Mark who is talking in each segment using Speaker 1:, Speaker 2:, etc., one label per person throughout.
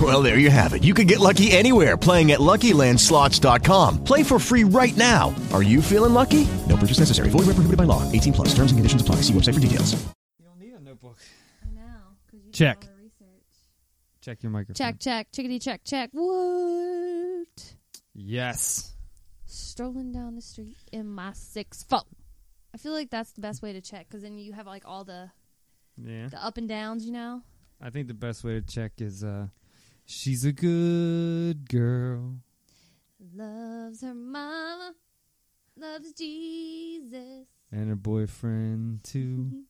Speaker 1: Well, there you have it. You can get lucky anywhere playing at LuckyLandSlots.com. Play for free right now. Are you feeling lucky? No purchase necessary. Void where prohibited by law. 18 plus. Terms and conditions apply. See website for details.
Speaker 2: You don't need a notebook.
Speaker 3: Check.
Speaker 4: Research.
Speaker 2: Check your microphone.
Speaker 4: Check, check, chickadee, check, check. What?
Speaker 2: Yes.
Speaker 4: Strolling down the street in my six foot. I feel like that's the best way to check because then you have like all the
Speaker 2: Yeah.
Speaker 4: the up and downs, you know.
Speaker 2: I think the best way to check is uh she's a good girl.
Speaker 4: Loves her mama, loves Jesus.
Speaker 2: And her boyfriend too.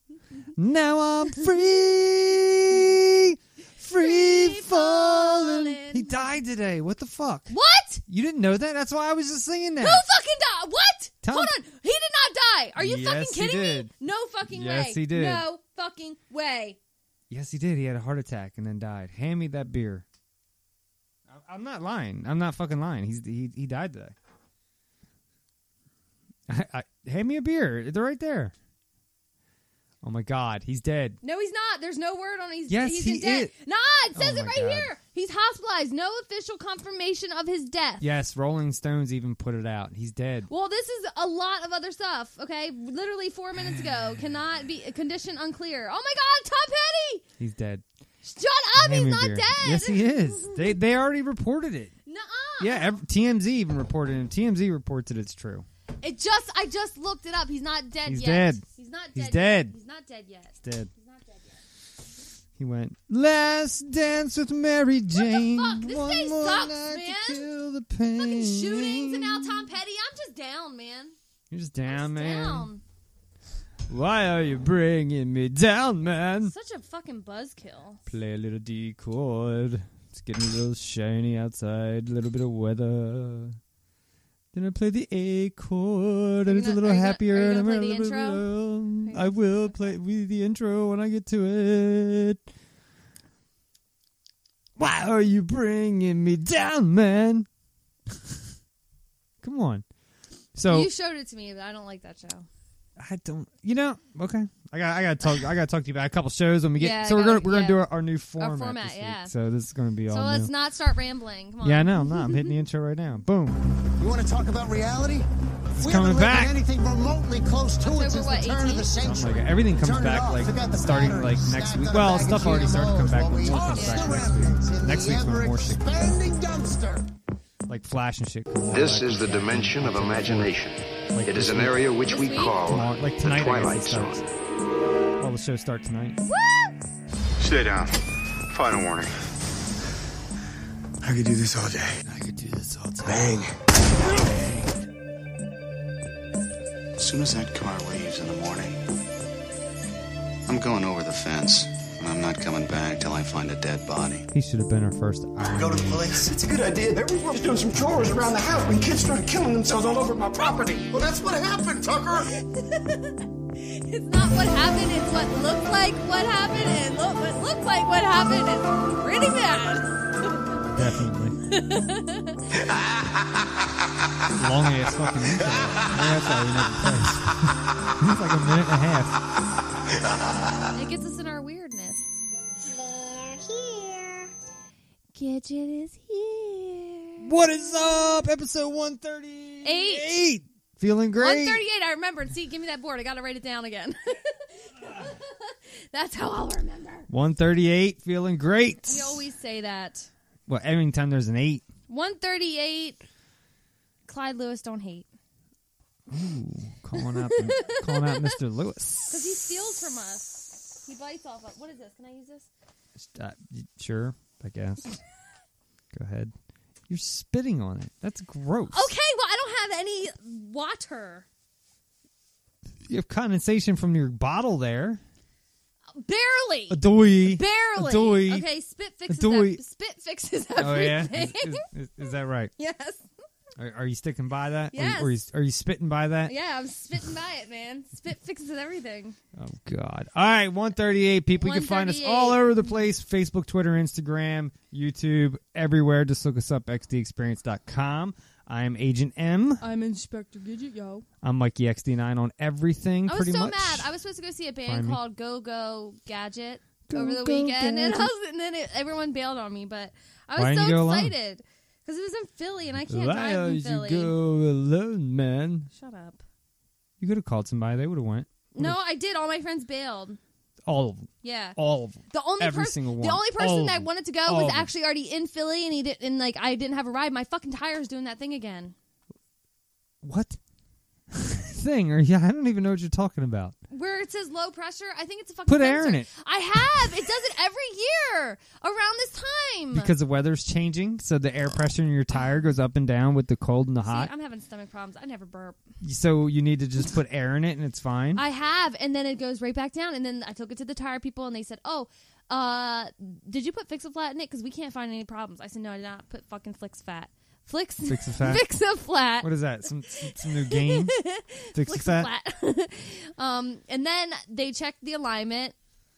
Speaker 2: now I'm free. Free falling.
Speaker 4: falling.
Speaker 2: He died today. What the fuck?
Speaker 4: What?
Speaker 2: You didn't know that? That's why I was just singing that.
Speaker 4: Who fucking died? What?
Speaker 2: Tell
Speaker 4: Hold
Speaker 2: him-
Speaker 4: on. He did not die. Are you
Speaker 2: Yes,
Speaker 4: fucking
Speaker 2: he
Speaker 4: kidding
Speaker 2: did.
Speaker 4: me? No fucking way.
Speaker 2: Yes, he did.
Speaker 4: No fucking way.
Speaker 2: Yes, he did. He had a heart attack and then died. Hand me that beer. I- I'm not lying. I'm not fucking lying. He's he he died today. I, I, hand me a beer. They're right there. Oh my god, he's dead.
Speaker 4: No, he's not. There's no word on it. He's,
Speaker 2: Yes,
Speaker 4: he's
Speaker 2: he
Speaker 4: in debt.
Speaker 2: is.
Speaker 4: Nah, it says
Speaker 2: Oh
Speaker 4: it
Speaker 2: my
Speaker 4: right
Speaker 2: God.
Speaker 4: here. He's hospitalized. No official confirmation of his death.
Speaker 2: Yes, Rolling Stones even put it out. He's dead.
Speaker 4: Well, this is a lot of other stuff. Okay, literally four minutes ago. Cannot be condition unclear. Oh my God, Tom Petty!
Speaker 2: He's dead.
Speaker 4: Shut
Speaker 2: Hand
Speaker 4: up. Oh, he's
Speaker 2: me
Speaker 4: not
Speaker 2: beer.
Speaker 4: dead.
Speaker 2: Yes, he is. They they already reported it.
Speaker 4: Nuh-uh.
Speaker 2: Yeah, ev TMZ even reported it. TMZ reports it. It's true.
Speaker 4: It just. I just looked it up. He's not dead
Speaker 2: He's
Speaker 4: yet.
Speaker 2: dead.
Speaker 4: He's not dead.
Speaker 2: He's
Speaker 4: yet.
Speaker 2: dead.
Speaker 4: He's not dead yet.
Speaker 2: He's dead.
Speaker 4: He's not dead yet.
Speaker 2: He went last dance with Mary Jane.
Speaker 4: fuck? This
Speaker 2: One
Speaker 4: day
Speaker 2: more
Speaker 4: sucks,
Speaker 2: night to
Speaker 4: man.
Speaker 2: kill the pain.
Speaker 4: Fucking shootings and now Tom Petty. I'm just down, man.
Speaker 2: You're just down,
Speaker 4: Just
Speaker 2: man.
Speaker 4: Down.
Speaker 2: Why are you bringing me down, man?
Speaker 4: Such a fucking buzzkill.
Speaker 2: Play a little D chord. It's getting a little shiny outside. A little bit of weather. Then I play the A chord, and
Speaker 4: you
Speaker 2: it's a
Speaker 4: gonna-
Speaker 2: little
Speaker 4: are you gonna-
Speaker 2: happier.
Speaker 4: are you
Speaker 2: and
Speaker 4: gonna
Speaker 2: I'm
Speaker 4: play the
Speaker 2: a little bit
Speaker 4: Are you
Speaker 2: low. I will play with the intro when I get to it. Why are you bringing me down, man? Come on. So
Speaker 4: you showed it to me, but I don't like that show.
Speaker 2: I don't. You know. Okay. I got. I got to talk. I got to talk to you about a couple shows when we get.
Speaker 4: Yeah,
Speaker 2: so we're
Speaker 4: I gotta-
Speaker 2: gonna we're gonna
Speaker 4: yeah.
Speaker 2: do our, our new format.
Speaker 4: format,
Speaker 2: this week,
Speaker 4: yeah.
Speaker 2: So this is gonna be all
Speaker 4: So
Speaker 2: new.
Speaker 4: let's not start rambling. Come on.
Speaker 2: yeah, I know. I'm not. I'm hitting the intro right now. Boom.
Speaker 5: You want to talk about reality? we
Speaker 2: coming
Speaker 5: haven't lived
Speaker 2: back.
Speaker 5: in anything remotely close to
Speaker 4: October,
Speaker 5: it since
Speaker 4: what,
Speaker 5: the turn of
Speaker 4: 18?
Speaker 5: the
Speaker 2: Oh
Speaker 5: century.
Speaker 2: my God. Everything comes
Speaker 5: Turn it
Speaker 2: back
Speaker 5: off.
Speaker 2: like
Speaker 5: Forget the
Speaker 2: starting
Speaker 5: batteries,
Speaker 2: like next
Speaker 5: stacked
Speaker 2: week.
Speaker 5: on a
Speaker 2: Well,
Speaker 5: bag of
Speaker 2: stuff already started to come
Speaker 5: GMOs
Speaker 2: back.
Speaker 5: while we
Speaker 2: More comes
Speaker 5: toss
Speaker 2: back
Speaker 5: the
Speaker 2: next
Speaker 5: remnants
Speaker 2: week.
Speaker 5: in
Speaker 2: Next
Speaker 5: the
Speaker 2: week's gonna be more shit,
Speaker 5: ever-expanding dumpster.
Speaker 2: like flash and shit. comes
Speaker 6: This
Speaker 2: back.
Speaker 6: is the dimension of imagination.
Speaker 2: Like
Speaker 6: It
Speaker 2: this
Speaker 6: is an
Speaker 2: week.
Speaker 6: area which we
Speaker 4: This week?
Speaker 6: call
Speaker 2: Tomorrow- like
Speaker 6: the
Speaker 2: tonight. I guess it
Speaker 6: Twilight
Speaker 2: starts.
Speaker 6: Zone.
Speaker 2: All the shows start tonight.
Speaker 6: Stay down. Final warning.
Speaker 5: I could do this all day. I could do this all day. Bang.
Speaker 7: As soon as that car leaves in the morning, I'm going over the fence, and I'm not coming back till I find a dead body.
Speaker 2: He should have been our first. Iron
Speaker 5: Go to the
Speaker 2: Man.
Speaker 5: police. It's a good idea. Everyone's doing some chores around the house when kids start killing themselves all over my property. Well, that's what happened, Tucker.
Speaker 4: It's not what happened, it's what looked like what happened, and look what looked like what happened is pretty bad.
Speaker 2: Definitely. Long ass fucking intro. Yeah, that's why we never play. it's like a minute and a half.
Speaker 4: It gets us in our weirdness. They're here. Gidget is here.
Speaker 2: What is up? Episode 138. Feeling great.
Speaker 4: 138, I remembered. See, give me that board. I gotta write it down again. That's how I'll remember.
Speaker 2: 138. Feeling great.
Speaker 4: We always say that.
Speaker 2: Well, every time there's an 8.
Speaker 4: 138, Clyde Lewis don't hate.
Speaker 2: Calling out, the, calling out Mr. Lewis.
Speaker 4: Because he steals from us. He bites off of. What is this? Can I use this?
Speaker 2: Uh, y- sure, I guess. Go ahead. You're spitting on it. That's gross.
Speaker 4: Okay, well, I don't have any water.
Speaker 2: You have condensation from your bottle there.
Speaker 4: Barely.
Speaker 2: A doy.
Speaker 4: Barely.
Speaker 2: A doy.
Speaker 4: Okay, spit fixes
Speaker 2: Adoy.
Speaker 4: ev- spit fixes
Speaker 2: Oh, yeah. Is,
Speaker 4: everything.
Speaker 2: is- is- is that right?
Speaker 4: yes.
Speaker 2: Are, are you sticking by that?
Speaker 4: Yes.
Speaker 2: Are, you, are, you, are you spitting by that?
Speaker 4: Yeah, I'm spitting by it, man. Spit fixes everything.
Speaker 2: Oh God! All right, one thirty-eight people. You can find us all
Speaker 4: 138.
Speaker 2: over the place: Facebook, Twitter, Instagram, YouTube, everywhere. Just look us up: xdexperience.com. I'm Agent M.
Speaker 4: I'm Inspector Gidget, yo.
Speaker 2: I'm E Mikey XD9 on everything.
Speaker 4: I was
Speaker 2: pretty
Speaker 4: so
Speaker 2: much.
Speaker 4: mad. I was supposed to go see a band
Speaker 2: Find me.
Speaker 4: called Go Go Gadget
Speaker 2: Go
Speaker 4: over the
Speaker 2: Go
Speaker 4: weekend, and, I
Speaker 2: Gadget.
Speaker 4: was, and then it, everyone bailed on me. But I
Speaker 2: Why
Speaker 4: was
Speaker 2: didn't you go
Speaker 4: so
Speaker 2: alone?
Speaker 4: excited because it was in Philly, and I can't
Speaker 2: Why
Speaker 4: drive in
Speaker 2: did you
Speaker 4: Philly.
Speaker 2: go alone, man?
Speaker 4: Shut up.
Speaker 2: You could have called somebody. They would have went.
Speaker 4: No, I did. All my friends bailed.
Speaker 2: All of them.
Speaker 4: Yeah.
Speaker 2: All of them.
Speaker 4: The only
Speaker 2: Every
Speaker 4: person,
Speaker 2: single one. Oh.
Speaker 4: the only
Speaker 2: All of
Speaker 4: person that
Speaker 2: them.
Speaker 4: wanted to go
Speaker 2: All
Speaker 4: was
Speaker 2: of them.
Speaker 4: actually already in Philly, and he didn't. And like, I didn't have a ride. My fucking tire's doing that thing again.
Speaker 2: What thing? Or yeah, I don't even know what you're talking about.
Speaker 4: Where it says low pressure, I think it's a fucking.
Speaker 2: Put air in
Speaker 4: sensor.
Speaker 2: it.
Speaker 4: I have. It does it every year around this time.
Speaker 2: Because the weather's changing, so the air pressure in your tire goes up and down with the cold and the
Speaker 4: See,
Speaker 2: hot.
Speaker 4: I'm having stomach problems. I never burp.
Speaker 2: so you need to just put air in it, and it's fine.
Speaker 4: I have, and then it goes right back down. And then I took it to the tire people, and they said, "Oh, uh, did you put Fix-a-Flat in it? Because we can't find any problems." I said, "No, I did not put fucking Flix-Fat. Flix
Speaker 2: Fix-a-Fat?
Speaker 4: Fix-a-Flat.
Speaker 2: what is that? Some some, some new game? Fix it fat.
Speaker 4: Flat. um, and then they checked the alignment,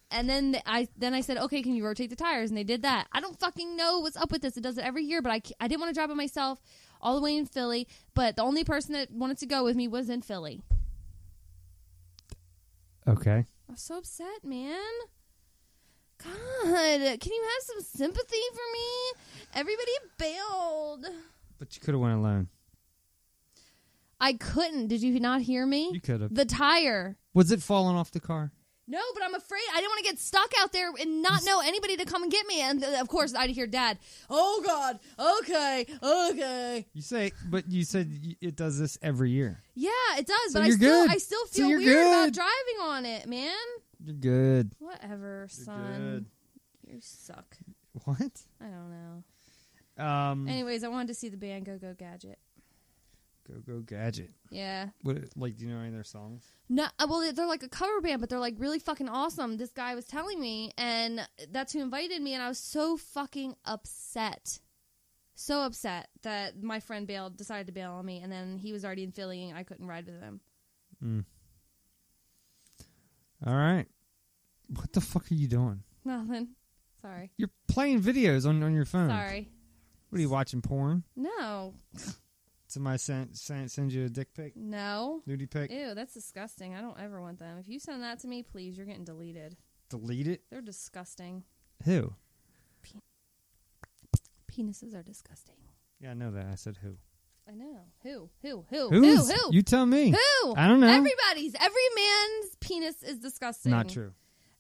Speaker 4: and then th- I then I said, okay, can you rotate the tires? And they did that. I don't fucking know what's up with this. It does it every year, but I, c- I didn't want to drive by myself all the way in Philly. But the only person that wanted to go with me was in Philly.
Speaker 2: Okay.
Speaker 4: I'm so upset, man. God, can you have some sympathy for me? Everybody bailed.
Speaker 2: But you could have went alone.
Speaker 4: I couldn't. Did you not hear me?
Speaker 2: You could have.
Speaker 4: The tire.
Speaker 2: Was it falling off the car?
Speaker 4: No, but I'm afraid I didn't want to get stuck out there and not know anybody to come and get me. And uh, of course, I'd hear Dad. Oh God. Okay. Okay.
Speaker 2: You say, but you said y- it does this every year.
Speaker 4: Yeah, it does.
Speaker 2: So
Speaker 4: but I
Speaker 2: you're
Speaker 4: still,
Speaker 2: good.
Speaker 4: I still
Speaker 2: So
Speaker 4: feel
Speaker 2: you're
Speaker 4: weird about
Speaker 2: good.
Speaker 4: driving on it, man.
Speaker 2: You're good.
Speaker 4: Whatever, son. You suck.
Speaker 2: What?
Speaker 4: I don't know.
Speaker 2: Um,
Speaker 4: Anyways, I wanted to see the band Go Go Gadget.
Speaker 2: Go Go Gadget.
Speaker 4: Yeah.
Speaker 2: What? Like, do you know any of their songs?
Speaker 4: No, uh, well, they're like a cover band, but they're like really fucking awesome. This guy was telling me, and that's who invited me, and I was so fucking upset, so upset that my friend bailed, decided to bail on me, and then he was already in Philly, and I couldn't ride with him.
Speaker 2: Hmm. All right. What the fuck are you doing?
Speaker 4: Nothing. Sorry.
Speaker 2: You're playing videos on, on your phone.
Speaker 4: Sorry.
Speaker 2: What are you watching? Porn?
Speaker 4: No.
Speaker 2: Somebody sent, sent send you a dick pic,
Speaker 4: No.
Speaker 2: nudie pic.
Speaker 4: Ew, that's disgusting. I don't ever want them. If you send that to me, please, you're getting deleted.
Speaker 2: Delete it.
Speaker 4: They're disgusting.
Speaker 2: Who?
Speaker 4: Penises are disgusting.
Speaker 2: Yeah, I know that. I said who.
Speaker 4: I know. Who? Who? Who?
Speaker 2: Who's?
Speaker 4: Who? Who?
Speaker 2: You tell me.
Speaker 4: Who?
Speaker 2: I don't know.
Speaker 4: Everybody's. Every man's penis is disgusting.
Speaker 2: Not true.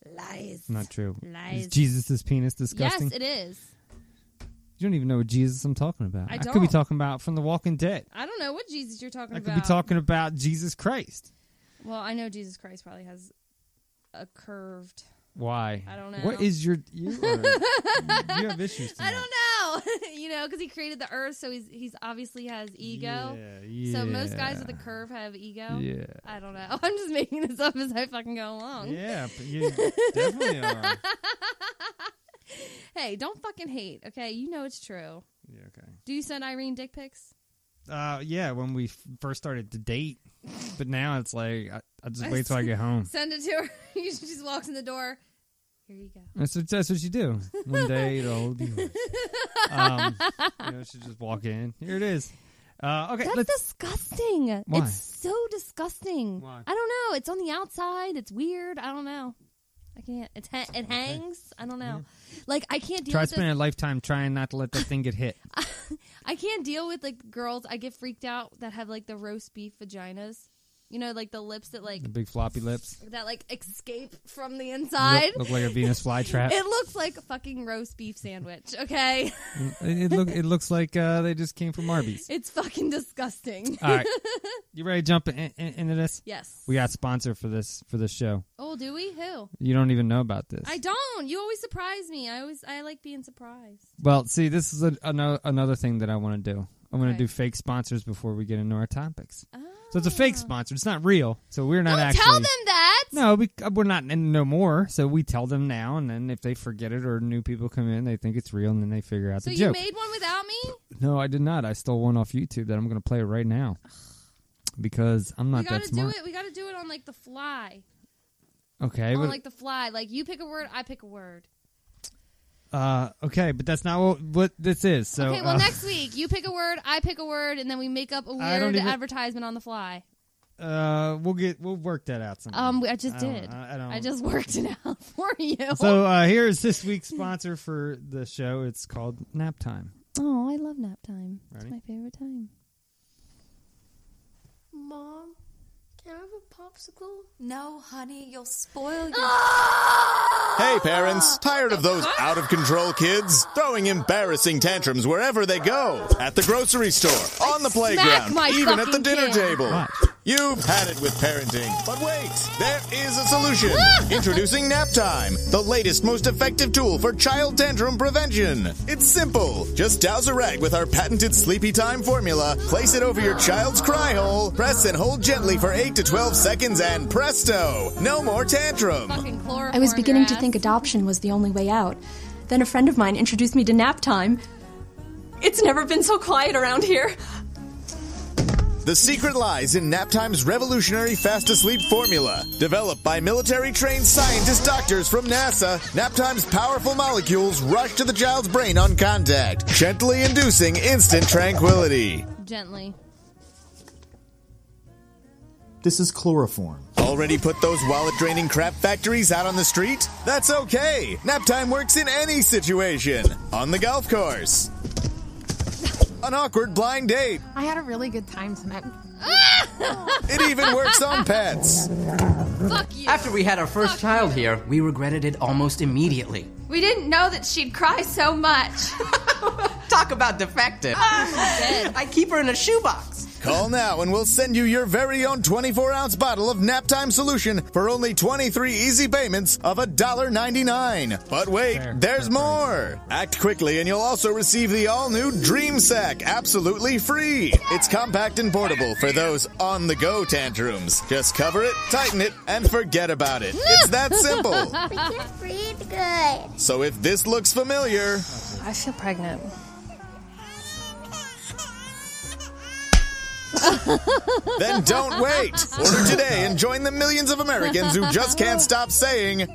Speaker 4: Lies.
Speaker 2: Not true.
Speaker 4: Lies.
Speaker 2: Is Jesus' penis disgusting?
Speaker 4: Yes, it is.
Speaker 2: You don't even know what Jesus I'm talking about.
Speaker 4: I
Speaker 2: could be
Speaker 4: don't.
Speaker 2: talking about from The Walking Dead.
Speaker 4: I don't know what Jesus you're talking
Speaker 2: I could
Speaker 4: about.
Speaker 2: be talking about Jesus Christ.
Speaker 4: Well, I know Jesus Christ probably has a curved.
Speaker 2: Why?
Speaker 4: I don't know.
Speaker 2: What is your you? Are, you have issues. Tonight.
Speaker 4: I don't know. you know, because he created the earth, so he's he's obviously has ego.
Speaker 2: Yeah,
Speaker 4: So most guys
Speaker 2: yeah.
Speaker 4: with a curve have ego.
Speaker 2: Yeah.
Speaker 4: I don't know. I'm just making this up as I fucking go along.
Speaker 2: Yeah, but you definitely are.
Speaker 4: Hey, don't fucking hate. Okay, you know it's true.
Speaker 2: Yeah. Okay.
Speaker 4: Do you send Irene dick pics?
Speaker 2: Uh, yeah. When we f- first started to date, but now it's like I, I just wait till I get home.
Speaker 4: Send it to her. she just walks in the door. Here you go.
Speaker 2: That's what, that's what you do. One day it'll all be yours. Um, you know, she just walk in. Here it is. Uh, okay,
Speaker 4: That's
Speaker 2: let's.
Speaker 4: disgusting.
Speaker 2: Why?
Speaker 4: It's so disgusting.
Speaker 2: Why?
Speaker 4: I don't know. It's on the outside. It's weird. I don't know. I can't. It's ha- it hangs. I don't know. Like I can't deal
Speaker 2: Try
Speaker 4: with this.
Speaker 2: spending a lifetime trying not to let that thing get hit.
Speaker 4: I can't deal with like girls. I get freaked out that have like the roast beef vaginas. You know, like the lips that like
Speaker 2: The big floppy lips.
Speaker 4: that like escape from the inside.
Speaker 2: Look, look like a Venus flytrap.
Speaker 4: it looks like a fucking roast beef sandwich. Okay,
Speaker 2: it, it look it looks like uh, they just came from Arby's.
Speaker 4: it's fucking disgusting.
Speaker 2: All right, you ready to jump in, in, into this?
Speaker 4: Yes.
Speaker 2: We got a sponsor for this for this show.
Speaker 4: oh, do we? Who?
Speaker 2: You don't even know about this.
Speaker 4: I don't. You always surprise me. I always I like being surprised.
Speaker 2: Well, see, this is a, another another thing that I want to do. I want to
Speaker 4: Okay.
Speaker 2: do fake sponsors before we get into our topics. So it's a fake sponsor. It's not real. So we're not
Speaker 4: Ah. Don't
Speaker 2: actually.
Speaker 4: tell them that.
Speaker 2: No, we, uh, we're not in no more. So we tell them now, and then if they forget it or new people come in, they think it's real, and then they figure out
Speaker 4: So
Speaker 2: the
Speaker 4: you
Speaker 2: joke.
Speaker 4: made one without me?
Speaker 2: No, I did not. I stole one off YouTube that I'm going to play right now because I'm
Speaker 4: We
Speaker 2: not that
Speaker 4: gotta do
Speaker 2: smart.
Speaker 4: it. We gotta do it on like the fly.
Speaker 2: Okay,
Speaker 4: on
Speaker 2: but
Speaker 4: like the fly. Like you pick a word, I pick a word.
Speaker 2: uh, okay, but that's not what, what this is. So
Speaker 4: okay. Well,
Speaker 2: uh,
Speaker 4: next week you pick a word, I pick a word, and then we make up a
Speaker 2: I don't
Speaker 4: weird
Speaker 2: even-
Speaker 4: advertisement on the fly.
Speaker 2: uh, we'll get we'll work that out. Sometime.
Speaker 4: Um, I just
Speaker 2: I don't-
Speaker 4: did.
Speaker 2: I- I don't-
Speaker 4: just worked it out for you.
Speaker 2: So uh, here is this week's sponsor for the show. It's called Nap Time.
Speaker 4: oh, I love nap time.
Speaker 2: Ready?
Speaker 4: It's my favorite time.
Speaker 8: Mom, can I have a popsicle?
Speaker 9: No, Oh, honey, you'll spoil your.
Speaker 10: Hey, parents, tired of those out of control kids throwing embarrassing tantrums wherever they go? At the grocery store, on the playground,
Speaker 5: my
Speaker 10: even at the
Speaker 5: fucking
Speaker 10: dinner
Speaker 5: kid.
Speaker 10: table. You've had it with parenting, but wait, there is a solution. Introducing Nap Time, the latest, most effective tool for child tantrum prevention. It's simple. Just douse a rag with our patented Sleepy Time formula, place it over your child's cry hole, press and hold gently for 8 to 12 seconds, and presto, no more tantrum.
Speaker 9: I was beginning to think adoption was the only way out. Then a friend of mine introduced me to nap time. It's never been so quiet around here.
Speaker 10: The secret lies in Naptime's revolutionary fast asleep formula. Developed by military trained scientist doctors from NASA, Naptime's powerful molecules rush to the child's brain on contact, gently inducing instant tranquility.
Speaker 4: Gently.
Speaker 11: This is chloroform.
Speaker 10: Already put those wallet draining crap factories out on the street? That's okay! Naptime works in any situation. On the golf course, an awkward blind date,
Speaker 12: I had a really good time tonight.
Speaker 10: it even works on pets.
Speaker 13: After we had our first child here, we regretted it almost immediately.
Speaker 9: We didn't know that she'd cry so much.
Speaker 13: Talk about defective. I keep her in a shoebox.
Speaker 10: Call now and we'll send you your very own 24 ounce bottle of Naptime Solution for only 23 easy payments of $1.99. But wait, there's more! Act quickly and you'll also receive the all new Dream Sack absolutely free. It's compact and portable for those on the go tantrums. Just cover it, tighten it, and forget about it. It's that simple!
Speaker 12: I can't breathe good.
Speaker 10: So if this looks familiar,
Speaker 12: I feel pregnant.
Speaker 10: then don't wait! Order today and join the millions of Americans who just can't stop saying,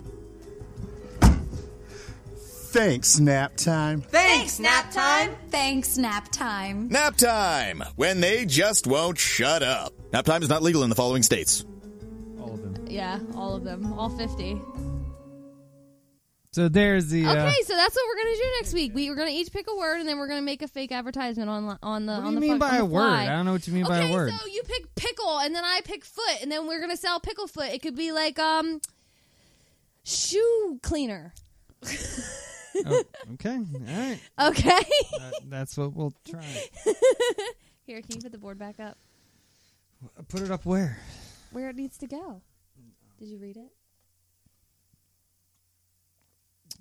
Speaker 11: Thanks, nap time.
Speaker 9: Thanks, nap time. Thanks, nap time.
Speaker 10: Nap time, when they just won't shut up. Nap time is not legal in the following states.
Speaker 4: Yeah, all of them, all fifty.
Speaker 2: So there's the. Uh,
Speaker 4: Okay, so that's what we're gonna do next week. We we're gonna each pick a word, and then we're gonna make a fake advertisement on on the.
Speaker 2: what do
Speaker 4: on
Speaker 2: you
Speaker 4: the
Speaker 2: mean
Speaker 4: fu- on
Speaker 2: by
Speaker 4: the
Speaker 2: a word?
Speaker 4: fly.
Speaker 2: I don't know what you mean by a
Speaker 4: Okay,
Speaker 2: word.
Speaker 4: so you pick pickle, and then I pick foot, and then we're gonna sell pickle foot. It could be like um, shoe cleaner.
Speaker 2: Oh, okay, all right.
Speaker 4: Okay.
Speaker 2: That- that's what we'll try.
Speaker 4: Here, can you put the board back up
Speaker 2: Put it up where?
Speaker 4: where it needs to go? Did you read it?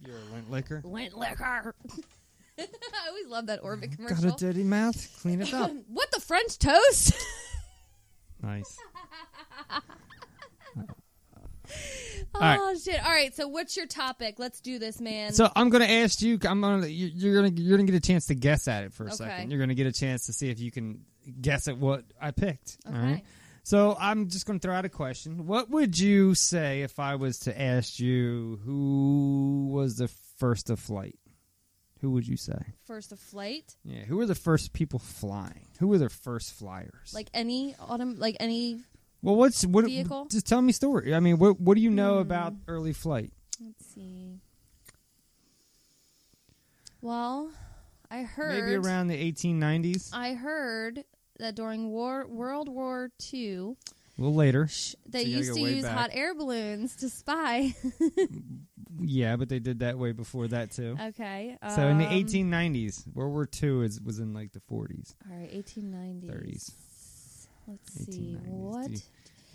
Speaker 2: Your lint liquor.
Speaker 4: Lint liquor. I always love that
Speaker 2: Got
Speaker 4: Orbit commercial.
Speaker 2: a dirty mouth? Clean it up.
Speaker 4: what the French toast?
Speaker 2: nice.
Speaker 4: oh
Speaker 2: All right.
Speaker 4: shit! All right, so what's your topic? Let's do this, man.
Speaker 2: So I'm gonna ask you. I'm gonna. you- You're gonna. You're gonna get a chance to guess at it for a
Speaker 4: Okay.
Speaker 2: second. You're gonna get a chance to see if you can guess at what I picked. All right. So I'm just gonna throw out a question. What would you say if I was to ask you who was the first to flight? Who would you say?
Speaker 4: first of flight,
Speaker 2: Yeah. Who were the first people flying? Who were the first flyers?
Speaker 4: like any autumn, like any.
Speaker 2: Well, what's what?
Speaker 4: Vehicle? Hmm.
Speaker 2: Just tell me story. I mean, what what do you know about early flight?
Speaker 4: Let's see. Well, I heard
Speaker 2: Maybe around the 1890s,
Speaker 4: I heard that during war World War II,
Speaker 2: a little later.
Speaker 4: they
Speaker 2: So you gotta
Speaker 4: used
Speaker 2: go
Speaker 4: to
Speaker 2: way
Speaker 4: use
Speaker 2: back.
Speaker 4: hot air balloons to spy.
Speaker 2: Yeah, but they did that way before that too.
Speaker 4: Okay,
Speaker 2: So in the
Speaker 4: um,
Speaker 2: 1890s, World War II is was in like the 40s,
Speaker 4: All right, eighteen nineties.
Speaker 2: 30s.
Speaker 4: Let's see what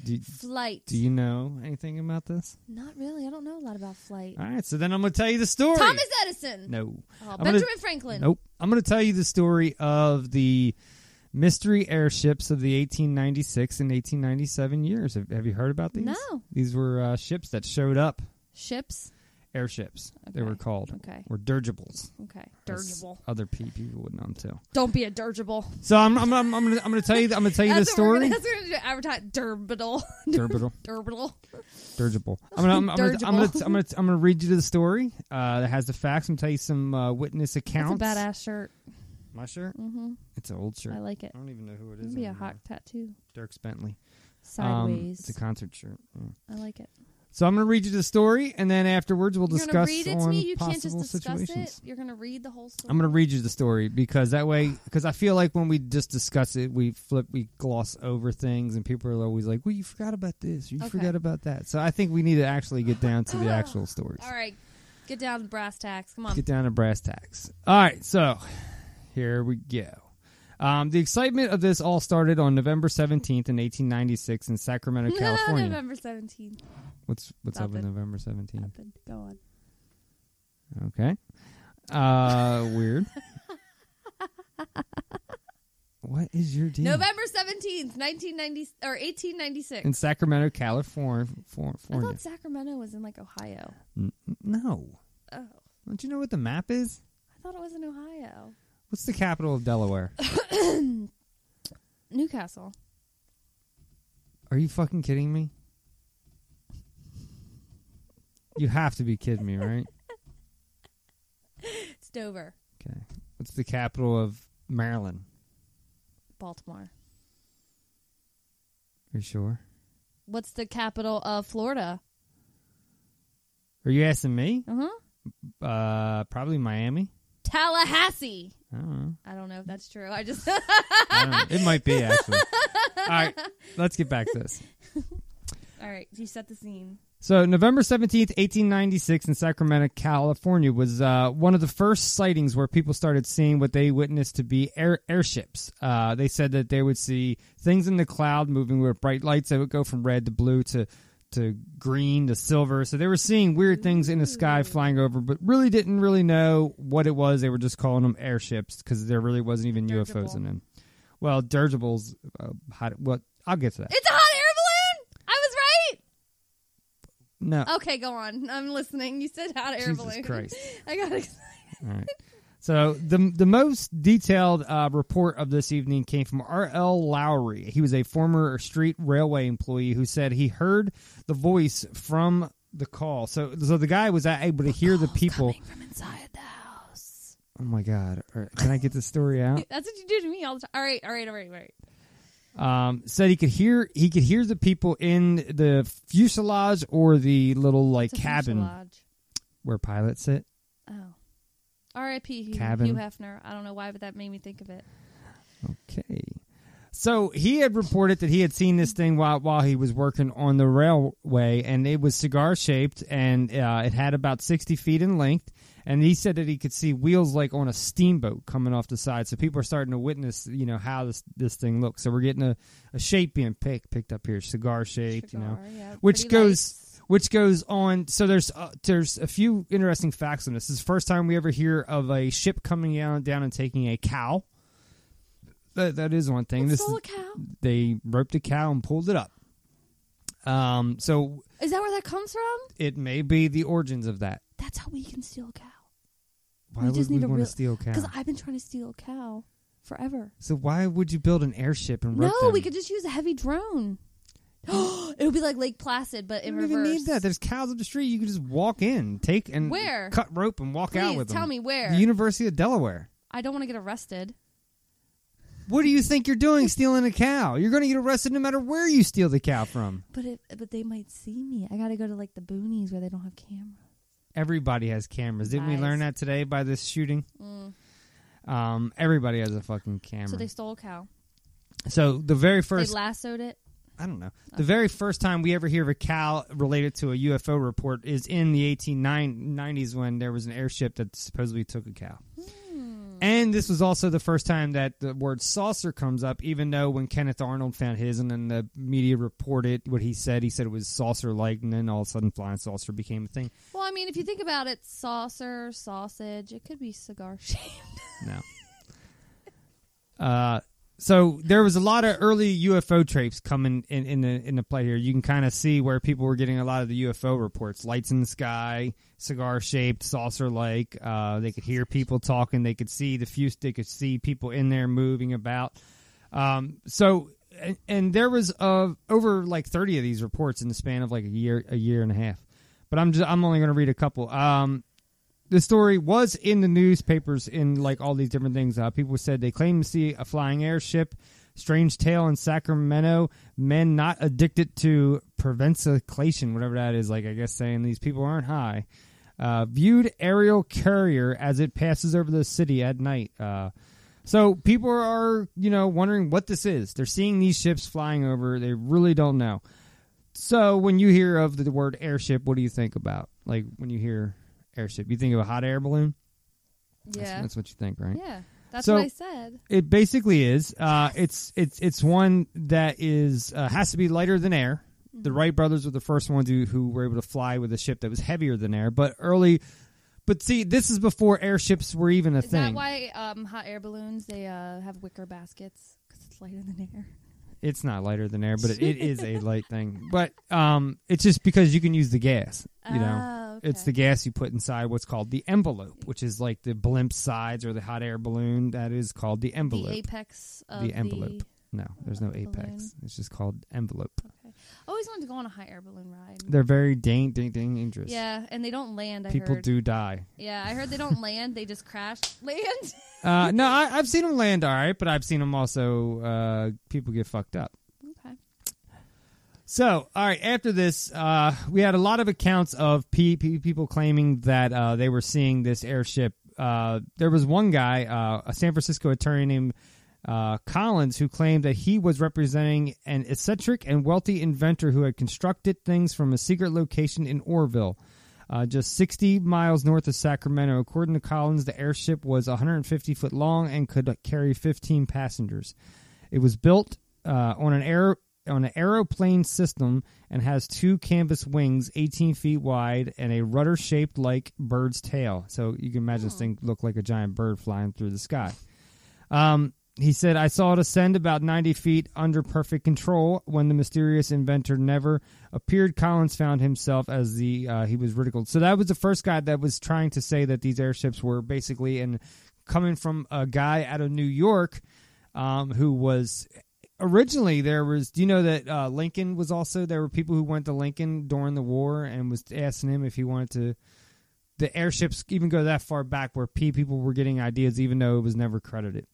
Speaker 2: Do,
Speaker 4: flight.
Speaker 2: Do you know anything about this?
Speaker 4: Not really. I don't know a lot about flight.
Speaker 2: All right, so then I'm going to tell you the story.
Speaker 4: Thomas Edison.
Speaker 2: No.
Speaker 4: Oh,
Speaker 2: I'm
Speaker 4: Benjamin Franklin.
Speaker 2: Nope. I'm going to tell you the story of the mystery airships of the 1896 and 1897 years. Have, have you heard about these?
Speaker 4: No.
Speaker 2: These were uh, ships that showed up
Speaker 4: Ships.
Speaker 2: airships. They were called.
Speaker 4: Okay.
Speaker 2: Were dirigibles.
Speaker 4: Okay.
Speaker 2: As
Speaker 4: Dirigible.
Speaker 2: Other pe- people would know them too.
Speaker 4: Don't be a dirigible.
Speaker 2: So I'm I'm I'm, I'm, gonna, I'm gonna tell you I'm gonna tell you this
Speaker 4: That's what we're
Speaker 2: story.
Speaker 4: gonna- that's what we're gonna do. Advertise Durbital.
Speaker 2: Durbital.
Speaker 4: Durbital.
Speaker 2: Dirigible. I'm gonna I'm, I'm gonna, I'm, gonna, I'm,
Speaker 4: Dirigible.
Speaker 2: gonna, I'm, gonna, I'm gonna read you the story uh, that has the facts. I'm gonna tell you some uh, witness
Speaker 4: That's a
Speaker 2: accounts.
Speaker 4: badass shirt.
Speaker 2: My shirt.
Speaker 4: Mm-hmm.
Speaker 2: It's an old shirt.
Speaker 4: I like it. I
Speaker 2: don't even know who it is
Speaker 4: It'd be a
Speaker 2: anymore.
Speaker 4: hot tattoo.
Speaker 2: Dirks Bentley. Um,
Speaker 4: Sideways.
Speaker 2: it's a concert shirt. Yeah.
Speaker 4: I like it.
Speaker 2: So I'm gonna read you the story, and then afterwards we'll
Speaker 4: You're gonna
Speaker 2: discuss
Speaker 4: read it to
Speaker 2: on
Speaker 4: me. You
Speaker 2: possible
Speaker 4: can't just discuss
Speaker 2: situations.
Speaker 4: it. You're gonna read the whole story.
Speaker 2: I'm gonna read you the story because that way, because I feel like when we just discuss it, we flip, we gloss over things, and people are always like, "Well, you forgot about this, you
Speaker 4: Okay.
Speaker 2: forgot about that." So I think we need to actually get down to the actual stories.
Speaker 4: All right, get down to brass tacks. Come on.
Speaker 2: Get down to brass tacks. All right, so here we go. Um, the excitement of this all started on November 17th in 1896 in Sacramento, California.
Speaker 4: November seventeenth.
Speaker 2: What's what's
Speaker 4: Stop
Speaker 2: up with
Speaker 4: it.
Speaker 2: November 17th?
Speaker 4: Happened. Go on.
Speaker 2: Okay. Uh, weird. what is your deal?
Speaker 4: November seventeenth, nineteen ninety or eighteen ninety six.
Speaker 2: in Sacramento, California. For,
Speaker 4: I
Speaker 2: for
Speaker 4: thought Sacramento was in like Ohio.
Speaker 2: N- no.
Speaker 4: Oh,
Speaker 2: Don't you know what the map is?
Speaker 4: I thought it was in Ohio.
Speaker 2: What's the capital of Delaware?
Speaker 4: Newcastle.
Speaker 2: Are you fucking kidding me? You have to be kidding me, right?
Speaker 4: It's Dover,
Speaker 2: Okay. What's the capital of Maryland?
Speaker 4: Baltimore.
Speaker 2: Are you sure?
Speaker 4: What's the capital of Florida?
Speaker 2: Are you asking me?
Speaker 4: Uh huh.
Speaker 2: Uh, probably Miami.
Speaker 4: Tallahassee.
Speaker 2: I don't know.
Speaker 4: I don't know if that's true. I just
Speaker 2: I don't know. It might be actually. All right, let's get back to this.
Speaker 4: All right, you set the scene.
Speaker 2: So, November 17th, 1896, in Sacramento, California, was uh, one of the first sightings where people started seeing what they witnessed to be air- airships. Uh, they said that they would see things in the cloud moving with bright lights that would go from red to blue to, to green to silver. So, they were seeing weird things in the sky flying over, but really didn't really know what it was. They were just calling them airships because there really wasn't even UFOs in them. Well, dirigibles, uh, how, well, I'll get to that.
Speaker 4: It's a hot air balloon. I was right.
Speaker 2: no.
Speaker 4: Okay, go on. I'm listening. You said hot air
Speaker 2: Jesus
Speaker 4: balloon.
Speaker 2: Christ.
Speaker 4: I got excited.
Speaker 2: All right. So the the most detailed uh, report of this evening came from R. L. Lowry. He was a former street railway employee who said he heard the voice from the call. So so the guy was able to hear
Speaker 4: Oh,
Speaker 2: the people.
Speaker 4: from inside the house.
Speaker 2: Oh my God! All right, Can I get this story out?
Speaker 4: That's what you do to me all the time. All right, all right, all right, all right.
Speaker 2: um, said he could hear he could hear the people in the fuselage or the little like
Speaker 4: It's a
Speaker 2: cabin
Speaker 4: fuselage.
Speaker 2: where pilots sit.
Speaker 4: Oh. R.I.P. Hugh,
Speaker 2: Cabin.
Speaker 4: Hugh Hefner. I don't know why, but that made me think of it.
Speaker 2: Okay. So he had reported that he had seen this thing while while he was working on the railway, and it was cigar shaped, and uh, it had about sixty feet in length. And he said that he could see wheels like on a steamboat coming off the side. So people are starting to witness, you know, how this this thing looks. So we're getting a, a shape being picked picked up here, cigar shaped, you know,
Speaker 4: yeah,
Speaker 2: which
Speaker 4: pretty
Speaker 2: goes which goes on. So there's uh, there's a few interesting facts on this. This is the first time we ever hear of a ship coming down down and taking a cow. That, that is one thing.
Speaker 4: Let's
Speaker 2: this
Speaker 4: roll
Speaker 2: is-
Speaker 4: a cow.
Speaker 2: They roped a cow and pulled it up. Um, so
Speaker 4: Is that where that comes from?
Speaker 2: it may be the origins of that.
Speaker 4: That's how we can steal a cow.
Speaker 2: Why would we want to steal a cow?
Speaker 4: Because I've been trying to steal a cow forever.
Speaker 2: so why would you build an airship and rope
Speaker 4: no,
Speaker 2: them?
Speaker 4: we could just use a heavy drone. it would be like Lake Placid, but
Speaker 2: You
Speaker 4: in
Speaker 2: don't even
Speaker 4: reverse.
Speaker 2: need that. There's cows up the street. You can just walk in, take and
Speaker 4: Where?
Speaker 2: cut rope and walk out
Speaker 4: Please,
Speaker 2: with them.
Speaker 4: tell me where.
Speaker 2: The University of Delaware.
Speaker 4: I don't want to get arrested.
Speaker 2: What do you think you're doing stealing a cow? You're going to get arrested no matter where you steal the cow from.
Speaker 4: But it, but they might see me. I gotta go to like the boonies where they don't have cameras.
Speaker 2: Everybody has cameras. Didn't we
Speaker 4: Lies.
Speaker 2: learn that today by this shooting? Um, everybody has a fucking camera.
Speaker 4: Mm. So they stole a cow.
Speaker 2: So the very first,
Speaker 4: they lassoed it. Oh.
Speaker 2: I don't know, the very first time we ever hear of a cow related to a UFO report is in the 1890s when there was an airship that supposedly took a cow. And this was also the first time that the word saucer comes up, even though when Kenneth Arnold found his and then the media reported what he said, he said it was saucer like, and then all of a sudden flying saucer became a thing.
Speaker 4: Well, I mean, if you think about it, saucer, sausage, it could be cigar shaped.
Speaker 2: No. Uh, so there was a lot of early UFO tapes coming in, in the in the play here. You can kind of see where people were getting a lot of the UFO reports: lights in the sky, cigar shaped, saucer like. Uh, they could hear people talking. They could see the fuse. They could see people in there moving about. Um, so and, and there was uh, over like thirty of these reports in the span of like a year a year and a half. But I'm just I'm only going to read a couple. Um, the story was in the newspapers in like all these different things. Uh, people said they claim to see a flying airship, strange tale in Sacramento, men not addicted to provenciclation, whatever that is. Like I guess saying these people aren't high. Uh, viewed aerial carrier as it passes over the city at night. Uh, so people are you know wondering what this is. They're seeing these ships flying over. They really don't know. So when you hear of the word airship, what do you think about? Like when you hear airship. You think of a hot air balloon.
Speaker 4: Yeah,
Speaker 2: that's, that's what you think, right?
Speaker 4: Yeah, that's
Speaker 2: So,
Speaker 4: what I said.
Speaker 2: It basically is. Uh, it's it's it's one that is uh, has to be lighter than air. The
Speaker 4: Mm-hmm.
Speaker 2: Wright brothers were the first ones who, who were able to fly with a ship that was heavier than air. But early, but see, this is before airships were even a
Speaker 4: Is
Speaker 2: thing.
Speaker 4: that why um, hot air balloons they uh, have wicker baskets because it's lighter than air?
Speaker 2: It's not lighter than air, but it, it is a light thing. But um, it's just because you can use the gas. You know,
Speaker 4: Oh, okay.
Speaker 2: it's the gas you put inside what's called the envelope, which is like the blimp sides or the hot air balloon. That is called the envelope.
Speaker 4: The apex of
Speaker 2: the envelope. No, there's no apex. It's just called envelope.
Speaker 4: Oh. I always wanted to go on a high air balloon ride.
Speaker 2: They're very dang, dang, dang dangerous.
Speaker 4: yeah, and they don't land. I
Speaker 2: People
Speaker 4: heard.
Speaker 2: do die.
Speaker 4: Yeah, I heard they don't land; they just crash. Land.
Speaker 2: Uh, no, I, I've seen them land all right, but I've seen them also uh, people get fucked up.
Speaker 4: Okay.
Speaker 2: So, all right, after this, uh, we had a lot of accounts of pe- pe- people claiming that uh, they were seeing this airship. Uh, there was one guy, uh, a San Francisco attorney named uh, Collins, who claimed that he was representing an eccentric and wealthy inventor who had constructed things from a secret location in Orville. Uh, just 60 miles north of Sacramento. According to Collins, the airship was 150 foot long and could carry 15 passengers. It was built uh, on an air on an aeroplane system and has two canvas wings, 18 feet wide, and a rudder shaped like bird's tail. So you can imagine this thing looked like a giant bird flying through the sky. Um, he said, I saw it ascend about 90 feet under perfect control. When the mysterious inventor never appeared, Collins found himself as the uh, he was ridiculed. So that was the first guy that was trying to say that these airships were basically and coming from a guy out of New York um, who was originally there was. Do you know that uh, Lincoln was also there were people who went to Lincoln during the war and was asking him if he wanted to. The airships even go that far back where P people were getting ideas, even though it was never credited.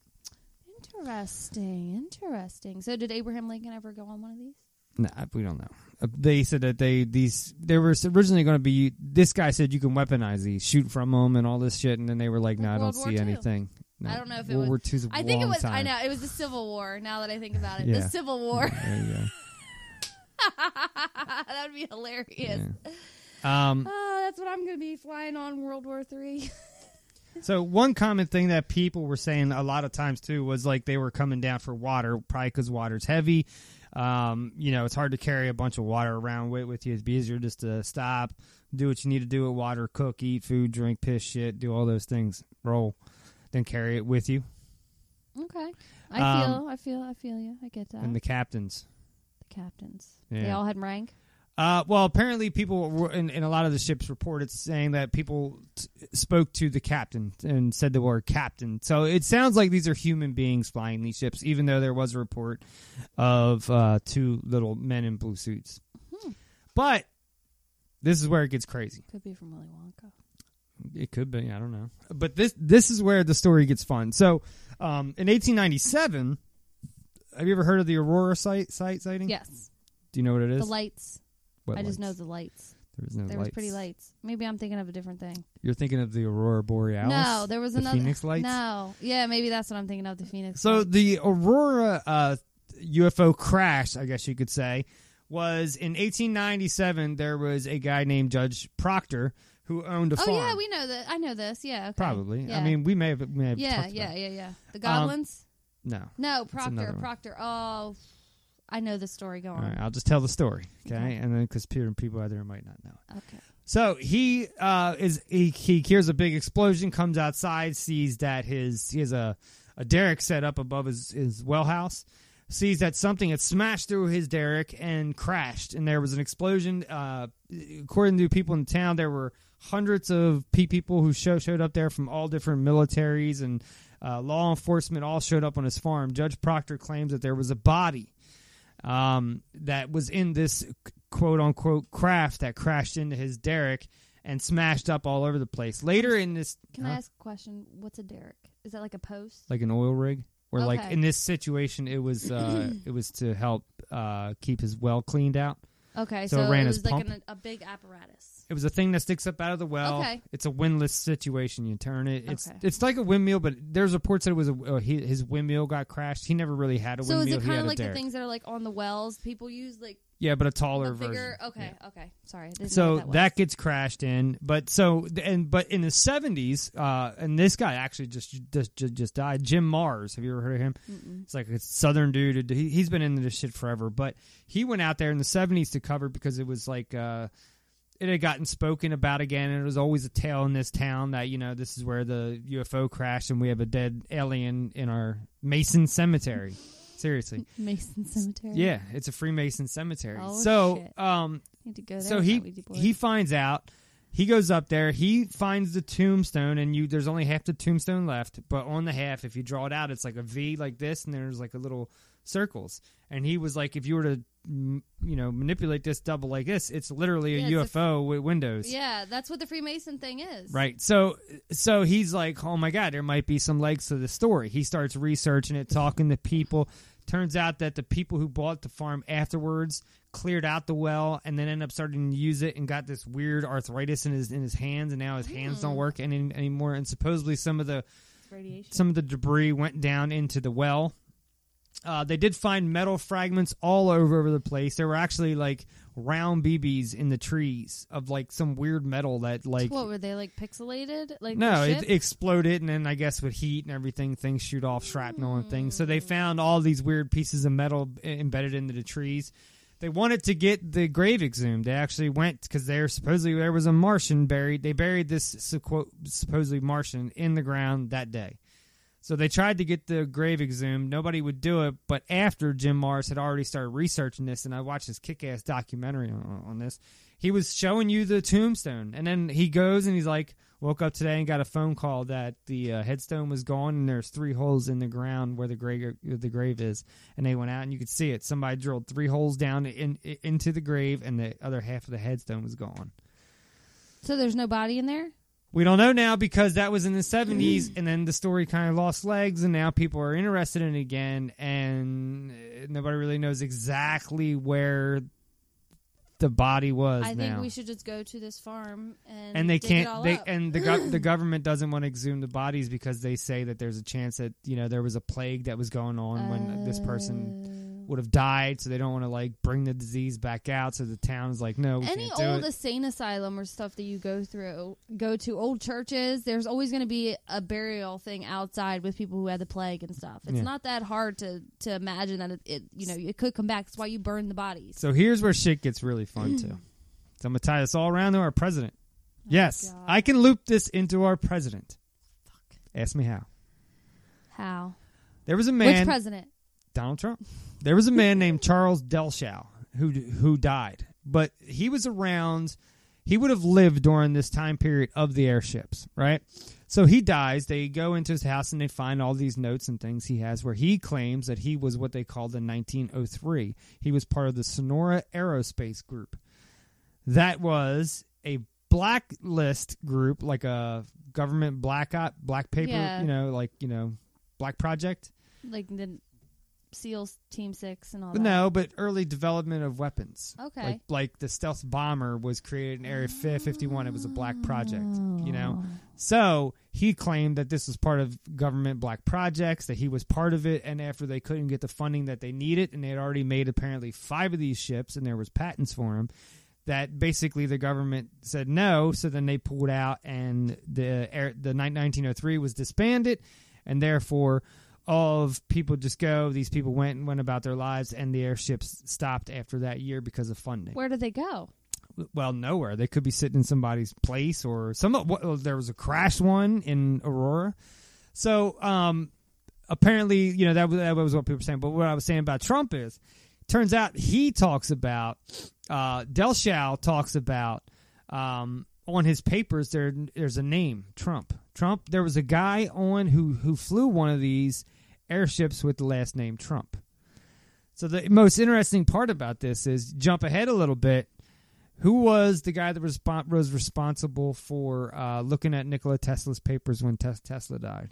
Speaker 4: Interesting. Interesting. So, did Abraham Lincoln ever go on one of these?
Speaker 2: No, I- we don't know. Uh, They said that they these they were originally going to be. This guy said you can weaponize these, shoot from them, and all this shit. And then they were like, "No, I don't
Speaker 4: World War
Speaker 2: see
Speaker 4: II.
Speaker 2: anything." No,
Speaker 4: I don't know if it
Speaker 2: World
Speaker 4: was.
Speaker 2: War II's a
Speaker 4: I think it
Speaker 2: long
Speaker 4: was. I
Speaker 2: time.
Speaker 4: know it was the Civil War. Now that I think about it,
Speaker 2: Yeah.
Speaker 4: the Civil War.
Speaker 2: There you go.
Speaker 4: that would be hilarious.
Speaker 2: Um,
Speaker 4: Oh, that's what I'm going to be flying on World War Three.
Speaker 2: So one common thing that people were saying a lot of times too was like they were coming down for water, probably because water's heavy. Um, you know, it's hard to carry a bunch of water around with, with you. It'd be easier just to stop, do what you need to do with water, cook, eat food, drink, piss, shit, do all those things, roll, then carry it with you.
Speaker 4: okay. I
Speaker 2: Um,
Speaker 4: feel. I feel. I feel you. I get that.
Speaker 2: And the captains.
Speaker 4: the captains. They
Speaker 2: Yeah.
Speaker 4: all had rank.
Speaker 2: Uh, well, apparently, people were in, in a lot of the ships reported saying that people t- spoke to the captain and said the word captain. So it sounds like these are human beings flying these ships, even though there was a report of uh, two little men in blue suits.
Speaker 4: Hmm.
Speaker 2: But this is where it gets crazy.
Speaker 4: Could be from Willy Wonka.
Speaker 2: It could be. I don't know. But this this is where the story gets fun. So, um, in 1897, have you ever heard of the Aurora site site sighting?
Speaker 4: Yes.
Speaker 2: Do you know what it is?
Speaker 4: The lights.
Speaker 2: What
Speaker 4: I just know
Speaker 2: lights?
Speaker 4: the lights.
Speaker 2: There was no
Speaker 4: there was
Speaker 2: lights.
Speaker 4: pretty lights. Maybe I'm thinking of a different thing.
Speaker 2: You're thinking of the aurora borealis.
Speaker 4: No, there was
Speaker 2: the
Speaker 4: another
Speaker 2: Phoenix lights.
Speaker 4: No, yeah, maybe that's what I'm thinking of. The Phoenix.
Speaker 2: So
Speaker 4: lights.
Speaker 2: the aurora uh, UFO crash, I guess you could say, was in 1897. There was a guy named Judge Proctor who owned a
Speaker 4: oh
Speaker 2: farm.
Speaker 4: yeah, we know that. I know this. Yeah, okay.
Speaker 2: Probably.
Speaker 4: Yeah.
Speaker 2: I mean, we may have. We may have
Speaker 4: yeah,
Speaker 2: talked
Speaker 4: yeah,
Speaker 2: about it.
Speaker 4: yeah, yeah. The
Speaker 2: Um,
Speaker 4: goblins.
Speaker 2: No.
Speaker 4: no,
Speaker 2: that's
Speaker 4: Proctor.
Speaker 2: another one.
Speaker 4: Proctor. Oh, I know the story. Go
Speaker 2: All
Speaker 4: on.
Speaker 2: right, I'll just tell the story, okay?
Speaker 4: Okay.
Speaker 2: And then because people out there might not know.
Speaker 4: Okay.
Speaker 2: So he uh, is he, he hears a big explosion, comes outside, sees that his he has a, a derrick set up above his, his well house. Sees that something had smashed through his derrick and crashed, and there was an explosion. Uh, according to people in town, there were hundreds of pe- people who show, showed up there from all different militaries and uh, law enforcement all showed up on his farm. Judge Proctor claims that there was a body um, that was in this quote unquote craft that crashed into his derrick and smashed up all over the place. Later in this,
Speaker 14: Can I
Speaker 2: Huh?
Speaker 14: ask a question? What's a derrick? Is that like a post?
Speaker 2: like an oil rig or like
Speaker 14: Okay.
Speaker 2: in this situation it was uh it was to help uh keep his well cleaned out
Speaker 4: Okay,
Speaker 2: so,
Speaker 4: so,
Speaker 2: it ran his
Speaker 4: was like
Speaker 2: pump
Speaker 4: an, a big apparatus.
Speaker 2: it was a thing that sticks up out of the well
Speaker 4: Okay.
Speaker 2: it's a windlass situation you turn it it's
Speaker 4: Okay.
Speaker 2: it's like a windmill but there's reports that it was a uh, he, his windmill got crashed he never really had a
Speaker 4: So is
Speaker 2: windmill
Speaker 4: it
Speaker 2: he
Speaker 4: kind
Speaker 2: had
Speaker 4: of
Speaker 2: a
Speaker 4: like the
Speaker 2: derrick.
Speaker 4: things that are like on the wells people use, like
Speaker 2: yeah but a taller
Speaker 4: a
Speaker 2: version
Speaker 4: bigger? Okay, okay. Sorry. I didn't know
Speaker 2: so
Speaker 4: what
Speaker 2: that,
Speaker 4: was.
Speaker 2: gets crashed in but so and but in the 70s uh and this guy actually just just just, just died jim mars have you ever heard of him
Speaker 15: Mm-mm.
Speaker 2: it's like a southern dude he, he's been into this shit forever but he went out there in the 70s to cover because it was like uh it had gotten spoken about again and it was always a tale in this town that you know this is where the ufo crashed and we have a dead alien in our mason cemetery seriously
Speaker 4: Mason Cemetery.
Speaker 2: yeah, it's a Freemason cemetery.
Speaker 4: Oh,
Speaker 2: so,
Speaker 4: shit.
Speaker 2: um,
Speaker 4: Need to go there
Speaker 2: so
Speaker 4: with
Speaker 2: he
Speaker 4: that Ouija board.
Speaker 2: he finds out. He goes up there. He finds the tombstone, and you there's only half the tombstone left. But on the half, if you draw it out, it's like a V like this, and there's like a little circles. And he was like, if you were to, mm, you know, manipulate this double like this, it's literally
Speaker 4: Yeah,
Speaker 2: a
Speaker 4: it's a
Speaker 2: UFO with windows.
Speaker 4: Yeah, that's what the Freemason thing is.
Speaker 2: Right. So so he's like, "Oh my god, there might be some legs to the story." He starts researching it, talking to people. Turns out that the people who bought the farm afterwards cleared out the well and then ended up starting to use it and got this weird arthritis in his in his hands and now his hands don't work any, anymore and supposedly some of the
Speaker 4: Radiation.
Speaker 2: some of the debris went down into the well. Uh, they did find metal fragments all over, over the place. There were actually like round BBs in the trees of like some weird metal that like
Speaker 4: what were they like pixelated? Like
Speaker 2: no,
Speaker 4: the
Speaker 2: it
Speaker 4: ship?
Speaker 2: exploded, and then I guess with heat and everything, things shoot off shrapnel and things. So they found all these weird pieces of metal e- embedded into the trees. They wanted to get the grave exhumed. They actually went because there supposedly there was a Martian buried. They buried this sequ- supposedly Martian in the ground that day. So they tried to get the grave exhumed. Nobody would do it. But after Jim Mars had already started researching this, and I watched this kick ass documentary on, on this, he was showing you the tombstone. And then he goes and he's like, woke up today and got a phone call that the uh, headstone was gone and there's three holes in the ground where the grave the grave is. And they went out and you could see it. Somebody drilled three holes down in, in, into the grave, and the other half of the headstone was gone.
Speaker 4: So there's no body in there.
Speaker 2: We don't know now because that was in the 70s, and then the story kind of lost legs, and now people are interested in it again, and uh, nobody really knows exactly where the body was
Speaker 4: I
Speaker 2: now.
Speaker 4: think we should just go to this farm and
Speaker 2: and they
Speaker 4: dig it
Speaker 2: can't
Speaker 4: all
Speaker 2: they
Speaker 4: up.
Speaker 2: and the gov- the government doesn't want to exhume the bodies because they say that there's a chance that you know there was a plague that was going on when this
Speaker 4: Oh.
Speaker 2: person would have died so they don't want to like bring the disease back out so the town's like no we
Speaker 4: any
Speaker 2: can't do
Speaker 4: old
Speaker 2: it.
Speaker 4: insane asylum or stuff that you go through, go to old churches. There's always going to be a burial thing outside with people who had the plague and stuff. It's
Speaker 2: Yeah.
Speaker 4: not that hard to to imagine that it, it you know it could come back. That's why you burn the bodies.
Speaker 2: So here's where shit gets really fun too. So I'm gonna tie this all around to our president.
Speaker 4: Oh
Speaker 2: yes, I can loop this into our president. Ask me how.
Speaker 4: How?
Speaker 2: There was a man.
Speaker 4: Which president?
Speaker 2: Donald Trump. There was a man named Charles Delshow who who died, but he was around. He would have lived during this time period of the airships, right? So he dies. They go into his house and they find all these notes and things he has, where he claims that he was what they called the 1903. He was part of the Sonora Aerospace Group. That was a blacklist group, like a government black op, black paper,
Speaker 4: Yeah.
Speaker 2: you know, like you know, black project.
Speaker 4: Like the SEALs Team Six and all
Speaker 2: But
Speaker 4: that.
Speaker 2: No, but early development of weapons.
Speaker 4: Okay.
Speaker 2: Like, like the stealth bomber was created in Area fi- 51. It was a black project,
Speaker 4: Oh.
Speaker 2: you know? So he claimed that this was part of government black projects, that he was part of it. And after they couldn't get the funding that they needed, and they had already made apparently five of these ships, and there was patents for them, that basically the government said no. So then they pulled out, and the, air, the ni- 1903 was disbanded. And therefore, of people just go. These people went and went about their lives, and the airships stopped after that year because of funding.
Speaker 4: Where did they go?
Speaker 2: Well, nowhere. They could be sitting in somebody's place, or some. Well, there was a crash one in Aurora. So, um, apparently, you know, that was, that was what people were saying. But what I was saying about Trump is, turns out he talks about, uh, Del Shaw talks about, um, on his papers, there there's a name, Trump. Trump, there was a guy on who, who flew one of these airships with the last name Trump. So the most interesting part about this is jump ahead a little bit. Who was the guy that respon- was responsible for uh, looking at Nikola Tesla's papers when Tes- Tesla died?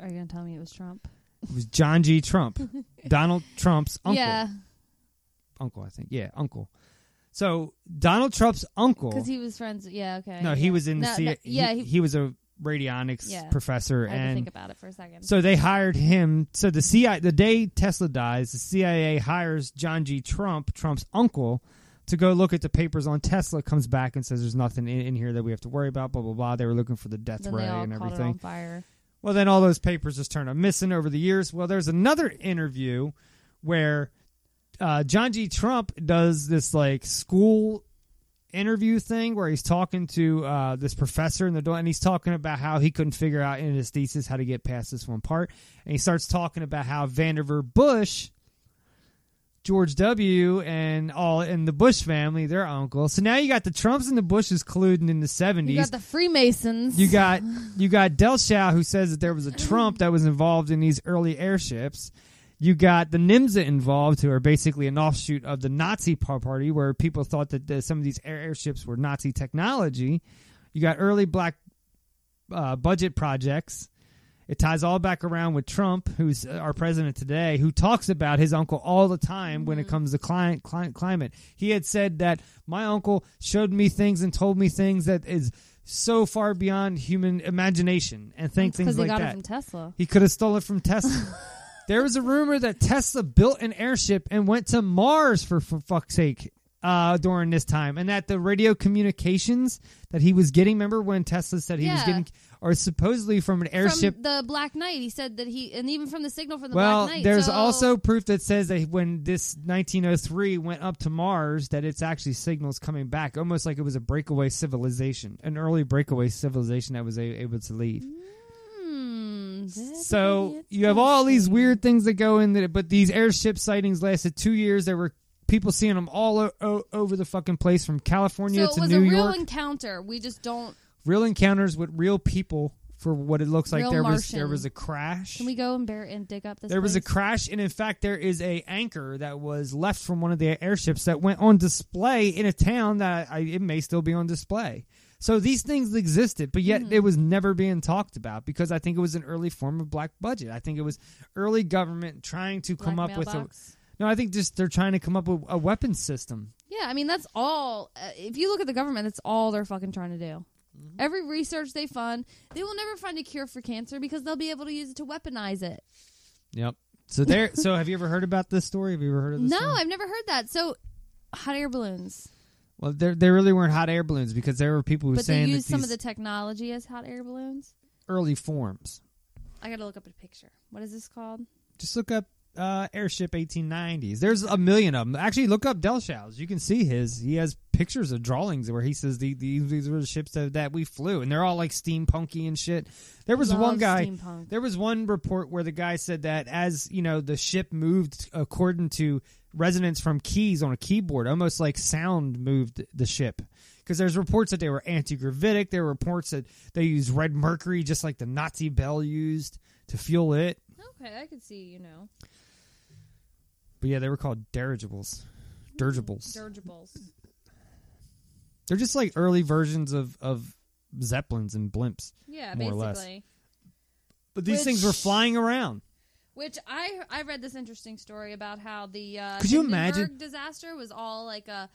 Speaker 14: Are you going to tell me it was Trump?
Speaker 2: It was John G. Trump, Donald Trump's uncle.
Speaker 4: Yeah,
Speaker 2: Uncle, I think. Yeah, uncle. So Donald Trump's uncle.
Speaker 4: because he was friends. Yeah, okay.
Speaker 2: no,
Speaker 4: yeah.
Speaker 2: he was in the
Speaker 4: No,
Speaker 2: C-
Speaker 4: no, yeah,
Speaker 2: he, he was a radionics
Speaker 4: Yeah.
Speaker 2: professor
Speaker 4: I had to
Speaker 2: and
Speaker 4: think about it for a second.
Speaker 2: So they hired him. So the CIA, the day Tesla dies, the CIA hires John G. Trump, Trump's uncle, to go look at the papers on Tesla. Comes back and says there's nothing in, in here that we have to worry about. Blah blah blah. They were looking for the death
Speaker 4: Then
Speaker 2: ray
Speaker 4: they all
Speaker 2: and
Speaker 4: caught it
Speaker 2: everything.
Speaker 4: on fire.
Speaker 2: Well, then all those papers just turned up missing over the years. Well, there's another interview where uh, John G. Trump does this like school interview thing where he's talking to uh, this professor in the door and he's talking about how he couldn't figure out in his thesis how to get past this one part. And he starts talking about how Vannevar Bush. George W. and all and the Bush family, their uncle. So now you got the Trumps and the Bushes colluding in the seventies.
Speaker 4: You got the Freemasons.
Speaker 2: You got you got Del Shaw who says that there was a Trump that was involved in these early airships. You got the Nimza involved, who are basically an offshoot of the Nazi par- party, where people thought that the, some of these air- airships were Nazi technology. You got early black uh, budget projects. It ties all back around with Trump, who's uh, our president today, who talks about his uncle all the time when
Speaker 4: Mm-hmm.
Speaker 2: it comes to client, client climate. He had said that my uncle showed me things and told me things that is so far beyond human imagination and think
Speaker 4: That's 'cause
Speaker 2: things
Speaker 4: he
Speaker 2: like
Speaker 4: got it
Speaker 2: that.
Speaker 4: from Tesla.
Speaker 2: He could have stolen it from Tesla. there was a rumor that Tesla built an airship and went to Mars for, for fuck's sake uh, during this time, and that the radio communications that he was getting. Remember when Tesla said he was
Speaker 4: Yeah.
Speaker 2: getting, or supposedly from an airship.
Speaker 4: from the Black Knight. He said that he, and even from the signal from the
Speaker 2: well,
Speaker 4: Black Knight.
Speaker 2: there's
Speaker 4: so-
Speaker 2: also proof that says that when this 1903 went up to Mars, that it's actually signals coming back, almost like it was a breakaway civilization, an early breakaway civilization that was a- able to leave.
Speaker 4: Hmm,
Speaker 2: So you have all these weird things that go in there, but these airship sightings lasted two years. There were people seeing them all o- o- over the fucking place, from
Speaker 4: so
Speaker 2: California
Speaker 4: it
Speaker 2: to
Speaker 4: was
Speaker 2: New
Speaker 4: a real
Speaker 2: York.
Speaker 4: encounter. We just don't.
Speaker 2: real encounters with real people. For what it looks like,
Speaker 4: Real
Speaker 2: there was
Speaker 4: Martian.
Speaker 2: there was a crash.
Speaker 4: Can we go and bear and dig up this?
Speaker 2: There was a
Speaker 4: place?
Speaker 2: crash, and in fact, there is a anchor that was left from one of the airships that went on display in a town that I, it may still be on display. So these things existed, but yet
Speaker 4: Mm-hmm.
Speaker 2: it was never being talked about because I think it was an early form of black budget. I think it was early government trying to come
Speaker 4: Black
Speaker 2: up with a.
Speaker 4: mailbox?
Speaker 2: No, I think just they're trying to come up with a weapons system.
Speaker 4: Yeah, I mean that's all. Uh, if you look at the government, that's all they're fucking trying to do.
Speaker 2: Mm-hmm.
Speaker 4: Every research they fund, they will never find a cure for cancer because they'll be able to use it to weaponize it.
Speaker 2: Yep. So there. so have you ever heard about this story? Have you ever heard of this?
Speaker 4: No,
Speaker 2: story?
Speaker 4: I've never heard that. So, hot air balloons,
Speaker 2: Well, there there really weren't hot air balloons because there were people who were
Speaker 4: but they
Speaker 2: saying
Speaker 4: use
Speaker 2: that
Speaker 4: some
Speaker 2: these
Speaker 4: of the technology as hot air balloons.
Speaker 2: early forms.
Speaker 4: I gotta look up a picture. What is this called?
Speaker 2: Just look up uh, Airship 1890s. There's a million of them. Actually, look up Delshaus. You can see his. He has pictures of drawings where he says the, these these were the ships that, that we flew, and they're all like steampunky and shit. There was
Speaker 4: Love
Speaker 2: one guy.
Speaker 4: steampunk.
Speaker 2: There was one report where the guy said that as you know the ship moved according to resonance from keys on a keyboard, almost like sound moved the ship. Because there's reports that they were anti-gravitic. There were reports that they used red mercury, just like the Nazi bell used to fuel it.
Speaker 4: Okay, I could see. You know,
Speaker 2: But yeah, they were called dirigibles.
Speaker 4: Hmm.
Speaker 2: Dirigibles.
Speaker 4: dirigibles.
Speaker 2: They're just like early versions of of zeppelins and blimps.
Speaker 4: Yeah,
Speaker 2: more or less.
Speaker 4: basically.
Speaker 2: But these
Speaker 4: Which-
Speaker 2: things were flying around.
Speaker 4: Which I I read this interesting story about how the uh,
Speaker 2: Could you
Speaker 4: Hindenburg
Speaker 2: imagine-
Speaker 4: disaster was all like a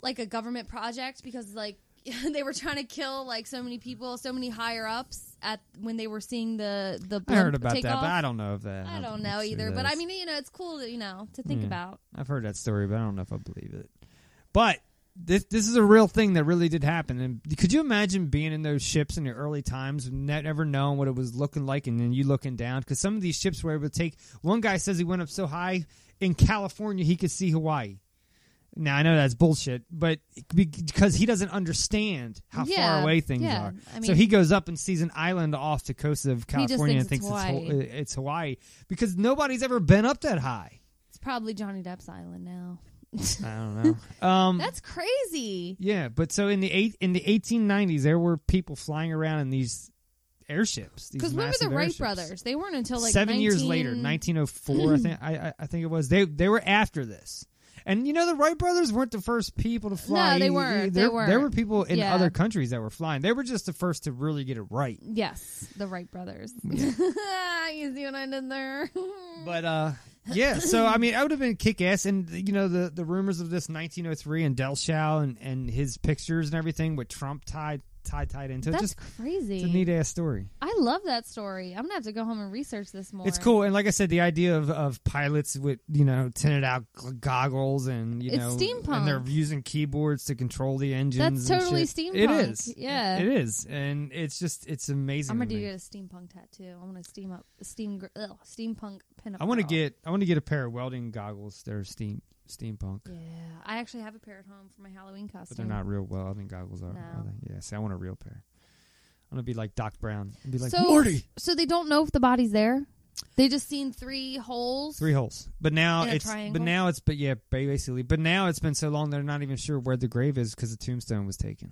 Speaker 4: like a government project because like they were trying to kill like so many people, so many higher ups at when they were seeing the the
Speaker 2: I heard
Speaker 4: blimp
Speaker 2: about
Speaker 4: take
Speaker 2: that,
Speaker 4: off.
Speaker 2: but I don't know if that.
Speaker 4: I don't know
Speaker 2: it's-
Speaker 4: either,
Speaker 2: it
Speaker 4: but I
Speaker 2: is.
Speaker 4: mean, you know, it's cool to you know to think
Speaker 2: Yeah.
Speaker 4: about.
Speaker 2: I've heard that story, but I don't know if I believe it. But this this is a real thing that really did happen. And could you imagine being in those ships in the early times, and ne- never knowing what it was looking like, and then you looking down? Because some of these ships were able to take. One guy says he went up so high in California he could see Hawaii. Now I know that's bullshit, but because he doesn't understand how
Speaker 4: Yeah,
Speaker 2: far away things
Speaker 4: yeah.
Speaker 2: are,
Speaker 4: I
Speaker 2: so
Speaker 4: mean-
Speaker 2: he goes up and sees an island off the coast of California and
Speaker 4: thinks
Speaker 2: thinks
Speaker 4: it's
Speaker 2: it's Hawaii.
Speaker 4: Hawaii.
Speaker 2: It's, Hawaii because nobody's ever been up that high.
Speaker 4: It's probably Johnny Depp's island now.
Speaker 2: I don't know. Um,
Speaker 4: That's crazy.
Speaker 2: yeah, but so in the eight in the eighteen nineties, there were people flying around in these airships. these
Speaker 4: Because when were the
Speaker 2: massive
Speaker 4: Wright
Speaker 2: airships.
Speaker 4: brothers? They weren't until like
Speaker 2: seven years
Speaker 4: 19
Speaker 2: later, 1904. I think I, I- I think it was. They they were after this, and you know the Wright brothers weren't the first people to fly.
Speaker 4: they
Speaker 2: either.
Speaker 4: weren't. They
Speaker 2: There, There were
Speaker 4: weren't.
Speaker 2: people in
Speaker 4: Yeah.
Speaker 2: other countries that were flying. They were just the first to really get it right.
Speaker 4: Yes, the Wright brothers. you see what I did there?
Speaker 2: But uh, yeah. So I mean, I would have been kick ass, and you know the the rumors of this 1903 and Del Shaw and and his pictures and everything with Trump tied tied tied into it.
Speaker 4: That's
Speaker 2: just
Speaker 4: crazy.
Speaker 2: It's a neat ass story.
Speaker 4: I love that story. I'm gonna have to go home and research this more.
Speaker 2: It's cool, and like I said, the idea of, of pilots with you know tinted out g- goggles and you
Speaker 4: It's
Speaker 2: know,
Speaker 4: steampunk.
Speaker 2: and they're using keyboards to control the engines.
Speaker 4: That's
Speaker 2: and
Speaker 4: totally
Speaker 2: shit.
Speaker 4: steampunk.
Speaker 2: It is,
Speaker 4: Yeah.
Speaker 2: it is, and it's just it's amazing.
Speaker 4: I'm gonna
Speaker 2: to
Speaker 4: do
Speaker 2: me.
Speaker 4: a steampunk tattoo. I want to steam up steam gr- ugh, steampunk pinup.
Speaker 2: I want to
Speaker 4: girl.
Speaker 2: get I want to get a pair of welding goggles that are steam steampunk,
Speaker 4: Yeah, I actually have a pair at home for my Halloween costume.
Speaker 2: but they're not real welding goggles, are, are
Speaker 4: No.
Speaker 2: they? Yeah, see, I want a real pair. I'm gonna be like Doc Brown and be like
Speaker 4: so,
Speaker 2: Morty,
Speaker 4: So they don't know if the body's there. They just seen three holes.
Speaker 2: three holes. But now
Speaker 4: In a
Speaker 2: it's but
Speaker 4: triangle?
Speaker 2: now it's but yeah, basically. But now it's been so long they're not even sure where the grave is because the tombstone was taken.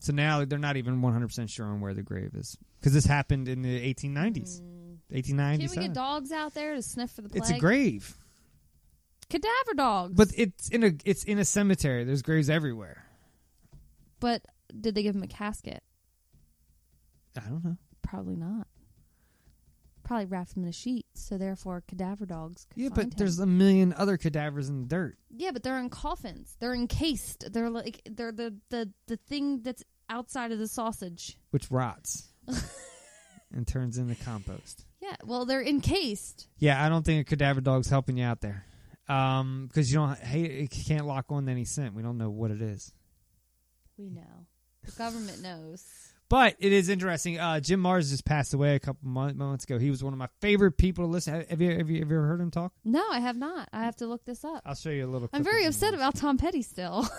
Speaker 2: So now they're not even 100 percent sure on where the grave is because this happened in the 1890s,
Speaker 4: Mm. Can we
Speaker 2: 1897.
Speaker 4: get dogs out there to sniff for the plague?
Speaker 2: it's a grave,
Speaker 4: cadaver dogs.
Speaker 2: but it's in a it's in a cemetery. There's graves everywhere.
Speaker 4: But did they give him a casket?
Speaker 2: I don't know.
Speaker 4: Probably not. Probably wrapped him in a sheet, so therefore cadaver dogs. Could
Speaker 2: Yeah,
Speaker 4: find
Speaker 2: but there's
Speaker 4: him.
Speaker 2: a million other cadavers in the dirt.
Speaker 4: yeah, but they're in coffins. They're encased. They're like they're the the the thing that's outside of the sausage.
Speaker 2: which rots and turns into compost.
Speaker 4: Yeah, well, they're encased.
Speaker 2: Yeah, I don't think a cadaver dog's helping you out there. Um, because you don't hey, it can't lock on to any scent. We don't know what it is.
Speaker 4: We know. The government knows.
Speaker 2: But it is interesting. Uh, Jim Mars just passed away a couple mon- months ago. He was one of my favorite people to listen. Have you, have you have you ever heard him talk?
Speaker 4: No, I have not. I have to look this up.
Speaker 2: I'll show you a little. clip
Speaker 4: I'm
Speaker 2: of
Speaker 4: very
Speaker 2: Jim
Speaker 4: upset about Tom Petty still.
Speaker 2: Mars.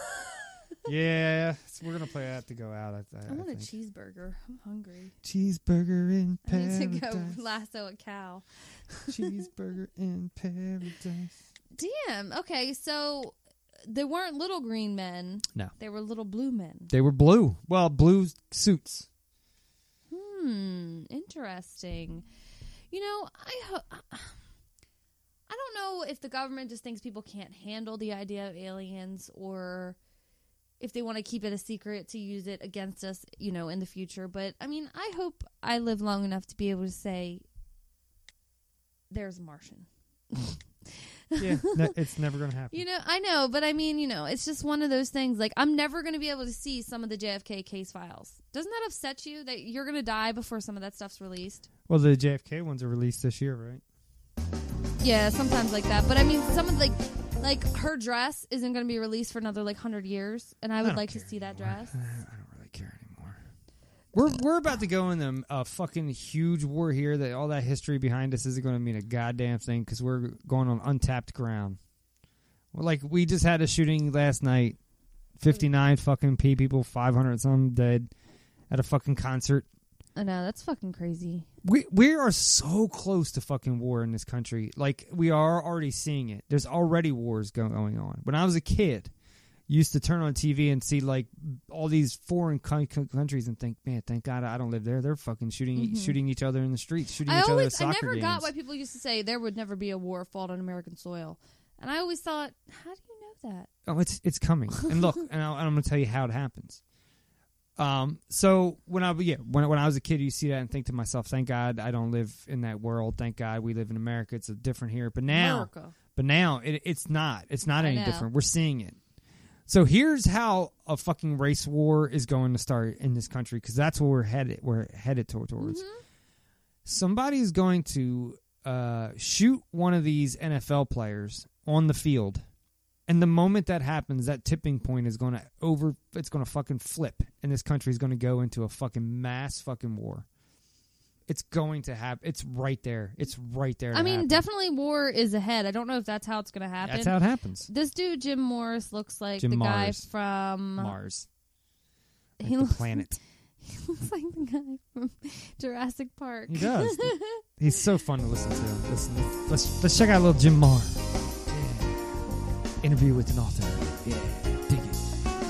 Speaker 2: yeah, we're gonna play that to go out. I, I,
Speaker 4: I want a
Speaker 2: think.
Speaker 4: cheeseburger. I'm hungry.
Speaker 2: cheeseburger in
Speaker 4: I need to go
Speaker 2: paradise.
Speaker 4: lasso a cow.
Speaker 2: cheeseburger in paradise.
Speaker 4: Damn. Okay, so they weren't little green men.
Speaker 2: No.
Speaker 4: They were little blue men.
Speaker 2: They were blue. Well, blue suits.
Speaker 4: Hmm. Interesting. You know, I ho- I don't know if the government just thinks people can't handle the idea of aliens or if they want to keep it a secret to use it against us, you know, in the future. But I mean, I hope I live long enough to be able to say there's a Martian.
Speaker 2: Yeah, ne- it's never gonna happen.
Speaker 4: You know, I know, but I mean, you know, it's just one of those things. Like, I'm never going to be able to see some of the JFK case files. Doesn't that upset you that you're going to die before some of that stuff's released?
Speaker 2: Well, the JFK ones are released this year, right?
Speaker 4: Yeah, sometimes like that. But I mean, some of like, like her dress isn't going to be released for another like hundred years, and I would
Speaker 2: don't
Speaker 4: like to see that dress.
Speaker 2: We're we're about to go in a, a fucking huge war here. That all that history behind us isn't going to mean a goddamn thing because we're going on untapped ground. Well, like we just had a shooting last night, fifty nine fucking pee people, five hundred some dead at a fucking concert.
Speaker 4: I know that's fucking crazy.
Speaker 2: We we are so close to fucking war in this country. Like we are already seeing it. There's already wars go- going on. When I was a kid, used to turn on TV and see like all these foreign coun- coun- countries and think, man, thank God I don't live there. They're fucking shooting
Speaker 4: Mhm.
Speaker 2: shooting each other in the streets, shooting
Speaker 4: I
Speaker 2: each other at
Speaker 4: always, I
Speaker 2: soccer
Speaker 4: never
Speaker 2: games.
Speaker 4: got why people used to say there would never be a war fought on American soil, and I always thought, how do you know that?
Speaker 2: oh, it's it's coming. and look, and, I, and I'm going to tell you how it happens. Um, so when I yeah when when I was a kid, you see that and think to myself, thank God I don't live in that world. Thank God we live in America. It's different here. But now,
Speaker 4: America.
Speaker 2: but now it, it's not. It's not
Speaker 4: I
Speaker 2: any
Speaker 4: know.
Speaker 2: different. We're seeing it. So here's how a fucking race war is going to start in this country because that's where we're headed. We're headed to- towards.
Speaker 4: Mm-hmm.
Speaker 2: Somebody is going to uh, shoot one of these NFL players on the field, and the moment that happens, that tipping point is going to over. It's going to fucking flip, and this country is going to go into a fucking mass fucking war. It's going to happen. It's right there. It's right there. to
Speaker 4: I mean,
Speaker 2: happen.
Speaker 4: definitely war is ahead. I don't know if that's how it's going to happen.
Speaker 2: That's how it happens.
Speaker 4: This dude, Jim Morris, looks like
Speaker 2: Jim
Speaker 4: the
Speaker 2: Mars.
Speaker 4: guy from
Speaker 2: Mars.
Speaker 4: he
Speaker 2: the
Speaker 4: looks,
Speaker 2: planet.
Speaker 4: He looks like the guy from Jurassic Park.
Speaker 2: He does. He's so fun to listen to. Listen, let's let's check out a little Jim Moore. Interview with an author. Yeah, dig it.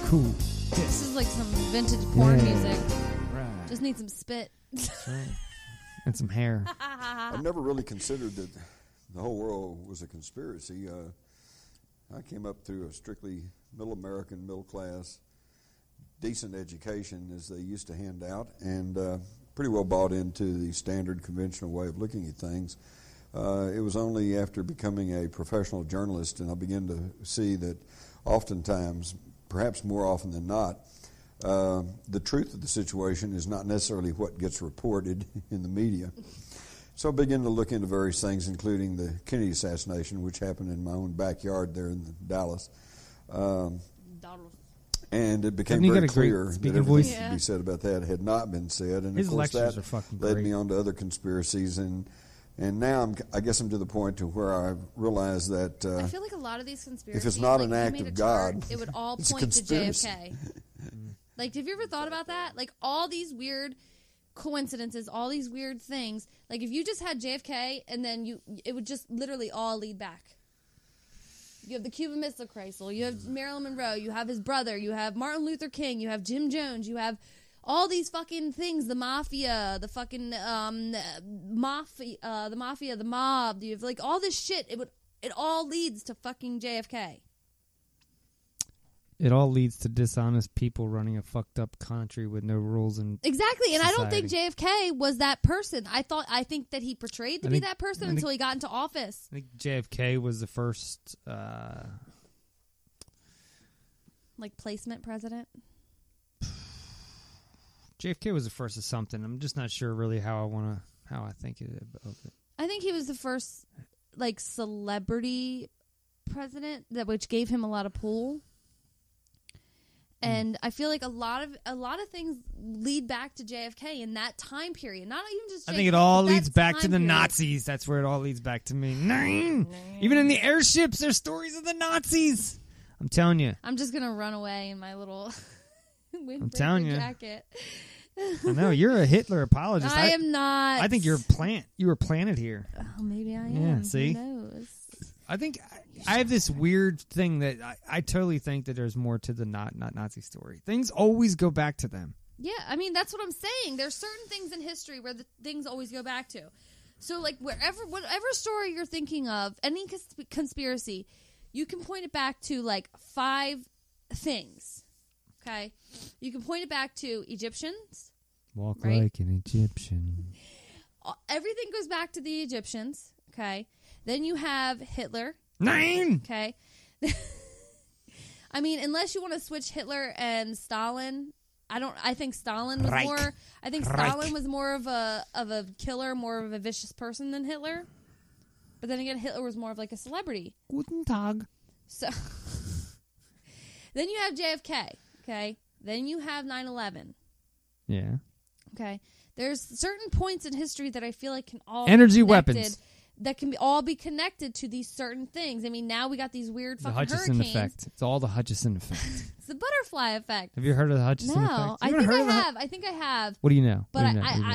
Speaker 2: Cool.
Speaker 4: this is like some vintage porn
Speaker 2: Yeah.
Speaker 4: music.
Speaker 2: Right.
Speaker 4: Just need some spit.
Speaker 2: And some hair.
Speaker 15: I've never really considered that the whole world was a conspiracy. Uh, I came up through a strictly middle American, middle class, decent education as they used to hand out, and uh, pretty well bought into the standard conventional way of looking at things. Uh, it was only after becoming a professional journalist and I began to see that oftentimes, perhaps more often than not, uh, the truth of the situation is not necessarily what gets reported in the media. So I began to look into various things, including the Kennedy assassination, which happened in my own backyard there in Dallas. Um, and it became
Speaker 2: Didn't he
Speaker 15: very
Speaker 2: get a great
Speaker 15: clear that
Speaker 2: speaking
Speaker 15: everything
Speaker 2: voice?
Speaker 15: to be said about that had not been said, and
Speaker 2: His
Speaker 15: of course
Speaker 2: lectures
Speaker 15: that
Speaker 2: are fucking
Speaker 15: led
Speaker 2: great.
Speaker 15: me on to other conspiracies, and and now I'm, I guess I'm to the point to where I realize that uh,
Speaker 4: I feel like a lot of these conspiracies.
Speaker 15: if it's not
Speaker 4: like,
Speaker 15: an
Speaker 4: if you
Speaker 15: act
Speaker 4: made a
Speaker 15: of
Speaker 4: chart,
Speaker 15: God,
Speaker 4: it would all
Speaker 15: it's a
Speaker 4: point to
Speaker 15: conspiracy.
Speaker 4: JFK. like, have you ever thought about that? Like all these weird coincidences, all these weird things. Like if you just had JFK, and then you, it would just literally all lead back. You have the Cuban Missile Crisis. You have
Speaker 15: Mm.
Speaker 4: Marilyn Monroe. You have his brother. You have Martin Luther King. You have Jim Jones. You have all these fucking things: the mafia, the fucking um, mafia, uh, the mafia, the mob. You have like all this shit. It would. It all leads to fucking JFK.
Speaker 2: It all leads to dishonest people running a fucked up country with no rules and
Speaker 4: Exactly, and I don't think
Speaker 2: Society.
Speaker 4: JFK was that person. I thought I think that he portrayed
Speaker 2: I
Speaker 4: to be
Speaker 2: think-
Speaker 4: that person
Speaker 2: I think-
Speaker 4: until he got into office.
Speaker 2: I think JFK was the first. Uh,
Speaker 4: Like placement president.
Speaker 2: JFK was the first of something. I'm just not sure really how I want to how I think it, of it.
Speaker 4: I think he was the first like celebrity president that which gave him a lot of pull.
Speaker 2: Hmm.
Speaker 4: And I feel like a lot of a lot of things lead back to JFK in that time period. Not even just
Speaker 2: I
Speaker 4: JFK,
Speaker 2: think it all
Speaker 4: but
Speaker 2: leads
Speaker 4: that
Speaker 2: back to
Speaker 4: time
Speaker 2: the
Speaker 4: period.
Speaker 2: Nazis. That's where it all leads back to me. Nine. Even in the airships, there's stories of the Nazis. I'm telling you.
Speaker 4: I'm just gonna run away in my little windbreaker
Speaker 2: telling you.
Speaker 4: jacket.
Speaker 2: I know you're a Hitler apologist.
Speaker 4: I am not.
Speaker 2: I think you're a plant. You were planted here.
Speaker 4: Oh, maybe I am.
Speaker 2: Yeah, see?
Speaker 4: Who knows?
Speaker 2: I think I, I have this weird thing that I, I totally think that there's more to the not not Nazi story. Things always go back to them.
Speaker 4: Yeah, I mean that's what I'm saying. There's certain things in history where the things always go back to. So like wherever whatever story you're thinking of, any cons- conspiracy, you can point it back to like five things. Okay? You can point it back to Egyptians.
Speaker 2: Walk
Speaker 4: Right.
Speaker 2: like an Egyptian.
Speaker 4: Uh, Everything goes back to the Egyptians, okay? Then you have Hitler.
Speaker 2: Nine.
Speaker 4: Okay. I mean, unless you want to switch Hitler and Stalin, I don't. I think Stalin was
Speaker 2: Reich.
Speaker 4: more. I think
Speaker 2: Reich.
Speaker 4: Stalin was more of a of a killer, more of a vicious person than Hitler. But then again, Hitler was more of like a celebrity.
Speaker 2: Guten Tag.
Speaker 4: So then you have JFK. Okay. Then you have 9-11.
Speaker 2: Yeah.
Speaker 4: Okay. There's certain points in history that I feel like can all be
Speaker 2: Energy
Speaker 4: connected-
Speaker 2: weapons.
Speaker 4: that can be, all be connected to these certain things. I mean, now we got these weird
Speaker 2: The
Speaker 4: fucking
Speaker 2: Hutchison
Speaker 4: hurricanes.
Speaker 2: effect. It's all the Hutchison effect.
Speaker 4: It's the butterfly effect.
Speaker 2: have you heard of the
Speaker 4: No,
Speaker 2: Hutchison effect?
Speaker 4: I
Speaker 2: You haven't
Speaker 4: think I
Speaker 2: heard of the Hu-
Speaker 4: have. I think I have.
Speaker 2: What do you know?
Speaker 4: But
Speaker 2: What do you know?
Speaker 4: I,
Speaker 2: What
Speaker 4: I,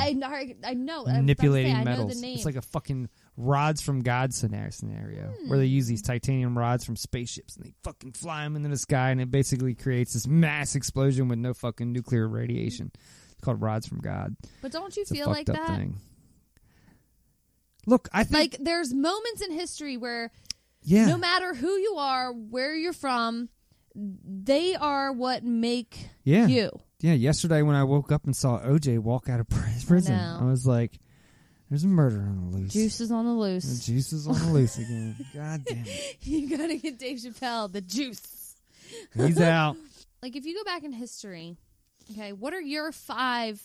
Speaker 4: I, I know. I was about to say,
Speaker 2: manipulating
Speaker 4: I
Speaker 2: metals.
Speaker 4: Know the name.
Speaker 2: It's like a fucking rods from God scenario, scenario where they use these
Speaker 4: Hmm.
Speaker 2: titanium rods from spaceships and they fucking fly them into the sky and it basically creates this mass explosion with no fucking nuclear radiation. It's called rods from God.
Speaker 4: But don't you
Speaker 2: It's a
Speaker 4: feel
Speaker 2: fucked
Speaker 4: like
Speaker 2: up
Speaker 4: that?
Speaker 2: Thing. Look, I think
Speaker 4: Like there's moments in history where,
Speaker 2: Yeah.
Speaker 4: no matter who you are, where you're from, they are what make
Speaker 2: yeah,
Speaker 4: you.
Speaker 2: yeah. Yesterday when I woke up and saw OJ walk out of pri- prison,
Speaker 4: know.
Speaker 2: I, was like, "There's a murder on the loose.
Speaker 4: Juice is on the
Speaker 2: The
Speaker 4: loose.
Speaker 2: juice is on the loose again. God damn it,
Speaker 4: you gotta get Dave Chappelle the juice.
Speaker 2: he's out."
Speaker 4: Like if you go back in history, okay, what are your five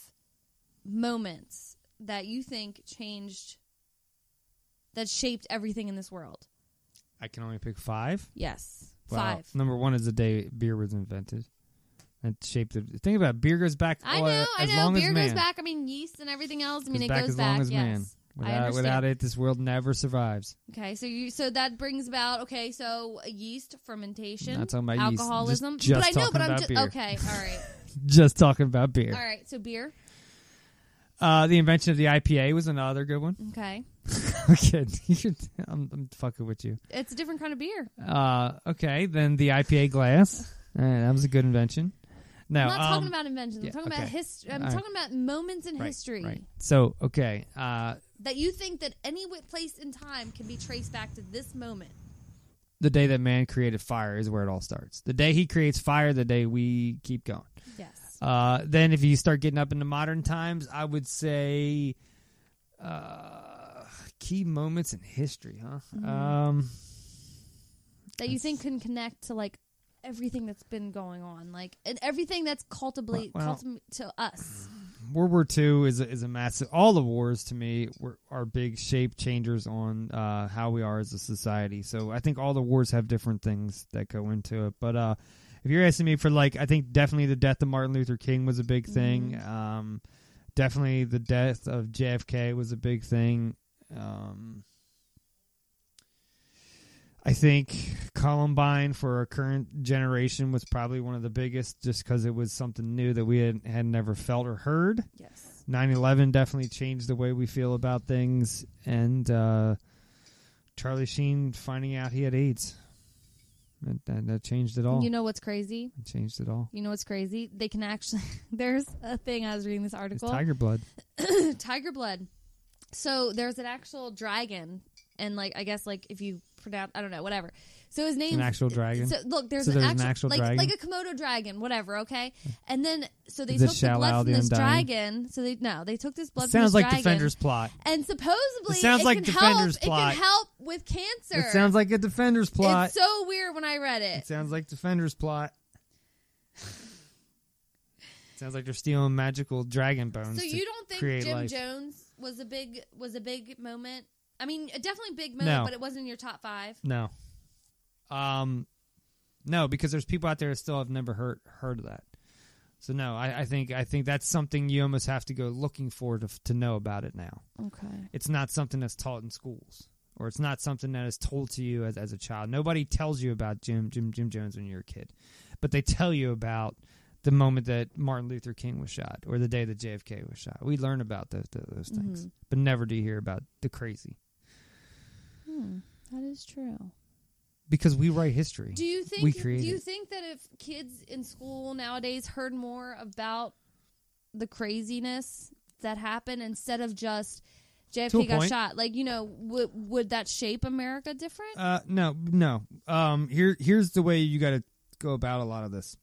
Speaker 4: moments that you think changed, that shaped everything in this world?
Speaker 2: I can only pick five.
Speaker 4: Yes,
Speaker 2: Wow.
Speaker 4: five.
Speaker 2: Number one is the day beer was invented. That shaped it. Think about it. beer goes back.
Speaker 4: I
Speaker 2: uh,
Speaker 4: know, I
Speaker 2: as
Speaker 4: know.
Speaker 2: long
Speaker 4: Beer
Speaker 2: as
Speaker 4: goes
Speaker 2: man.
Speaker 4: back. I mean, yeast and everything else. I mean, it
Speaker 2: back
Speaker 4: goes
Speaker 2: as long
Speaker 4: back.
Speaker 2: as
Speaker 4: yes.
Speaker 2: man.
Speaker 4: I
Speaker 2: Without,
Speaker 4: understand.
Speaker 2: without it, this world never survives.
Speaker 4: Okay, so you so that brings about okay, so yeast fermentation,
Speaker 2: Not talking about yeast. Just-
Speaker 4: alcoholism.
Speaker 2: just
Speaker 4: but I know,
Speaker 2: talking
Speaker 4: but I'm
Speaker 2: about
Speaker 4: just
Speaker 2: beer.
Speaker 4: okay. All right,
Speaker 2: Just talking about beer.
Speaker 4: all right. So beer,
Speaker 2: Uh, the invention of the IPA was another good one.
Speaker 4: okay,
Speaker 2: okay, you- I'm, I'm fucking with you.
Speaker 4: it's a different kind of beer.
Speaker 2: Uh, okay, then the IPA glass. All right, that was a good invention. No,
Speaker 4: I'm not
Speaker 2: um,
Speaker 4: talking about inventions. I'm
Speaker 2: yeah,
Speaker 4: talking about
Speaker 2: okay.
Speaker 4: history. I'm
Speaker 2: All right.
Speaker 4: talking about moments in
Speaker 2: Right,
Speaker 4: history
Speaker 2: right. So okay, uh,
Speaker 4: that you think that any wi- place in time can be traced back to this moment.
Speaker 2: the day that man created fire is where it all starts. The day he creates fire, the day we keep going.
Speaker 4: Yes.
Speaker 2: Uh, then if you start getting up into modern times, I would say uh, key moments in history, huh?
Speaker 4: Mhm.
Speaker 2: Um,
Speaker 4: that you think can connect to like everything that's been going on, like and everything that's cultivate
Speaker 2: Well-
Speaker 4: cultim- to us.
Speaker 2: World War II is a, is a massive. All the wars to me were, are big shape changers on uh, how we are as a society. So I think all the wars have different things that go into it. But uh, if you're asking me for like, I think definitely the death of Martin Luther King was a big thing. Um, definitely the death of JFK was a big thing. Um, I think Columbine for our current generation was probably one of the biggest just because it was something new that we had, had never felt or heard.
Speaker 4: Yes.
Speaker 2: 9 11 definitely changed the way we feel about things. And uh, Charlie Sheen finding out he had AIDS. That, that, that changed it all.
Speaker 4: You know what's crazy?
Speaker 2: it changed it all.
Speaker 4: You know what's crazy? They can actually. There's a thing I was reading this
Speaker 2: It's
Speaker 4: article.
Speaker 2: tiger blood.
Speaker 4: tiger blood. So there's an actual dragon, and like I guess like if you pronounce, I don't know, whatever. So his name
Speaker 2: An actual dragon?
Speaker 4: So look, there's,
Speaker 2: So
Speaker 4: an,
Speaker 2: there's
Speaker 4: actual, like,
Speaker 2: dragon? Hmm.
Speaker 4: like a komodo dragon, whatever. Okay, and then so they
Speaker 2: Is it
Speaker 4: took the
Speaker 2: Shalal
Speaker 4: blood from
Speaker 2: the
Speaker 4: this
Speaker 2: Undying?
Speaker 4: dragon. So they no, they took this blood.
Speaker 2: Sounds
Speaker 4: from this
Speaker 2: like
Speaker 4: dragon,
Speaker 2: Defender's plot.
Speaker 4: And supposedly,
Speaker 2: It sounds
Speaker 4: it
Speaker 2: like
Speaker 4: can
Speaker 2: Defender's
Speaker 4: help,
Speaker 2: plot.
Speaker 4: It can help with cancer.
Speaker 2: It sounds like a Defender's plot.
Speaker 4: It's so weird when I read
Speaker 2: It
Speaker 4: it.
Speaker 2: sounds like Defender's plot. sounds like they're stealing magical dragon bones.
Speaker 4: So
Speaker 2: to
Speaker 4: you don't think
Speaker 2: create
Speaker 4: Jim
Speaker 2: life.
Speaker 4: Jones was a big was a big moment? I mean, a definitely big moment,
Speaker 2: No.
Speaker 4: but it wasn't in your top five.
Speaker 2: No. Um, no, because there's people out there that still have never heard heard of that. So no, I, I think I think that's something you almost have to go looking for to f- to know about it now.
Speaker 4: Okay.
Speaker 2: It's not something that's taught in schools, or it's not something that is told to you as, as a child. Nobody tells you about Jim Jim Jim Jones when you're a kid, but they tell you about the moment that Martin Luther King was shot, or the day that JFK was shot. We learn about those those things,
Speaker 4: Mhm.
Speaker 2: but never do you hear about the crazy
Speaker 4: Hmm, that is true.
Speaker 2: because we write history.
Speaker 4: Do you think?
Speaker 2: we
Speaker 4: do
Speaker 2: create
Speaker 4: you
Speaker 2: it.
Speaker 4: think that if kids in school nowadays heard more about the craziness that happened instead of just
Speaker 2: To a
Speaker 4: JFK got
Speaker 2: point.
Speaker 4: shot, like you know, would would that shape America different?
Speaker 2: Uh, no, no. Um, here, here's the way you got to go about a lot of this.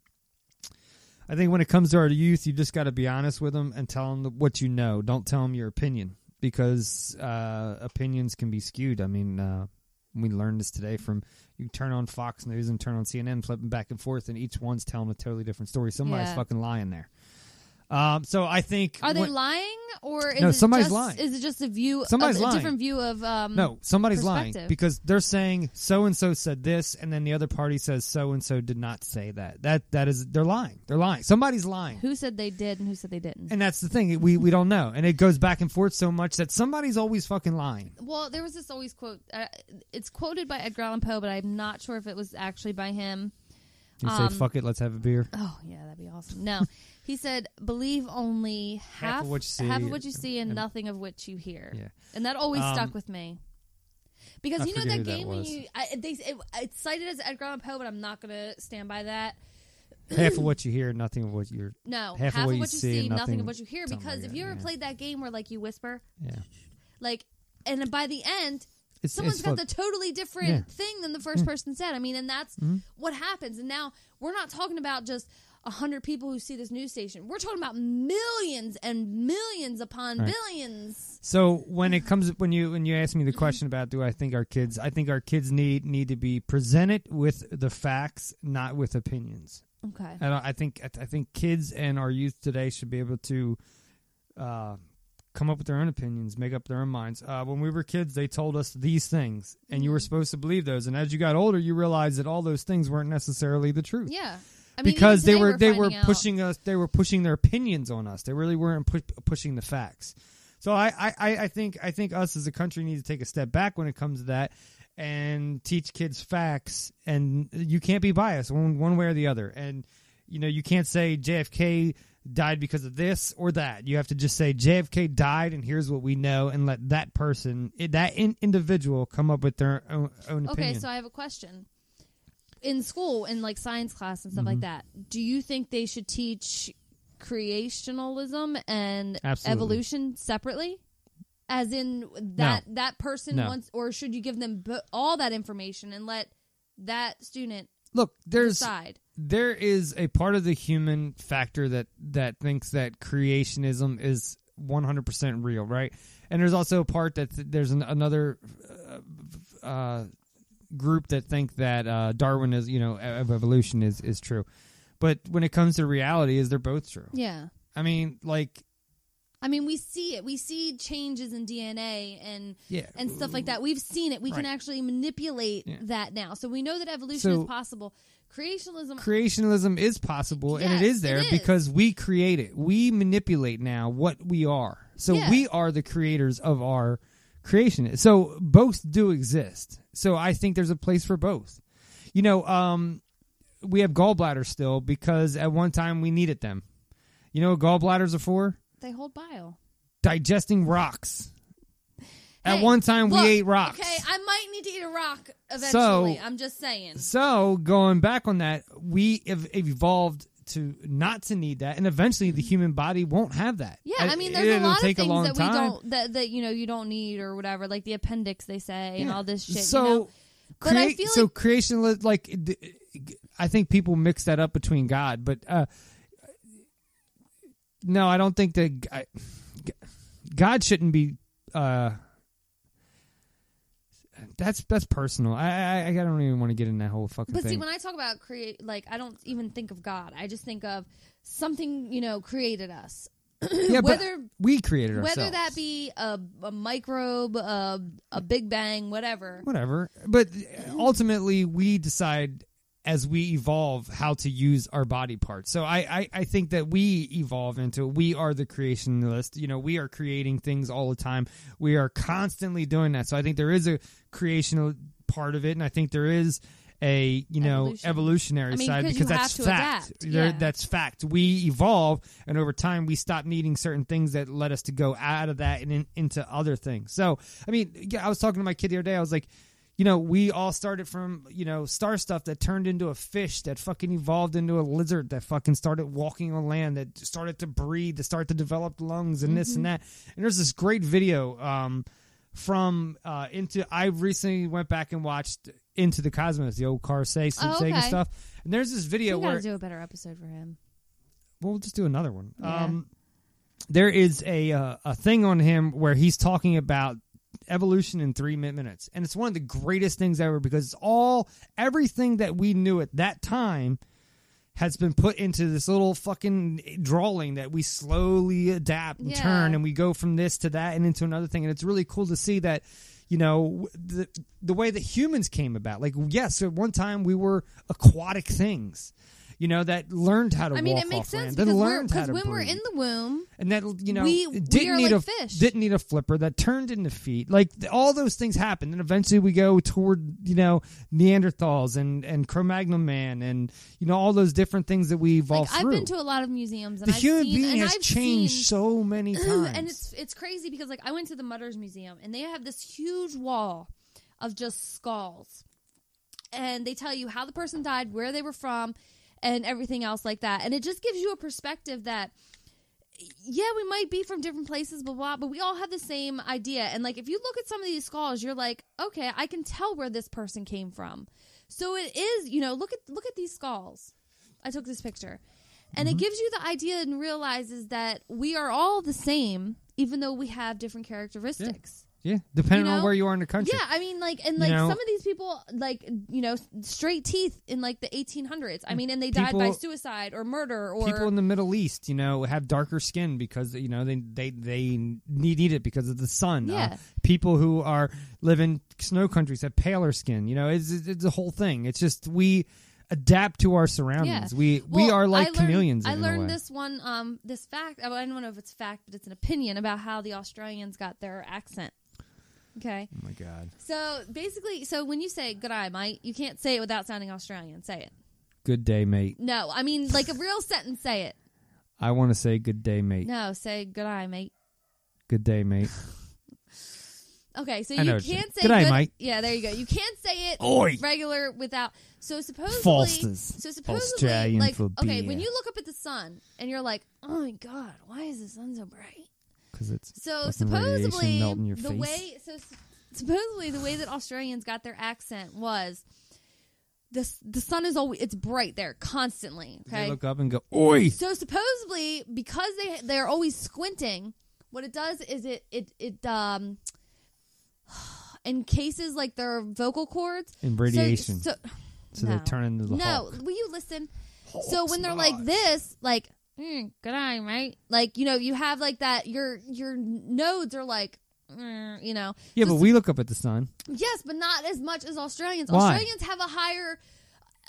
Speaker 2: I think when it comes to our youth, you just got to be honest with them and tell them what you know. Don't tell them your opinion because uh, opinions can be skewed. I mean, uh, we learned this today from you turn on Fox News and turn on CNN, flipping back and forth, and each one's telling a totally different story. Somebody's
Speaker 4: Yeah.
Speaker 2: fucking lying there. Um, so I think
Speaker 4: Are they
Speaker 2: when-
Speaker 4: lying, or is
Speaker 2: No,
Speaker 4: it
Speaker 2: somebody's
Speaker 4: just,
Speaker 2: lying.
Speaker 4: Is it just a view? of-
Speaker 2: Somebody's
Speaker 4: a
Speaker 2: lying.
Speaker 4: different view of um.
Speaker 2: No, somebody's lying
Speaker 4: perspective?
Speaker 2: because they're saying so and so said this, and then the other party says so and so did not say that. That that is they're lying. They're lying. Somebody's lying,
Speaker 4: Who said they did and who said they didn't?
Speaker 2: and that's the thing. We we don't know, and it goes back and forth so much that somebody's always fucking lying.
Speaker 4: well, there was this always quote. Uh, it's quoted by Edgar Allan Poe, but I'm not sure if it was actually by him.
Speaker 2: You
Speaker 4: Um,
Speaker 2: say fuck it, let's have a beer.
Speaker 4: Oh yeah, that'd be awesome. No, he said, "Believe only half, half of what you see, and, nothing of what you hear."
Speaker 2: Yeah.
Speaker 4: and that always
Speaker 2: Um,
Speaker 4: stuck with me because
Speaker 2: I
Speaker 4: you know
Speaker 2: forget who
Speaker 4: that
Speaker 2: that
Speaker 4: game when
Speaker 2: was.
Speaker 4: you I, they it, it's cited as Edgar Allan Poe, but I'm not gonna stand by that.
Speaker 2: half of what you hear, nothing of what you're.
Speaker 4: No,
Speaker 2: half, of what you see,
Speaker 4: nothing, of what you hear.
Speaker 2: something
Speaker 4: Because
Speaker 2: like
Speaker 4: if you
Speaker 2: that,
Speaker 4: ever
Speaker 2: yeah.
Speaker 4: played that game where like you whisper,
Speaker 2: yeah.
Speaker 4: like, and by the end.
Speaker 2: It's-
Speaker 4: someone's
Speaker 2: it's
Speaker 4: got
Speaker 2: fuck-
Speaker 4: the totally different
Speaker 2: Yeah.
Speaker 4: thing than the first
Speaker 2: Yeah.
Speaker 4: person said. I mean, and that's
Speaker 2: Mhm.
Speaker 4: what happens. And now we're not talking about just a hundred people who see this news station. We're talking about millions and millions upon
Speaker 2: Right.
Speaker 4: billions.
Speaker 2: So when it comes when you when you ask me the question about do I think our kids I think our kids need need to be presented with the facts not with opinions.
Speaker 4: Okay.
Speaker 2: I, don't, I think I think kids and our youth today should be able to uh, come up with their own opinions, make up their own minds. Uh, when we were kids, they told us these things,
Speaker 4: Mm-hmm.
Speaker 2: and you were supposed to believe those. And as you got older, you realized that all those things weren't necessarily the truth.
Speaker 4: Yeah. I mean,
Speaker 2: because
Speaker 4: even
Speaker 2: they
Speaker 4: today
Speaker 2: were
Speaker 4: we're
Speaker 2: they were
Speaker 4: finding out.
Speaker 2: pushing us. They were pushing their opinions on us. They really weren't pu- pushing the facts. So I, I- I, I think I think us as a country need to take a step back when it comes to that and teach kids facts. And you can't be biased one one way or the other. And you know you can't say JFK died because of this or that. You have to just say JFK died, and here's what we know, and let that person that in, individual come up with their own, own
Speaker 4: okay,
Speaker 2: opinion.
Speaker 4: so I have a question. In school, in like science class and stuff like
Speaker 2: Mhm.
Speaker 4: that, do you think they should teach creationalism and
Speaker 2: Absolutely.
Speaker 4: evolution separately? As in that that person
Speaker 2: No.
Speaker 4: wants, or should you give them bo- all that information and let that student
Speaker 2: look there's
Speaker 4: decide?
Speaker 2: there is a part of the human factor that that thinks that creationism is 100% real right and there's also a part that th- there's an, another uh, uh, group that think that uh, darwin is you know e, of evolution is is true but when it comes to reality is they're both true
Speaker 4: Yeah.
Speaker 2: i mean like
Speaker 4: I mean, we see it. We see changes in DNA and
Speaker 2: Yeah.
Speaker 4: and stuff like that. We've seen it. We can
Speaker 2: Right.
Speaker 4: actually manipulate
Speaker 2: Yeah.
Speaker 4: that now. So we know that evolution
Speaker 2: So-
Speaker 4: is possible. Creationism.
Speaker 2: creationism is possible and it
Speaker 4: Yes,
Speaker 2: is there
Speaker 4: it is.
Speaker 2: because we create it. We manipulate now what we are. So
Speaker 4: Yeah.
Speaker 2: we are the creators of our creation. So both do exist. So I think there's a place for both. You know, um, we have gallbladders still because at one time we needed them. You know what gallbladders are for?
Speaker 4: they hold bile.
Speaker 2: Digesting rocks. at
Speaker 4: Hey,
Speaker 2: one time
Speaker 4: look,
Speaker 2: we ate rocks.
Speaker 4: Okay, I might need to eat a rock eventually. I'm just saying.
Speaker 2: So going back on that, we have evolved to not to need that, and eventually the human body won't have that.
Speaker 4: Mm-hmm. Yeah, I mean, there's a
Speaker 2: It'll
Speaker 4: lot of
Speaker 2: take
Speaker 4: things
Speaker 2: a long
Speaker 4: that we
Speaker 2: time.
Speaker 4: don't that, that you know you don't need or whatever, like the appendix they say and
Speaker 2: Yeah.
Speaker 4: all this shit.
Speaker 2: So,
Speaker 4: you know? but I
Speaker 2: create-
Speaker 4: feel
Speaker 2: so
Speaker 4: like
Speaker 2: creation, li- like d- I think people mix that up between God, but uh, no, I don't think that g- I- God shouldn't be. Uh, that's that's personal. I, I I don't even want to get in that whole fucking
Speaker 4: But
Speaker 2: thing.
Speaker 4: see, when I talk about create, like I don't even think of God. I just think of something you know created us.
Speaker 2: yeah,
Speaker 4: whether
Speaker 2: but we created ourselves.
Speaker 4: whether that be a, a microbe, a, a Big Bang, whatever.
Speaker 2: whatever. But ultimately, we decide as we evolve how to use our body parts. So I, I, I think that we evolve into we are the creationist. You know, we are creating things all the time. We are constantly doing that. So I think there is a creational part of it, and I think there is a you know
Speaker 16: Evolution.
Speaker 2: evolutionary
Speaker 16: I mean,
Speaker 2: side
Speaker 16: because
Speaker 2: because
Speaker 16: you have
Speaker 2: that's
Speaker 16: to
Speaker 2: fact.
Speaker 16: adapt,
Speaker 2: There-
Speaker 16: yeah.
Speaker 2: That's fact. We evolve, and over time, we stop needing certain things that led us to go out of that and in, into other things. So, I mean, yeah, I was talking to my kid the other day. I was like, you know, we all started from you know star stuff that turned into a fish that fucking evolved into a lizard that fucking started walking on land that started to breathe that started to develop lungs and this
Speaker 16: Mhm.
Speaker 4: Mm-hmm.
Speaker 2: and that. And there's this great video um, from uh, into. I recently went back and watched into the cosmos, the old car say Snoop
Speaker 4: Oh,
Speaker 2: Sagan
Speaker 4: okay.
Speaker 2: stuff. And there's this video
Speaker 4: we
Speaker 2: where
Speaker 4: gotta do a better episode for him.
Speaker 2: well, we'll just do another one.
Speaker 4: Yeah.
Speaker 2: Um, there is a uh, a thing on him where he's talking about evolution in three min- minutes, and it's one of the greatest things ever because it's all everything that we knew at that time has been put into this little fucking drawing that we slowly adapt and
Speaker 16: Yeah.
Speaker 2: turn, and we go from this to that and into another thing, and it's really cool to see that. You know the the way that humans came about. Like, yes, at one time we were aquatic things. You know that learned how to
Speaker 4: I mean,
Speaker 2: walk
Speaker 4: it makes
Speaker 2: off land.
Speaker 4: sense
Speaker 2: They
Speaker 4: because we're,
Speaker 2: learned how
Speaker 4: 'cause
Speaker 2: to
Speaker 4: when we're
Speaker 2: breathe.
Speaker 4: in the womb,
Speaker 2: and that you know
Speaker 4: we- we
Speaker 2: didn't
Speaker 4: are
Speaker 2: need
Speaker 4: like
Speaker 2: a
Speaker 4: fish.
Speaker 2: didn't need a flipper that turned into feet. Like th- all those things happened, and eventually we go toward you know Neanderthals and and Cro-Magnon man, and you know all those different things that we evolved
Speaker 4: I've
Speaker 2: through.
Speaker 4: been to a lot of museums. And
Speaker 2: the
Speaker 4: I've
Speaker 2: human
Speaker 4: seen,
Speaker 2: being
Speaker 4: and
Speaker 2: has
Speaker 4: I've
Speaker 2: changed
Speaker 4: seen-
Speaker 2: so many times.
Speaker 4: and it's it's crazy because like I went to the Mutters Museum and they have this huge wall of just skulls, and they tell you how the person died, where they were from, and everything else like that. And it just gives you a perspective that yeah, we might be from different places, blah blah, but we all have the same idea. And like if you look at some of these skulls, you're like, okay, I can tell where this person came from. So it is, you know, look at look at these skulls. I took this picture. And
Speaker 2: Mm-hmm.
Speaker 4: it gives you the idea and realizes that we are all the same, even though we have different characteristics.
Speaker 2: yeah, depending
Speaker 4: you
Speaker 2: on
Speaker 4: know?
Speaker 2: where you are in the country.
Speaker 4: Yeah, I mean, like, and
Speaker 2: You
Speaker 4: like
Speaker 2: know?
Speaker 4: some of these people, like, you know, straight teeth in like the 1800s. I mean, and they died
Speaker 2: Mm. People-
Speaker 4: by suicide or murder or
Speaker 2: people in the Middle East, you know, have darker skin because you know they they they need, need it because of the sun. Uh,
Speaker 4: Yeah.
Speaker 2: people who are live in snow countries have paler skin. You know, it's it's it's a whole thing. It's just we. adapt to our surroundings. We we
Speaker 4: Well,
Speaker 2: are like
Speaker 4: I learned-
Speaker 2: chameleons.
Speaker 4: I
Speaker 2: in a
Speaker 4: learned
Speaker 2: way.
Speaker 4: this one, um, this fact. I don't know if it's fact, but it's an opinion about how the Australians got their accent. Okay.
Speaker 2: Oh my god.
Speaker 4: So basically, so when you say "good eye, mate," you can't say it without sounding Australian. Say it.
Speaker 2: Good day, mate.
Speaker 4: No, I mean like a real sentence. Say it.
Speaker 2: I want to say good day, mate.
Speaker 4: No, say "good eye, mate."
Speaker 2: Good day, mate.
Speaker 4: Okay, so
Speaker 2: I know
Speaker 4: you
Speaker 2: what you're
Speaker 4: can't
Speaker 2: saying.
Speaker 4: say
Speaker 2: Good eye, mate.
Speaker 4: Yeah, there you go. You can't say it
Speaker 2: Oi.
Speaker 4: regular without. So supposedly,
Speaker 2: Falsters.
Speaker 4: so supposedly,
Speaker 2: Australian
Speaker 4: like
Speaker 2: for
Speaker 4: okay, when
Speaker 2: beer.
Speaker 4: you look up at the sun and you're like, oh my god, why is the sun so bright?
Speaker 2: Because it's
Speaker 4: So
Speaker 2: fucking
Speaker 4: supposedly,
Speaker 2: radiation melting your
Speaker 4: the
Speaker 2: face.
Speaker 4: way so s- supposedly the way that Australians got their accent was the s- the sun is always it's bright there constantly.
Speaker 2: They
Speaker 4: Okay,
Speaker 2: look up and go, "Oi!"
Speaker 4: So supposedly, because they they're always squinting, what it does is it it it um encases like their vocal cords
Speaker 2: And
Speaker 4: So-
Speaker 2: radiation.
Speaker 4: So,
Speaker 2: So they turn into the
Speaker 4: no,
Speaker 2: Hulk.
Speaker 4: will you listen? so when they're like this, like mm, good eye, right? Like you know, you have like that. Your your nodes are like, mm, you know,
Speaker 2: Yeah, but we look up at the sun.
Speaker 4: yes, but not as much as Australians.
Speaker 2: Why?
Speaker 4: Australians have a higher,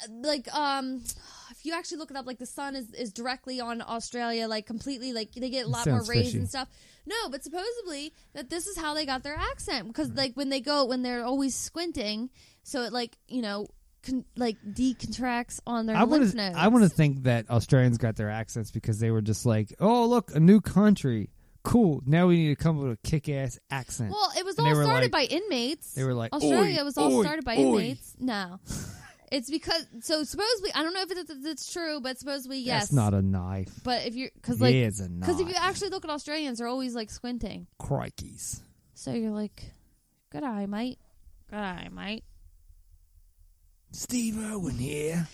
Speaker 4: uh, like um. If you actually look it up, like the sun is, is directly on Australia, like completely, like they get a
Speaker 2: That
Speaker 4: lot more
Speaker 2: sounds
Speaker 4: rays
Speaker 2: fishy.
Speaker 4: and stuff. No, but supposedly that this is how they got their accent because
Speaker 2: Mm.
Speaker 4: like when they go when they're always squinting, so it like you know con- like decontracts on their
Speaker 2: I
Speaker 4: lymph
Speaker 2: want
Speaker 4: nodes.
Speaker 2: to. I want to think that Australians got their accents because they were just like, "Oh, look, a new country, cool. Now we need to come up with a kick-ass accent."
Speaker 4: Well, it was
Speaker 2: And they
Speaker 4: all
Speaker 2: were
Speaker 4: started by
Speaker 2: like-
Speaker 4: inmates.
Speaker 2: they were like,
Speaker 4: Australia
Speaker 2: "Oi,
Speaker 4: was all
Speaker 2: oi,
Speaker 4: started by
Speaker 2: oi."
Speaker 4: inmates. No, it's because so supposedly I don't know if it's, if it's true, but supposedly yes.
Speaker 2: That's not a knife.
Speaker 4: But if you because like
Speaker 2: Yeah, it's a
Speaker 4: if you
Speaker 2: knife.
Speaker 4: actually look at Australians, they're always like squinting.
Speaker 2: Crikeys.
Speaker 4: So you're like, good eye, mate. Good eye, mate.
Speaker 2: Steve Irwin here.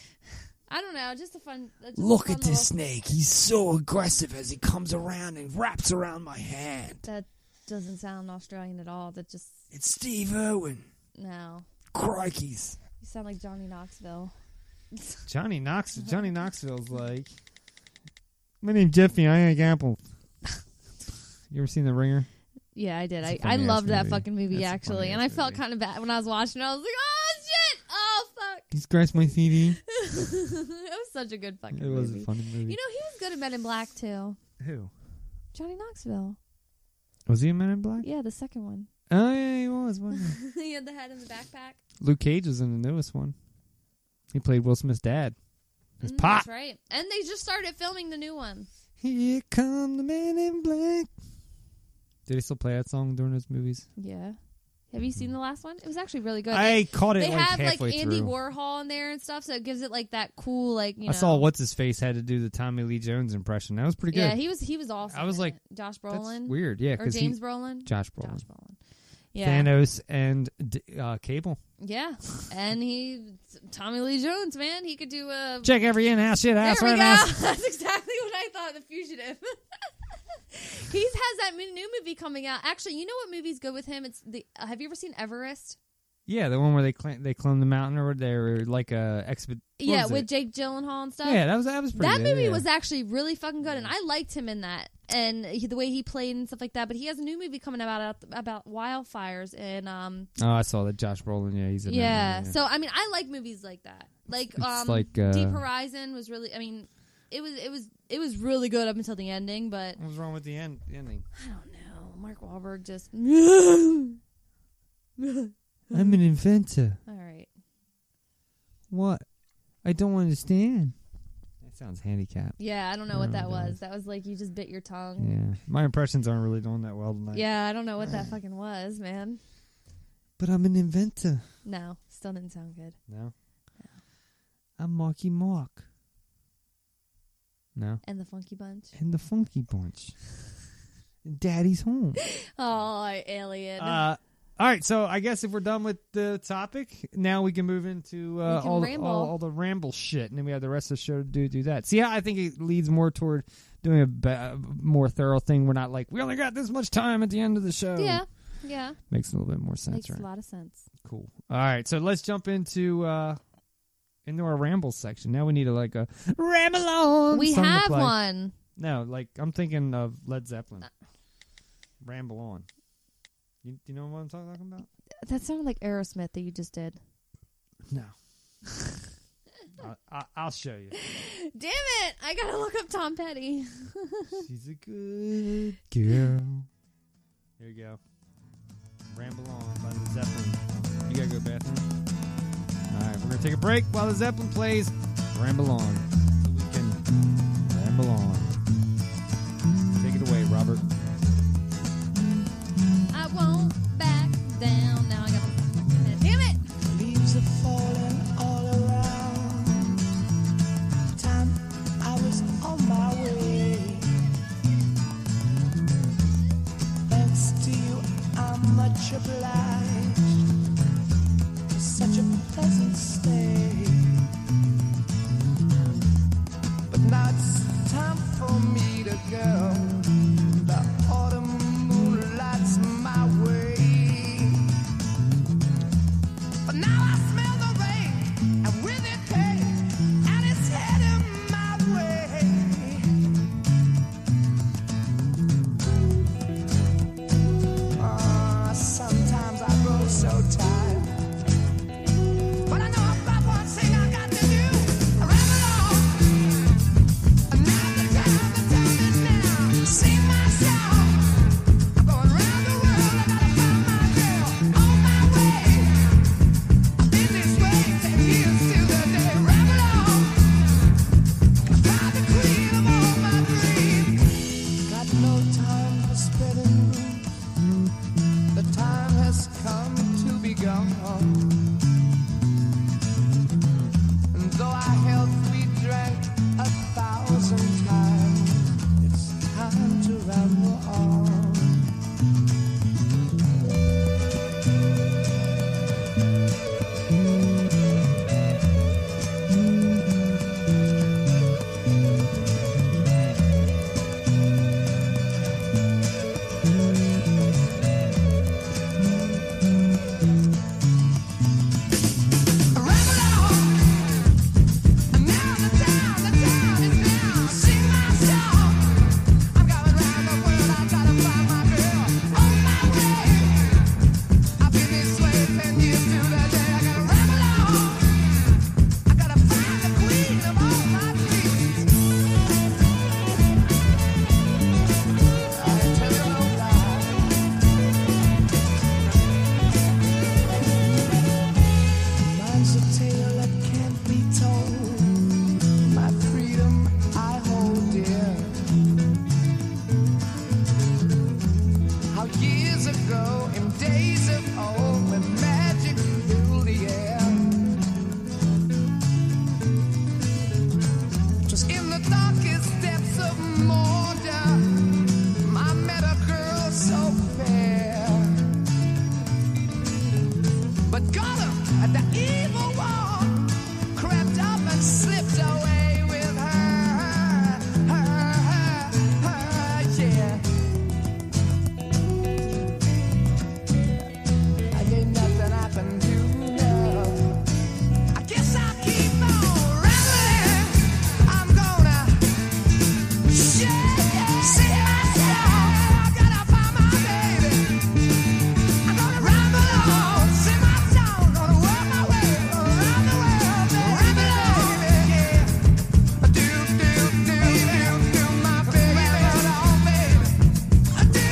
Speaker 4: I don't know. Just a fun. just a
Speaker 16: Look
Speaker 4: fun
Speaker 16: at this
Speaker 4: little-
Speaker 16: snake. He's so aggressive as he comes around and wraps around my hand.
Speaker 4: That doesn't sound Australian at all. That just
Speaker 16: It's Steve Irwin.
Speaker 4: no.
Speaker 16: Crikeys.
Speaker 4: You sound like Johnny Knoxville.
Speaker 2: Johnny Knox. Johnny Knoxville's like, "My name's Jeffy. I ain't Apple." you ever seen The Ringer?
Speaker 4: Yeah, I did.
Speaker 2: That's a
Speaker 4: I, I
Speaker 2: funny-ass
Speaker 4: loved that
Speaker 2: movie.
Speaker 4: fucking movie
Speaker 2: That's a
Speaker 4: actually, and I
Speaker 2: funny-ass
Speaker 4: felt kind of bad when I was watching. it. I was like, oh shit, oh fuck.
Speaker 2: He scratched my CD.
Speaker 4: it was such a good fucking.
Speaker 2: It was a
Speaker 4: movie.
Speaker 2: funny movie.
Speaker 4: You know, he was good in Men in Black too.
Speaker 2: Who?
Speaker 4: Johnny Knoxville.
Speaker 2: Was he a Man in Black?
Speaker 4: Yeah, the second one.
Speaker 2: Oh yeah, he was. Wasn't he?
Speaker 4: he had the head in the backpack.
Speaker 2: Luke Cage was in the newest one. He played Will Smith's dad. His
Speaker 4: Mm,
Speaker 2: pop.
Speaker 4: That's right. And they just started filming the new one.
Speaker 2: Here come the man in black. Did he still play that song during those movies?
Speaker 4: Yeah. Have you seen the last one? It was actually really good.
Speaker 2: I
Speaker 4: They-
Speaker 2: caught it,
Speaker 4: They
Speaker 2: like,
Speaker 4: have like
Speaker 2: halfway
Speaker 4: Andy
Speaker 2: through.
Speaker 4: Warhol in there and stuff, so it gives it like that cool, like you know.
Speaker 2: I saw what's his face had to do the Tommy Lee Jones impression. That was pretty good.
Speaker 4: Yeah, he was he was awesome.
Speaker 2: I was
Speaker 4: in
Speaker 2: like,
Speaker 4: it. Josh
Speaker 2: That's
Speaker 4: Brolin.
Speaker 2: weird. Yeah,
Speaker 4: or
Speaker 2: because
Speaker 4: James Brolin.
Speaker 2: Josh Brolin,
Speaker 4: Yeah.
Speaker 2: Thanos, and D- uh, Cable.
Speaker 4: Yeah, and he, Tommy Lee Jones, man, he could do a.
Speaker 2: Check every in-house shit
Speaker 4: There
Speaker 2: out
Speaker 4: we
Speaker 2: right
Speaker 4: go.
Speaker 2: now.
Speaker 4: That's exactly what I thought. The fugitive. he has that mo- new movie coming out. Actually, you know what movie's good with him? It's the. Uh, have you ever seen Everest?
Speaker 2: Yeah, the one where they cl- they climbed the mountain or they were like uh, a expedition.
Speaker 4: yeah, with Jake Gyllenhaal and stuff.
Speaker 2: Yeah, that was- that was pretty
Speaker 4: That
Speaker 2: good,
Speaker 4: movie
Speaker 2: yeah.
Speaker 4: was actually really fucking good, and I liked him in that, and he, the way he played and stuff like that. But he has a new movie coming out out- about wildfires and um.
Speaker 2: Oh, I saw that Josh Brolin. Yeah, he's in that one,
Speaker 4: yeah. So I mean, I like movies like that. Like
Speaker 2: It's
Speaker 4: um,
Speaker 2: like, uh,
Speaker 4: Deep Horizon was really. I mean, it was it was it was really good up until the ending, but
Speaker 2: what was wrong with the end ending?
Speaker 4: I don't know. Mark Wahlberg just.
Speaker 2: I'm an inventor.
Speaker 4: All right.
Speaker 2: What? I don't understand. That sounds handicapped.
Speaker 4: Yeah, I don't know what
Speaker 2: Oh,
Speaker 4: that
Speaker 2: God.
Speaker 4: was. That was like you just bit your tongue.
Speaker 2: Yeah, my impressions aren't really doing that well
Speaker 4: Yeah,
Speaker 2: tonight.
Speaker 4: I don't know what that fucking was, man.
Speaker 2: but I'm an inventor.
Speaker 4: No, still didn't sound good.
Speaker 2: No, I'm Marky Mark. No,
Speaker 4: And the Funky Bunch.
Speaker 2: and the Funky Bunch. Daddy's home.
Speaker 4: Oh, alien.
Speaker 2: Uh, all right, so I guess if we're done with the topic, now we can move into uh,
Speaker 4: We can
Speaker 2: all, the-
Speaker 4: ramble.
Speaker 2: all all the ramble shit, and then we have the rest of the show to do do that. See, I think it leads more toward doing a ba- more thorough thing. We're not like we only got this much time at the end of the show.
Speaker 4: yeah, yeah.
Speaker 2: makes a little bit more sense,
Speaker 4: Makes
Speaker 2: right?
Speaker 4: a lot of sense.
Speaker 2: Cool. All right, so let's jump into uh into our ramble section. Now we need a, like a ramble on.
Speaker 4: We
Speaker 2: song to
Speaker 4: have
Speaker 2: play.
Speaker 4: one.
Speaker 2: No, like I'm thinking of Led Zeppelin. ramble on. You, you know what I'm talking about?
Speaker 4: That sounded like Aerosmith that you just did.
Speaker 2: No. I, I, I'll show you.
Speaker 4: Damn it! I gotta look up Tom Petty.
Speaker 2: She's a good girl. Here you go. Ramble on by the Zeppelin. You gotta go bathroom. All right, we're gonna take a break while the Zeppelin plays. Ramble on. So we can ramble on. Take it away, Robert.
Speaker 4: I won't back down. Now I gotta. Damn it!
Speaker 17: Leaves are falling all around. Time I was on my way. Thanks to you, I'm much obliged. Such a pleasant stay. But now it's time for me to go. The autumn moon lights my way. But now I smell the rain, and with it pain, and it's heading my way. Ah, sometimes I grow so tired. But I know I've got one thing I got to do. Ramble on. And now the time, the time is now. Sing my song. I'm going round the world. I gotta find my girl on my way. I've been this way ten years till the day. Ramble on. God, the queen of all my dreams. Got no time for spinning the time has come to be gone. And though our health we drank a thousand times, it's time to ramble on. Mine's a tale that can't be told. My freedom I hold dear. How years ago, in days of old, when magic filled the air. 'Twas in the darkest depths of Mordor, I met a girl so fair. But Gollum, the evil one, crept up and slipped away with her. her, her, her, yeah. I ain't nothing I can do now. I guess I'll keep on rambling. I'm gonna shake it, see myself. I gotta find my baby. I'm gonna ramble on, sing my song, gonna work my way around the world, baby. Do, do, do, do, do, my baby. Ramble on, baby. Do, do,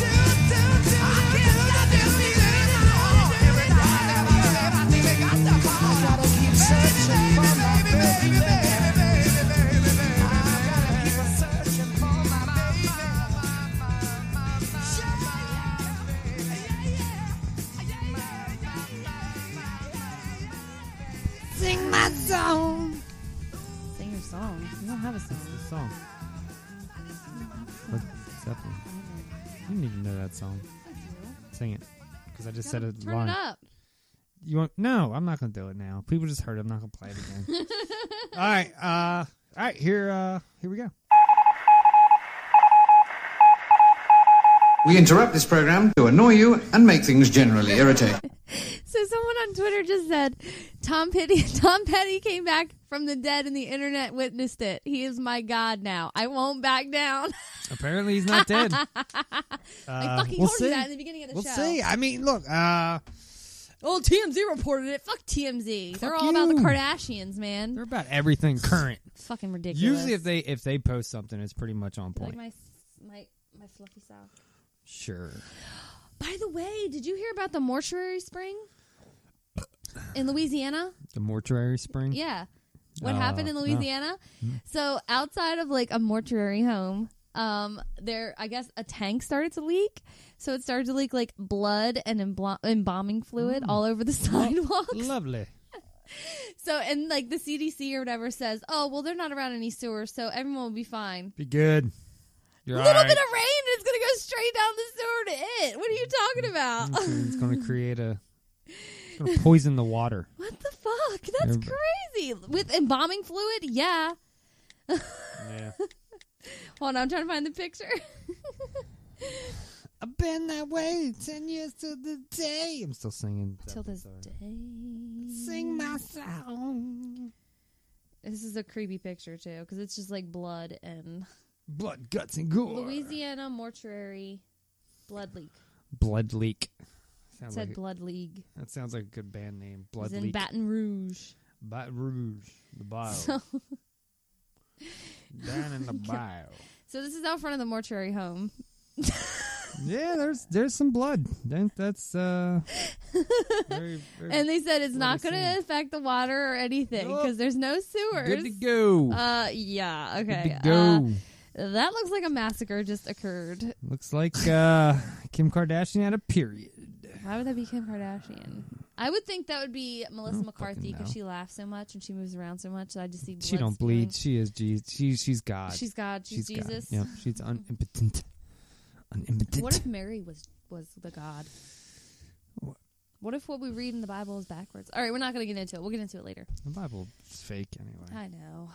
Speaker 17: do, do, do. I can't stop this feeling at all. Every time I live, I think I got the call. I gotta keep searching for my baby, baby, baby, baby, baby, baby. I gotta keep searching for my baby.
Speaker 12: Sing my song.
Speaker 14: Sing your song. You don't have a song.
Speaker 2: This song. Led Zeppelin. You don't even know that song. Sing it. Because I just said a
Speaker 4: Turn
Speaker 2: line.
Speaker 4: it up.
Speaker 2: You want? No, I'm not gonna do it now. People just heard. it. I'm not gonna play it again. all right. Uh, all right. Here. Uh, here we go.
Speaker 18: We interrupt this program to annoy you and make things generally irritating.
Speaker 4: So someone on Twitter just said Tom Petty Tom Petty came back from the dead and the internet witnessed it. He is my god now. I won't back down.
Speaker 2: Apparently, he's not dead.
Speaker 4: I
Speaker 2: Uh,
Speaker 4: fucking
Speaker 2: we'll
Speaker 4: told
Speaker 2: see.
Speaker 4: you that in the beginning of the
Speaker 2: we'll
Speaker 4: show.
Speaker 2: see. I mean, look. Uh,
Speaker 4: Oh, TMZ reported it. Fuck TMZ. They're all about the
Speaker 2: you.
Speaker 4: Kardashians, man. They're
Speaker 2: about everything current.
Speaker 4: fucking ridiculous.
Speaker 2: Usually, if they if they post something, it's pretty much on
Speaker 4: like
Speaker 2: point.
Speaker 4: my my my fluffy sock.
Speaker 2: Sure.
Speaker 4: By the way, did you hear about the mortuary spring in Louisiana?
Speaker 2: The mortuary spring.
Speaker 4: Yeah. What
Speaker 2: Uh,
Speaker 4: happened in
Speaker 2: no.
Speaker 4: Louisiana?
Speaker 2: Mm.
Speaker 4: So outside of like a mortuary home, um, there I guess a tank started to leak. So it started to leak like blood and embalm- embalming fluid
Speaker 2: Mm.
Speaker 4: all over the sidewalk.
Speaker 2: Lovely.
Speaker 4: So and like the CDC or whatever says, oh well, they're not around any sewers, so everyone will be fine.
Speaker 2: Be good. You're
Speaker 4: a little
Speaker 2: alright.
Speaker 4: bit of rain, and it's gonna go straight down the sewer to it. What are you talking about?
Speaker 2: It's going to create a. It's going to poison the water.
Speaker 4: what the fuck? That's
Speaker 2: Everybody-
Speaker 4: crazy. With embalming fluid, yeah.
Speaker 2: Yeah.
Speaker 4: Hold on, I'm trying to find the picture.
Speaker 2: I've been that way ten years to the day. I'm still singing.
Speaker 4: Till this day.
Speaker 12: Sing my song.
Speaker 4: This is a creepy picture too, because it's just like blood and
Speaker 2: Blood, guts, and gore.
Speaker 4: Louisiana mortuary blood leak.
Speaker 2: Blood leak.
Speaker 4: It
Speaker 2: Sounds
Speaker 4: said
Speaker 2: like-
Speaker 4: blood league.
Speaker 2: That sounds like a good band name.
Speaker 4: It was
Speaker 2: Blood
Speaker 4: in
Speaker 2: leak. Oh.
Speaker 4: Baton Rouge.
Speaker 2: Baton Rouge. The bile.
Speaker 4: So,
Speaker 2: Down in the bile.
Speaker 4: so this is out front of the mortuary home.
Speaker 2: Yeah, there's there's some blood. That- That's uh. very, very
Speaker 4: And they said it's not
Speaker 2: bloody
Speaker 4: going to affect the water or anything
Speaker 2: Nope.
Speaker 4: because there's no sewers.
Speaker 2: Good to go.
Speaker 4: Uh, yeah.
Speaker 2: scene.
Speaker 4: Okay.
Speaker 2: Good to go.
Speaker 4: Uh, that looks like a massacre just occurred.
Speaker 2: Looks like uh, Kim Kardashian had a period.
Speaker 4: Why would that be Kim Kardashian? I would think that would be
Speaker 2: Oh,
Speaker 4: Melissa McCarthy because
Speaker 2: know.
Speaker 4: she laughs so much and she moves around so much that I just see.
Speaker 2: She
Speaker 4: blood
Speaker 2: don't bleed. She is Jesus. She, she's God.
Speaker 4: She's God. She's Jesus. Mm-hmm.
Speaker 2: Yeah, she's unimpotent. Unimpotent.
Speaker 4: spewing. What if Mary was was the God? What if what we read in the Bible is backwards? All right, we're not going to get into it. We'll get into it later.
Speaker 2: the Bible's fake anyway.
Speaker 4: I know.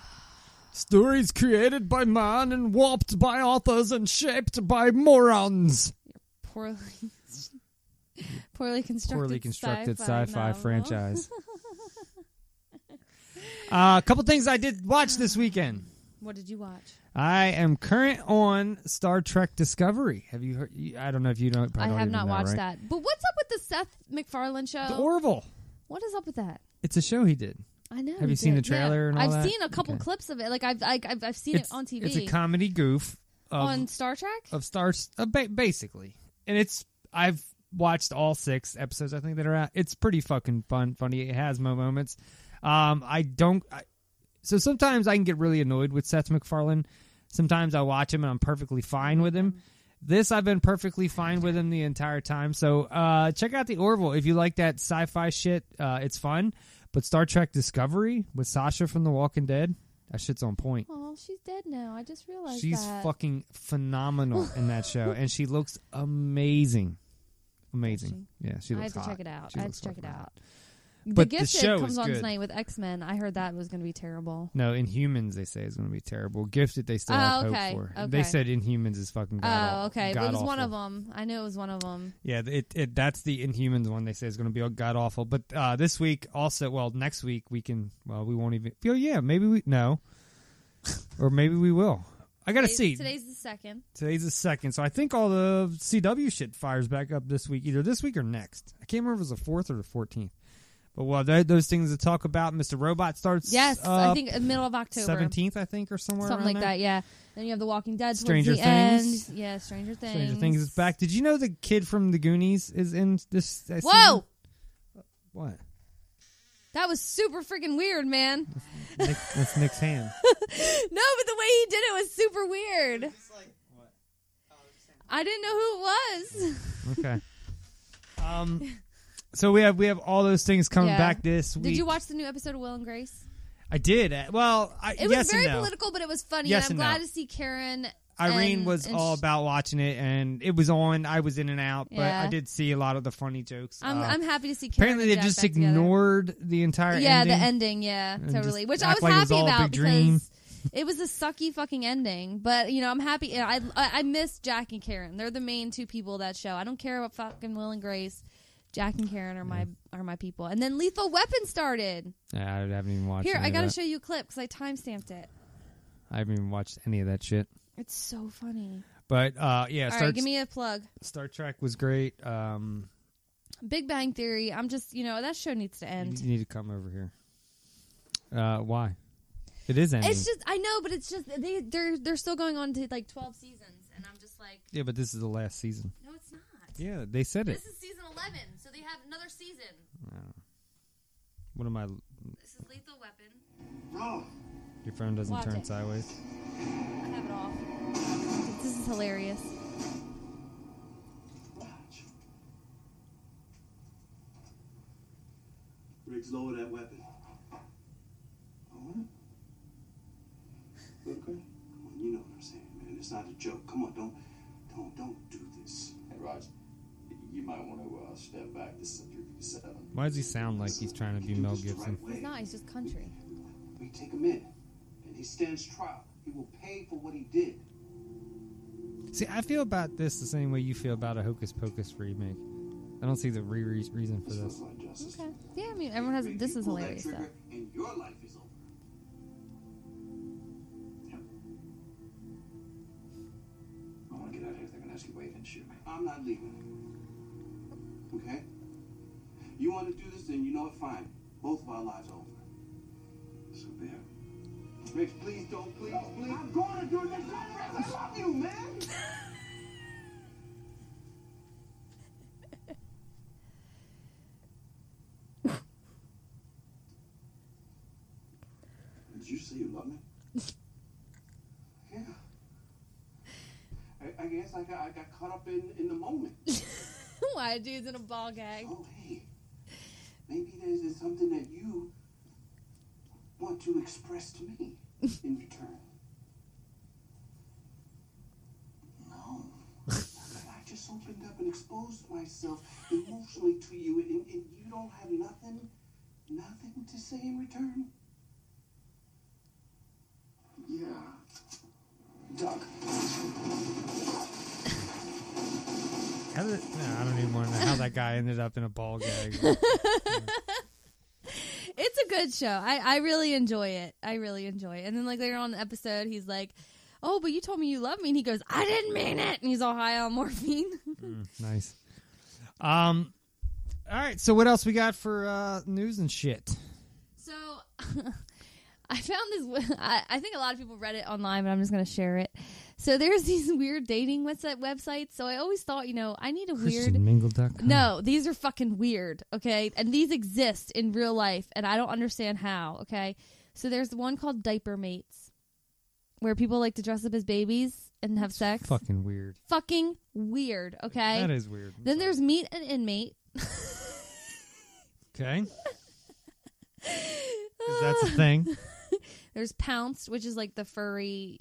Speaker 2: Stories created by man and warped by authors and shaped by morons.
Speaker 4: Poorly, poorly constructed,
Speaker 2: Poorly constructed
Speaker 4: sci-fi,
Speaker 2: sci-fi
Speaker 4: novel.
Speaker 2: franchise. Uh, a couple things I did watch this weekend.
Speaker 4: what did you watch?
Speaker 2: I am current on Star Trek Discovery. Have you heard? you- I don't know if you know. probably
Speaker 4: I
Speaker 2: don't
Speaker 4: have
Speaker 2: even
Speaker 4: not
Speaker 2: know,
Speaker 4: watched
Speaker 2: right?
Speaker 4: that. But what's up with the Seth MacFarlane show?
Speaker 2: The Orville.
Speaker 4: What is up with that?
Speaker 2: It's a show he did.
Speaker 4: I know.
Speaker 2: Have you
Speaker 4: he
Speaker 2: seen
Speaker 4: did.
Speaker 2: the trailer
Speaker 4: Yeah.
Speaker 2: and all
Speaker 4: I've
Speaker 2: that?
Speaker 4: seen a couple
Speaker 2: Okay.
Speaker 4: clips of it. Like I've I've, I've, I've seen
Speaker 2: it's,
Speaker 4: it on TV
Speaker 2: It's a comedy goof of,
Speaker 4: on Star Trek.
Speaker 2: of stars, uh, ba- basically. And it's I've watched all six episodes. I think that are out. It's pretty fucking fun, funny. It has my moments. Um, I don't. I, so sometimes I can get really annoyed with Seth MacFarlane. Sometimes I watch him and I'm perfectly fine with him. This I've been perfectly fine with him the entire time. So uh, check out the Orville if you like that sci-fi shit. Uh, it's fun. But Star Trek Discovery with Sasha from The Walking Dead, that shit's on point.
Speaker 4: Oh, she's dead now. I just realized
Speaker 2: She's
Speaker 4: that.
Speaker 2: fucking phenomenal in that show, and she looks amazing, amazing. Yeah, she
Speaker 4: I
Speaker 2: looks
Speaker 4: have to
Speaker 2: hot.
Speaker 4: check it out.
Speaker 2: She
Speaker 4: I have
Speaker 2: looks
Speaker 4: to check it
Speaker 2: fucking
Speaker 4: out.
Speaker 2: hot. But
Speaker 4: the
Speaker 2: the
Speaker 4: Gifted
Speaker 2: show
Speaker 4: comes
Speaker 2: is
Speaker 4: on
Speaker 2: good.
Speaker 4: tonight with X Men. I heard that was going to be terrible.
Speaker 2: No, Inhumans they say is going to be terrible. Gifted they still have
Speaker 4: Oh, okay,
Speaker 2: hope for.
Speaker 4: okay.
Speaker 2: They said Inhumans is fucking.
Speaker 4: oh, okay. But it was one of them. I knew it was one of them.
Speaker 2: Yeah, it, it that's the Inhumans one they say is going to be god awful. But uh, this week also, well, next week we can. Well, we won't even. Oh yeah, maybe we no, or maybe we will. I gotta see.
Speaker 4: Today's the second.
Speaker 2: Today's the second, so I think all the CW shit fires back up this week, either this week or next. I can't remember if it was the fourth or the fourteenth. But well, th- those things to talk about. Mister Robot starts.
Speaker 4: Yes, I
Speaker 2: uh,
Speaker 4: think uh, middle of October.
Speaker 2: 17th, I think, or somewhere
Speaker 4: Something
Speaker 2: around
Speaker 4: like
Speaker 2: there.
Speaker 4: that, yeah. Then you have The Walking Dead. towards
Speaker 2: Stranger
Speaker 4: the
Speaker 2: Things.
Speaker 4: End. Yeah, Stranger Things.
Speaker 2: Stranger Things is back. Did you know the kid from the Goonies is in this? uh,
Speaker 4: Whoa!
Speaker 2: season? What?
Speaker 4: That was super freaking weird, man.
Speaker 2: Nick, that's Nick's hand.
Speaker 4: No, but the way he did it was super weird. I didn't know who it was.
Speaker 2: Okay. Um. So we have we have all those things coming
Speaker 4: Yeah.
Speaker 2: back this week.
Speaker 4: Did you watch the new episode of Will and Grace?
Speaker 2: I did. uh, Well, I,
Speaker 4: It was
Speaker 2: yes
Speaker 4: very
Speaker 2: and no.
Speaker 4: political, but it was funny.
Speaker 2: Yes
Speaker 4: and I'm
Speaker 2: and
Speaker 4: glad
Speaker 2: no.
Speaker 4: to see Karen.
Speaker 2: Irene
Speaker 4: and-
Speaker 2: was
Speaker 4: and
Speaker 2: all about watching it, and it was on. I was in and out, but
Speaker 4: Yeah.
Speaker 2: I did see a lot of the funny jokes.
Speaker 4: I'm,
Speaker 2: Uh,
Speaker 4: I'm happy to see. Karen
Speaker 2: apparently
Speaker 4: and
Speaker 2: they
Speaker 4: Jack
Speaker 2: just
Speaker 4: back together.
Speaker 2: ignored the entire
Speaker 4: Yeah,
Speaker 2: ending.
Speaker 4: the ending. Yeah,
Speaker 2: and just
Speaker 4: totally. Which I
Speaker 2: act
Speaker 4: was
Speaker 2: like it was
Speaker 4: happy
Speaker 2: all a
Speaker 4: about
Speaker 2: big dream.
Speaker 4: because it was a sucky fucking ending. But you know, I'm happy. I I, I miss Jack and Karen. They're the main two people of that show. I don't care about fucking Will and Grace. Jack and Karen are my are my people. And then Lethal Weapon started.
Speaker 2: Yeah, I haven't even watched.
Speaker 4: Here,
Speaker 2: any
Speaker 4: I
Speaker 2: of
Speaker 4: gotta
Speaker 2: that.
Speaker 4: show you a clip because I time stamped it.
Speaker 2: I haven't even watched any of that shit.
Speaker 4: It's so funny.
Speaker 2: But uh, yeah,
Speaker 4: All right,
Speaker 2: Star,
Speaker 4: give me a plug.
Speaker 2: Star Trek was great. Um,
Speaker 4: Big Bang Theory. I'm just, you know, that show needs to end.
Speaker 2: You need to come over here. Uh, why? It is ending.
Speaker 4: It's just I know, but it's just they they're they're still going on to like 12 seasons, and I'm just like,
Speaker 2: yeah, but this is the last season.
Speaker 4: no, it's not.
Speaker 2: Yeah, they said it.
Speaker 4: This is season 11, so they have another season.
Speaker 2: Oh. What am I?
Speaker 4: This is Lethal Weapon.
Speaker 2: Your phone doesn't
Speaker 4: Watch
Speaker 2: turn
Speaker 4: it.
Speaker 2: sideways.
Speaker 4: I have it off. This is hilarious.
Speaker 19: Riggs, lower that weapon. Lower it? Okay. Come on, you know what I'm saying, man. It's not a joke. Come on, don't, don't, don't do this. Hey, Raj, you might want to uh, step back. This is a 357.
Speaker 2: Why does he sound like he's trying to be Mel Gibson?
Speaker 4: It's not. It's just country.
Speaker 19: We take him in, and he stands trial. He will pay for what he did.
Speaker 2: See, I feel about this the same way you feel about a Hocus Pocus remake. I don't see the re- re- reason for this.
Speaker 4: Okay. Yeah, I mean, everyone has. This is hilarious though.
Speaker 19: And your life is over. I want to get out of here. They're going to ask you to wait and shoot me. I'm not leaving. Okay? You want to do this, then you know it. Fine. Both of our lives are over. So be it. Rich, please don't. Please, please. I'm going to do this. I love you, man. Did you say you love me? yeah. I, I guess I got, I got caught up in, in the moment.
Speaker 4: Why a dude's in a ball gag?
Speaker 19: Oh, hey. Maybe there's there's something that you want to express to me in return. No. I just opened up and exposed myself emotionally to you, and, and you don't have nothing, nothing to say in return? Yeah. Doug.
Speaker 2: How did, no, I don't even want to know how that guy ended up in a ball gag.
Speaker 4: It's a good show. I I really enjoy it. I really enjoy it. And then like later on in the episode, he's like, "Oh, but you told me you love me," and he goes, "I didn't mean it," and he's all high on morphine.
Speaker 2: Mm, nice. Um. All right. So what else we got for uh, news and shit?
Speaker 4: So I found this. I, I think a lot of people read it online, but I'm just going to share it. So there's these weird dating website websites. So I always thought, you know, I need a weird.
Speaker 2: ChristianMingle.com.
Speaker 4: No, these are fucking weird. Okay, and these exist in real life, and I don't understand how. Okay, so there's one called diaper mates, where people like to dress up as babies and have sex.
Speaker 2: Fucking weird.
Speaker 4: Fucking weird. Okay,
Speaker 2: That is weird.
Speaker 4: Then there's meet an inmate.
Speaker 2: Okay. 'Cause that's a thing.
Speaker 4: There's pounced, which is like the furry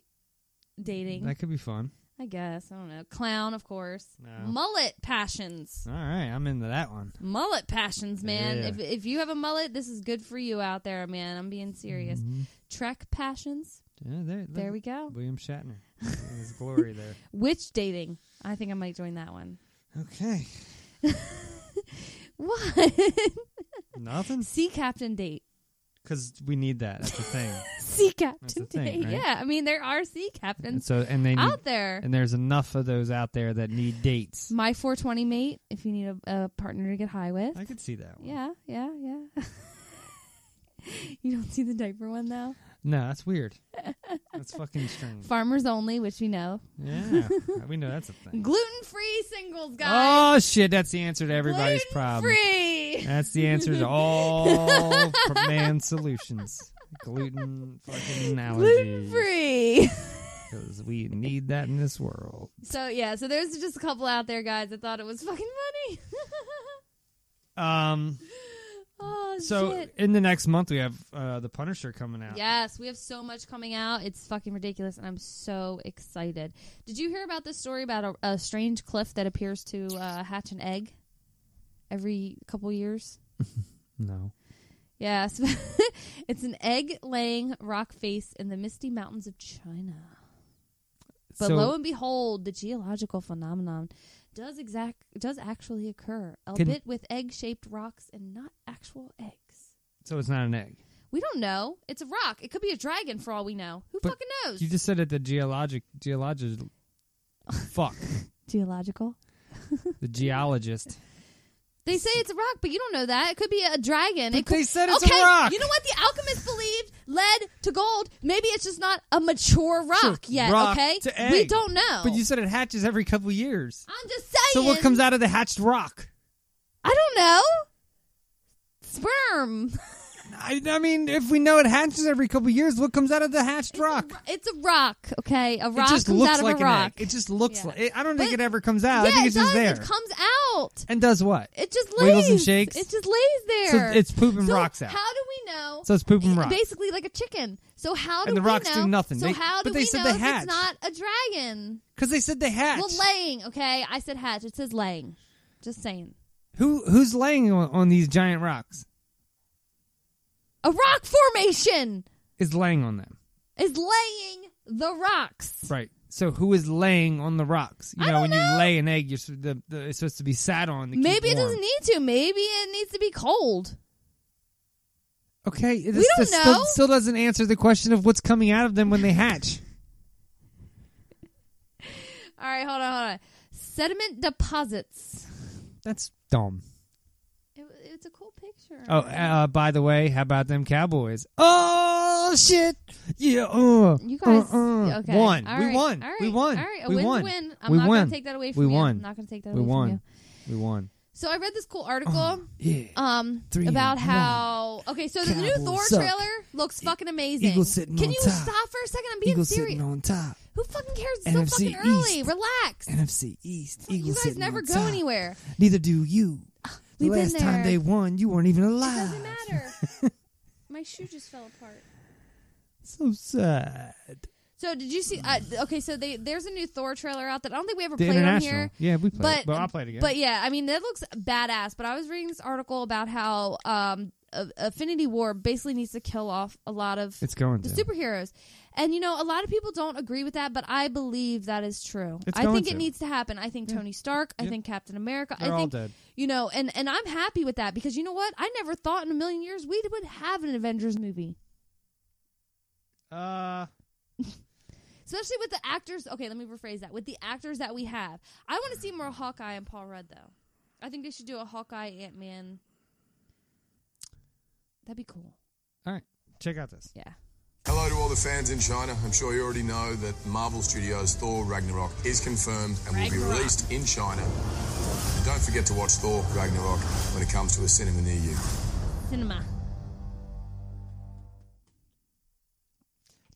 Speaker 4: dating.
Speaker 2: That could be fun.
Speaker 4: I guess I don't know. Clown, of course.
Speaker 2: No.
Speaker 4: Mullet passions.
Speaker 2: All right. I'm into that one.
Speaker 4: Mullet passions, man.
Speaker 2: Yeah.
Speaker 4: If if you have a mullet, this is good for you out there, man. I'm being serious.
Speaker 2: Mhm.
Speaker 4: Trek passions.
Speaker 2: Yeah, there,
Speaker 4: There we go.
Speaker 2: William Shatner. In his glory there.
Speaker 4: Witch dating. I think I might join that one.
Speaker 2: Okay.
Speaker 4: What?
Speaker 2: Nothing?
Speaker 4: sea captain date.
Speaker 2: Because we need that. That's a thing.
Speaker 4: Sea
Speaker 2: That's
Speaker 4: captain
Speaker 2: the thing,
Speaker 4: date.
Speaker 2: right?
Speaker 4: Yeah, I mean there are sea
Speaker 2: And
Speaker 4: captains
Speaker 2: so and they need,
Speaker 4: out there.
Speaker 2: And there's enough of those out there that need dates.
Speaker 4: My 420 mate, if you need a, a partner to get high with.
Speaker 2: I could see that one.
Speaker 4: Yeah, yeah, yeah. you don't see the diaper one though.
Speaker 2: No, that's weird. That's fucking strange.
Speaker 4: Farmers only, which we know.
Speaker 2: Yeah, we know that's a thing.
Speaker 4: Gluten free singles, guys.
Speaker 2: Oh shit, that's the answer to everybody's problem.
Speaker 4: Free.
Speaker 2: That's the answer to all pro- man solutions. Gluten fucking allergies.
Speaker 4: Free.
Speaker 2: Because we need that in this world.
Speaker 4: so yeah, so there's just a couple out there, guys. I thought it was fucking funny.
Speaker 2: Um.
Speaker 4: oh
Speaker 2: So
Speaker 4: shit.
Speaker 2: in the next month we have uh, the Punisher coming out.
Speaker 4: Yes, we have so much coming out. It's fucking ridiculous, and I'm so excited. Did you hear about this story about a, a strange cliff that appears to uh, hatch an egg every couple years?
Speaker 2: No.
Speaker 4: Yes, it's an egg-laying rock face in the misty mountains of China. But
Speaker 2: So-
Speaker 4: lo and behold, the geological phenomenon does exact does actually occur, albeit with egg-shaped rocks and not actual eggs.
Speaker 2: So it's not an egg.
Speaker 4: We don't know. It's a rock. It could be a dragon for all we know. Who fucking knows?
Speaker 2: You just said that the geologic geologist. Fuck
Speaker 4: Geological.
Speaker 2: the geologist
Speaker 4: They say it's a rock, but you don't know that. It could be a dragon.
Speaker 2: But
Speaker 4: it could,
Speaker 2: they said it's a
Speaker 4: okay,
Speaker 2: rock.
Speaker 4: You know what? The alchemists believed lead to gold. Maybe it's just not a mature rock yet.
Speaker 2: Rock
Speaker 4: okay,
Speaker 2: to egg.
Speaker 4: we don't know.
Speaker 2: But you said it hatches every couple years.
Speaker 4: I'm just saying.
Speaker 2: So what comes out of the hatched rock?
Speaker 4: I don't know. Sperm.
Speaker 2: I, I mean, if we know it hatches every couple years, what comes out of the hatched rock?
Speaker 4: It's a rock. Okay, a rock
Speaker 2: it just
Speaker 4: comes
Speaker 2: looks
Speaker 4: out of
Speaker 2: like
Speaker 4: a rock.
Speaker 2: an egg. It just looks like. It, I don't think it ever comes out.
Speaker 4: yeah,
Speaker 2: I think
Speaker 4: it
Speaker 2: it's
Speaker 4: does.
Speaker 2: just there.
Speaker 4: It comes out.
Speaker 2: and does what?
Speaker 4: It just lays.
Speaker 2: Wiggles and shakes?
Speaker 4: It just lays there.
Speaker 2: So it's pooping rocks out.
Speaker 4: How do we know?
Speaker 2: So it's pooping rocks.
Speaker 4: Basically, like a chicken. So how do
Speaker 2: And the
Speaker 4: we
Speaker 2: rocks
Speaker 4: know?
Speaker 2: do nothing.
Speaker 4: So
Speaker 2: They-
Speaker 4: how do
Speaker 2: but they
Speaker 4: we
Speaker 2: said
Speaker 4: know
Speaker 2: they
Speaker 4: if
Speaker 2: hatch.
Speaker 4: it's not a dragon?
Speaker 2: Because they said they hatch.
Speaker 4: Well, laying. Okay, I said hatch. It says laying. Just saying.
Speaker 2: Who who's laying on, on these giant rocks?
Speaker 4: A rock formation
Speaker 2: Is laying on them,
Speaker 4: is laying the rocks.
Speaker 2: right? So who is laying on the rocks? You
Speaker 4: I
Speaker 2: know,
Speaker 4: don't
Speaker 2: when
Speaker 4: know.
Speaker 2: you lay an egg, you're s- the, the, it's supposed to be sat on. To keep
Speaker 4: Maybe it
Speaker 2: warm.
Speaker 4: doesn't need to. Maybe it needs to be cold.
Speaker 2: Okay, this,
Speaker 4: e- don't
Speaker 2: this still-
Speaker 4: know.
Speaker 2: still doesn't answer the question of what's coming out of them when they hatch.
Speaker 4: All right, hold on, hold on. Sediment deposits.
Speaker 2: That's dumb.
Speaker 4: It, it's a cool picture.
Speaker 2: Oh, uh, by the way, how about them Cowboys? Oh shit! Yeah, uh,
Speaker 4: You guys,
Speaker 2: uh, uh.
Speaker 4: okay.
Speaker 2: won.
Speaker 4: All
Speaker 2: we
Speaker 4: right,
Speaker 2: won.
Speaker 4: all
Speaker 2: We
Speaker 4: right,
Speaker 2: won.
Speaker 4: all right. A
Speaker 2: we
Speaker 4: win's a
Speaker 2: won.
Speaker 4: win. I'm
Speaker 2: we
Speaker 4: not gonna
Speaker 2: won.
Speaker 4: take that away
Speaker 2: we
Speaker 4: from you. I'm
Speaker 2: won.
Speaker 4: not gonna take that
Speaker 2: we
Speaker 4: away from
Speaker 2: won.
Speaker 4: you.
Speaker 2: We won.
Speaker 4: So I read this cool article um
Speaker 2: Oh, Three
Speaker 4: about
Speaker 2: and
Speaker 4: how okay, so the new
Speaker 2: Cowboys
Speaker 4: Thor
Speaker 2: suck. E-,
Speaker 4: trailer looks fucking amazing.
Speaker 2: Eagles sitting
Speaker 4: Can
Speaker 2: on
Speaker 4: you
Speaker 2: top.
Speaker 4: stop for a second? I'm being
Speaker 2: Eagles
Speaker 4: serious.
Speaker 2: sitting on top.
Speaker 4: Who fucking cares? It's so
Speaker 2: NFC
Speaker 4: fucking early.
Speaker 2: East.
Speaker 4: Relax.
Speaker 2: NFC East. Eagles
Speaker 4: You guys
Speaker 2: sitting
Speaker 4: never
Speaker 2: on
Speaker 4: go
Speaker 2: top.
Speaker 4: anywhere. Ah,
Speaker 2: Neither do you. The
Speaker 4: we've been
Speaker 2: last time
Speaker 4: there.
Speaker 2: they won, you weren't even alive.
Speaker 8: Doesn't matter. My shoe just fell apart.
Speaker 2: So sad.
Speaker 4: So did you see? Uh, okay, so they, there's a new Thor trailer out that I don't think we ever
Speaker 2: The
Speaker 4: played on
Speaker 2: international.
Speaker 4: here.
Speaker 2: Yeah, we played
Speaker 4: But
Speaker 2: it. Well, I played it, yeah.
Speaker 4: But yeah, I mean that looks badass. But I was reading this article about how um, uh, Affinity War basically needs to kill off a lot of
Speaker 2: It's going
Speaker 4: the
Speaker 2: to.
Speaker 4: superheroes, and you know a lot of people don't agree with that, but I believe that is true.
Speaker 2: It's
Speaker 4: I
Speaker 2: going
Speaker 4: think
Speaker 2: to.
Speaker 4: it needs to happen. I think
Speaker 2: Yeah.
Speaker 4: Tony Stark. I
Speaker 2: Yep.
Speaker 4: think Captain America.
Speaker 2: They're
Speaker 4: I
Speaker 2: all
Speaker 4: think
Speaker 2: dead.
Speaker 4: you know, and and I'm happy with that because you know what? I never thought in a million years we would have an Avengers movie.
Speaker 2: Uh,
Speaker 4: Especially with the actors. Okay, let me rephrase that. With the actors that we have, I want to see more Hawkeye and Paul Rudd though. I think they should do a Hawkeye Ant Man. That'd be cool.
Speaker 2: all right. Check out this.
Speaker 4: Yeah.
Speaker 20: Hello to all the fans in China. I'm sure you already know that Marvel Studios' Thor Ragnarok is confirmed and will be
Speaker 21: Ragnarok.
Speaker 20: released in China. And don't forget to watch Thor Ragnarok when it comes to a cinema near you.
Speaker 4: Cinema.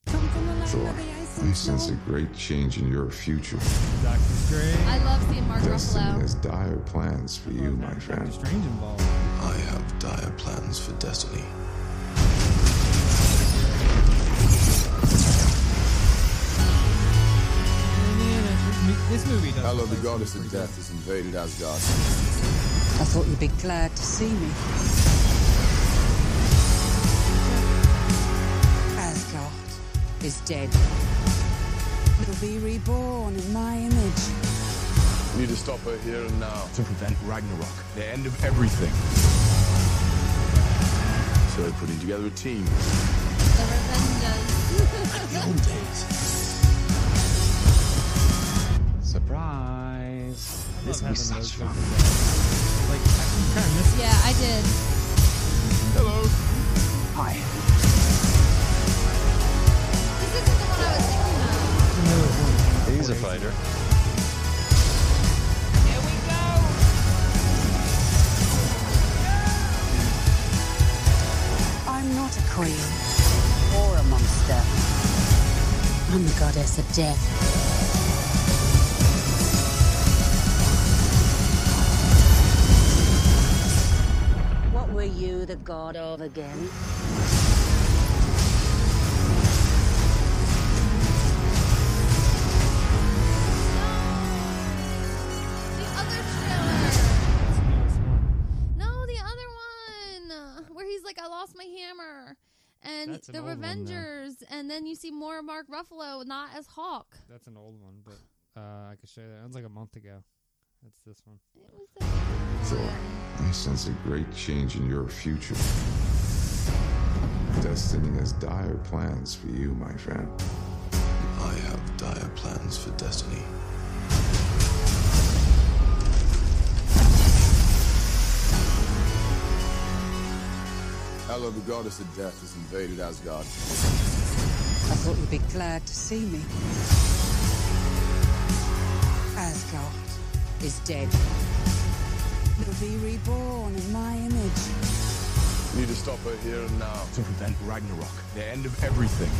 Speaker 22: Thor, we've sensed a great change in your future.
Speaker 4: I love seeing Mark
Speaker 22: Destiny
Speaker 4: Ruffalo.
Speaker 22: has dire plans for you, my friend.
Speaker 2: Strange involved.
Speaker 22: I have dire plans for Destiny.
Speaker 2: This movie does.
Speaker 20: Hello, the goddess of death has invaded Asgard.
Speaker 23: I thought you'd be glad to see me. Asgard is dead. It'll be reborn in my image.
Speaker 20: We need to stop her here and now to prevent Ragnarok, the end of everything. So putting together a team.
Speaker 2: Surprise.
Speaker 22: This will be such fun.
Speaker 2: Like, I kind of miss
Speaker 4: yeah, I did.
Speaker 20: Hello.
Speaker 22: Hi.
Speaker 24: He's a fighter.
Speaker 23: I'm not a queen or a monster. I'm the goddess of death. What were you the god of again?
Speaker 4: No, the other one where he's like, I lost my hammer. And
Speaker 2: That's an
Speaker 4: the
Speaker 2: old one, though.
Speaker 4: Revengers, and then you see more of Mark Ruffalo, not as Hawk.
Speaker 2: That's an old one, but uh, I could show you that. That was like a month ago. That's this one.
Speaker 22: Thor, I sense a great change in your future. Destiny has dire plans for you, my friend. I have dire plans for Destiny.
Speaker 20: Hela, the goddess of death, has invaded Asgard.
Speaker 23: I thought you'd be glad to see me. Asgard is dead. You'll be reborn in my image.
Speaker 20: We need to stop her here and now. To prevent Ragnarok, the end of everything.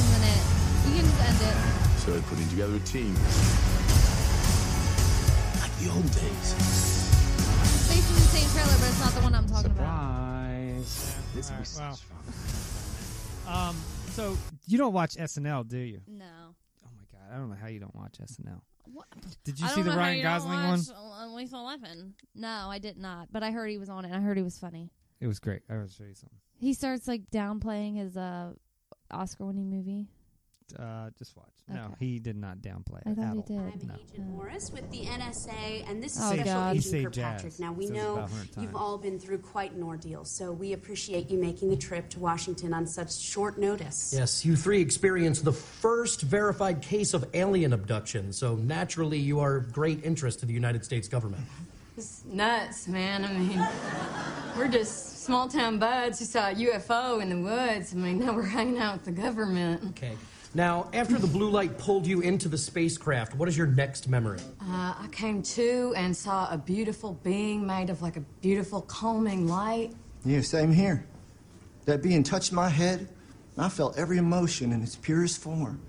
Speaker 4: Isn't it? You can just end it.
Speaker 20: So they're putting together a team.
Speaker 1: Like the old days.
Speaker 4: It's basically the same trailer, but it's not the one I'm talking about.
Speaker 2: Surprise.
Speaker 1: This
Speaker 2: All
Speaker 1: will be
Speaker 2: right,
Speaker 1: such
Speaker 2: well.
Speaker 1: fun.
Speaker 2: Um, so you don't watch SNL, do you?
Speaker 4: No.
Speaker 2: Oh my god, I don't know how you don't watch SNL.
Speaker 4: What?
Speaker 2: Did you
Speaker 4: I
Speaker 2: see
Speaker 4: don't
Speaker 2: the
Speaker 4: know how
Speaker 2: Ryan
Speaker 4: you don't
Speaker 2: Gosling
Speaker 4: watch
Speaker 2: one?
Speaker 4: L- Lethal Weapon. No, I did not. But I heard he was on it. and I heard he was funny.
Speaker 2: It was great. I was show you something.
Speaker 4: He starts like downplaying his uh, Oscar-winning movie.
Speaker 2: Uh, just watch. No,
Speaker 4: Okay.
Speaker 2: he did not downplay it.
Speaker 4: I thought
Speaker 2: at
Speaker 4: he
Speaker 2: all.
Speaker 4: did.
Speaker 2: No.
Speaker 25: Agent Morris with the NSA, and this is
Speaker 2: Oh,
Speaker 25: Special
Speaker 2: God. He
Speaker 25: Agent
Speaker 2: saved
Speaker 25: Kirkpatrick.
Speaker 2: Jazz.
Speaker 25: Now, we
Speaker 2: Says it about
Speaker 25: know
Speaker 2: a hundred
Speaker 25: you've
Speaker 2: times.
Speaker 25: all been through quite an ordeal, so we appreciate you making the trip to Washington on such short notice.
Speaker 3: Yes, you three experienced the first verified case of alien abduction, so naturally you are of great interest to the United States government.
Speaker 6: It's nuts, man. I mean, we're just small town buds who saw a UFO in the woods. I mean, now we're hanging out with the government.
Speaker 3: Okay. Now, after the blue light pulled you into the spacecraft, what is your next memory?
Speaker 6: Uh, I came to and saw a beautiful being made of like a beautiful calming light.
Speaker 21: Yeah, same here. That being touched my head, and I felt every emotion in its purest form.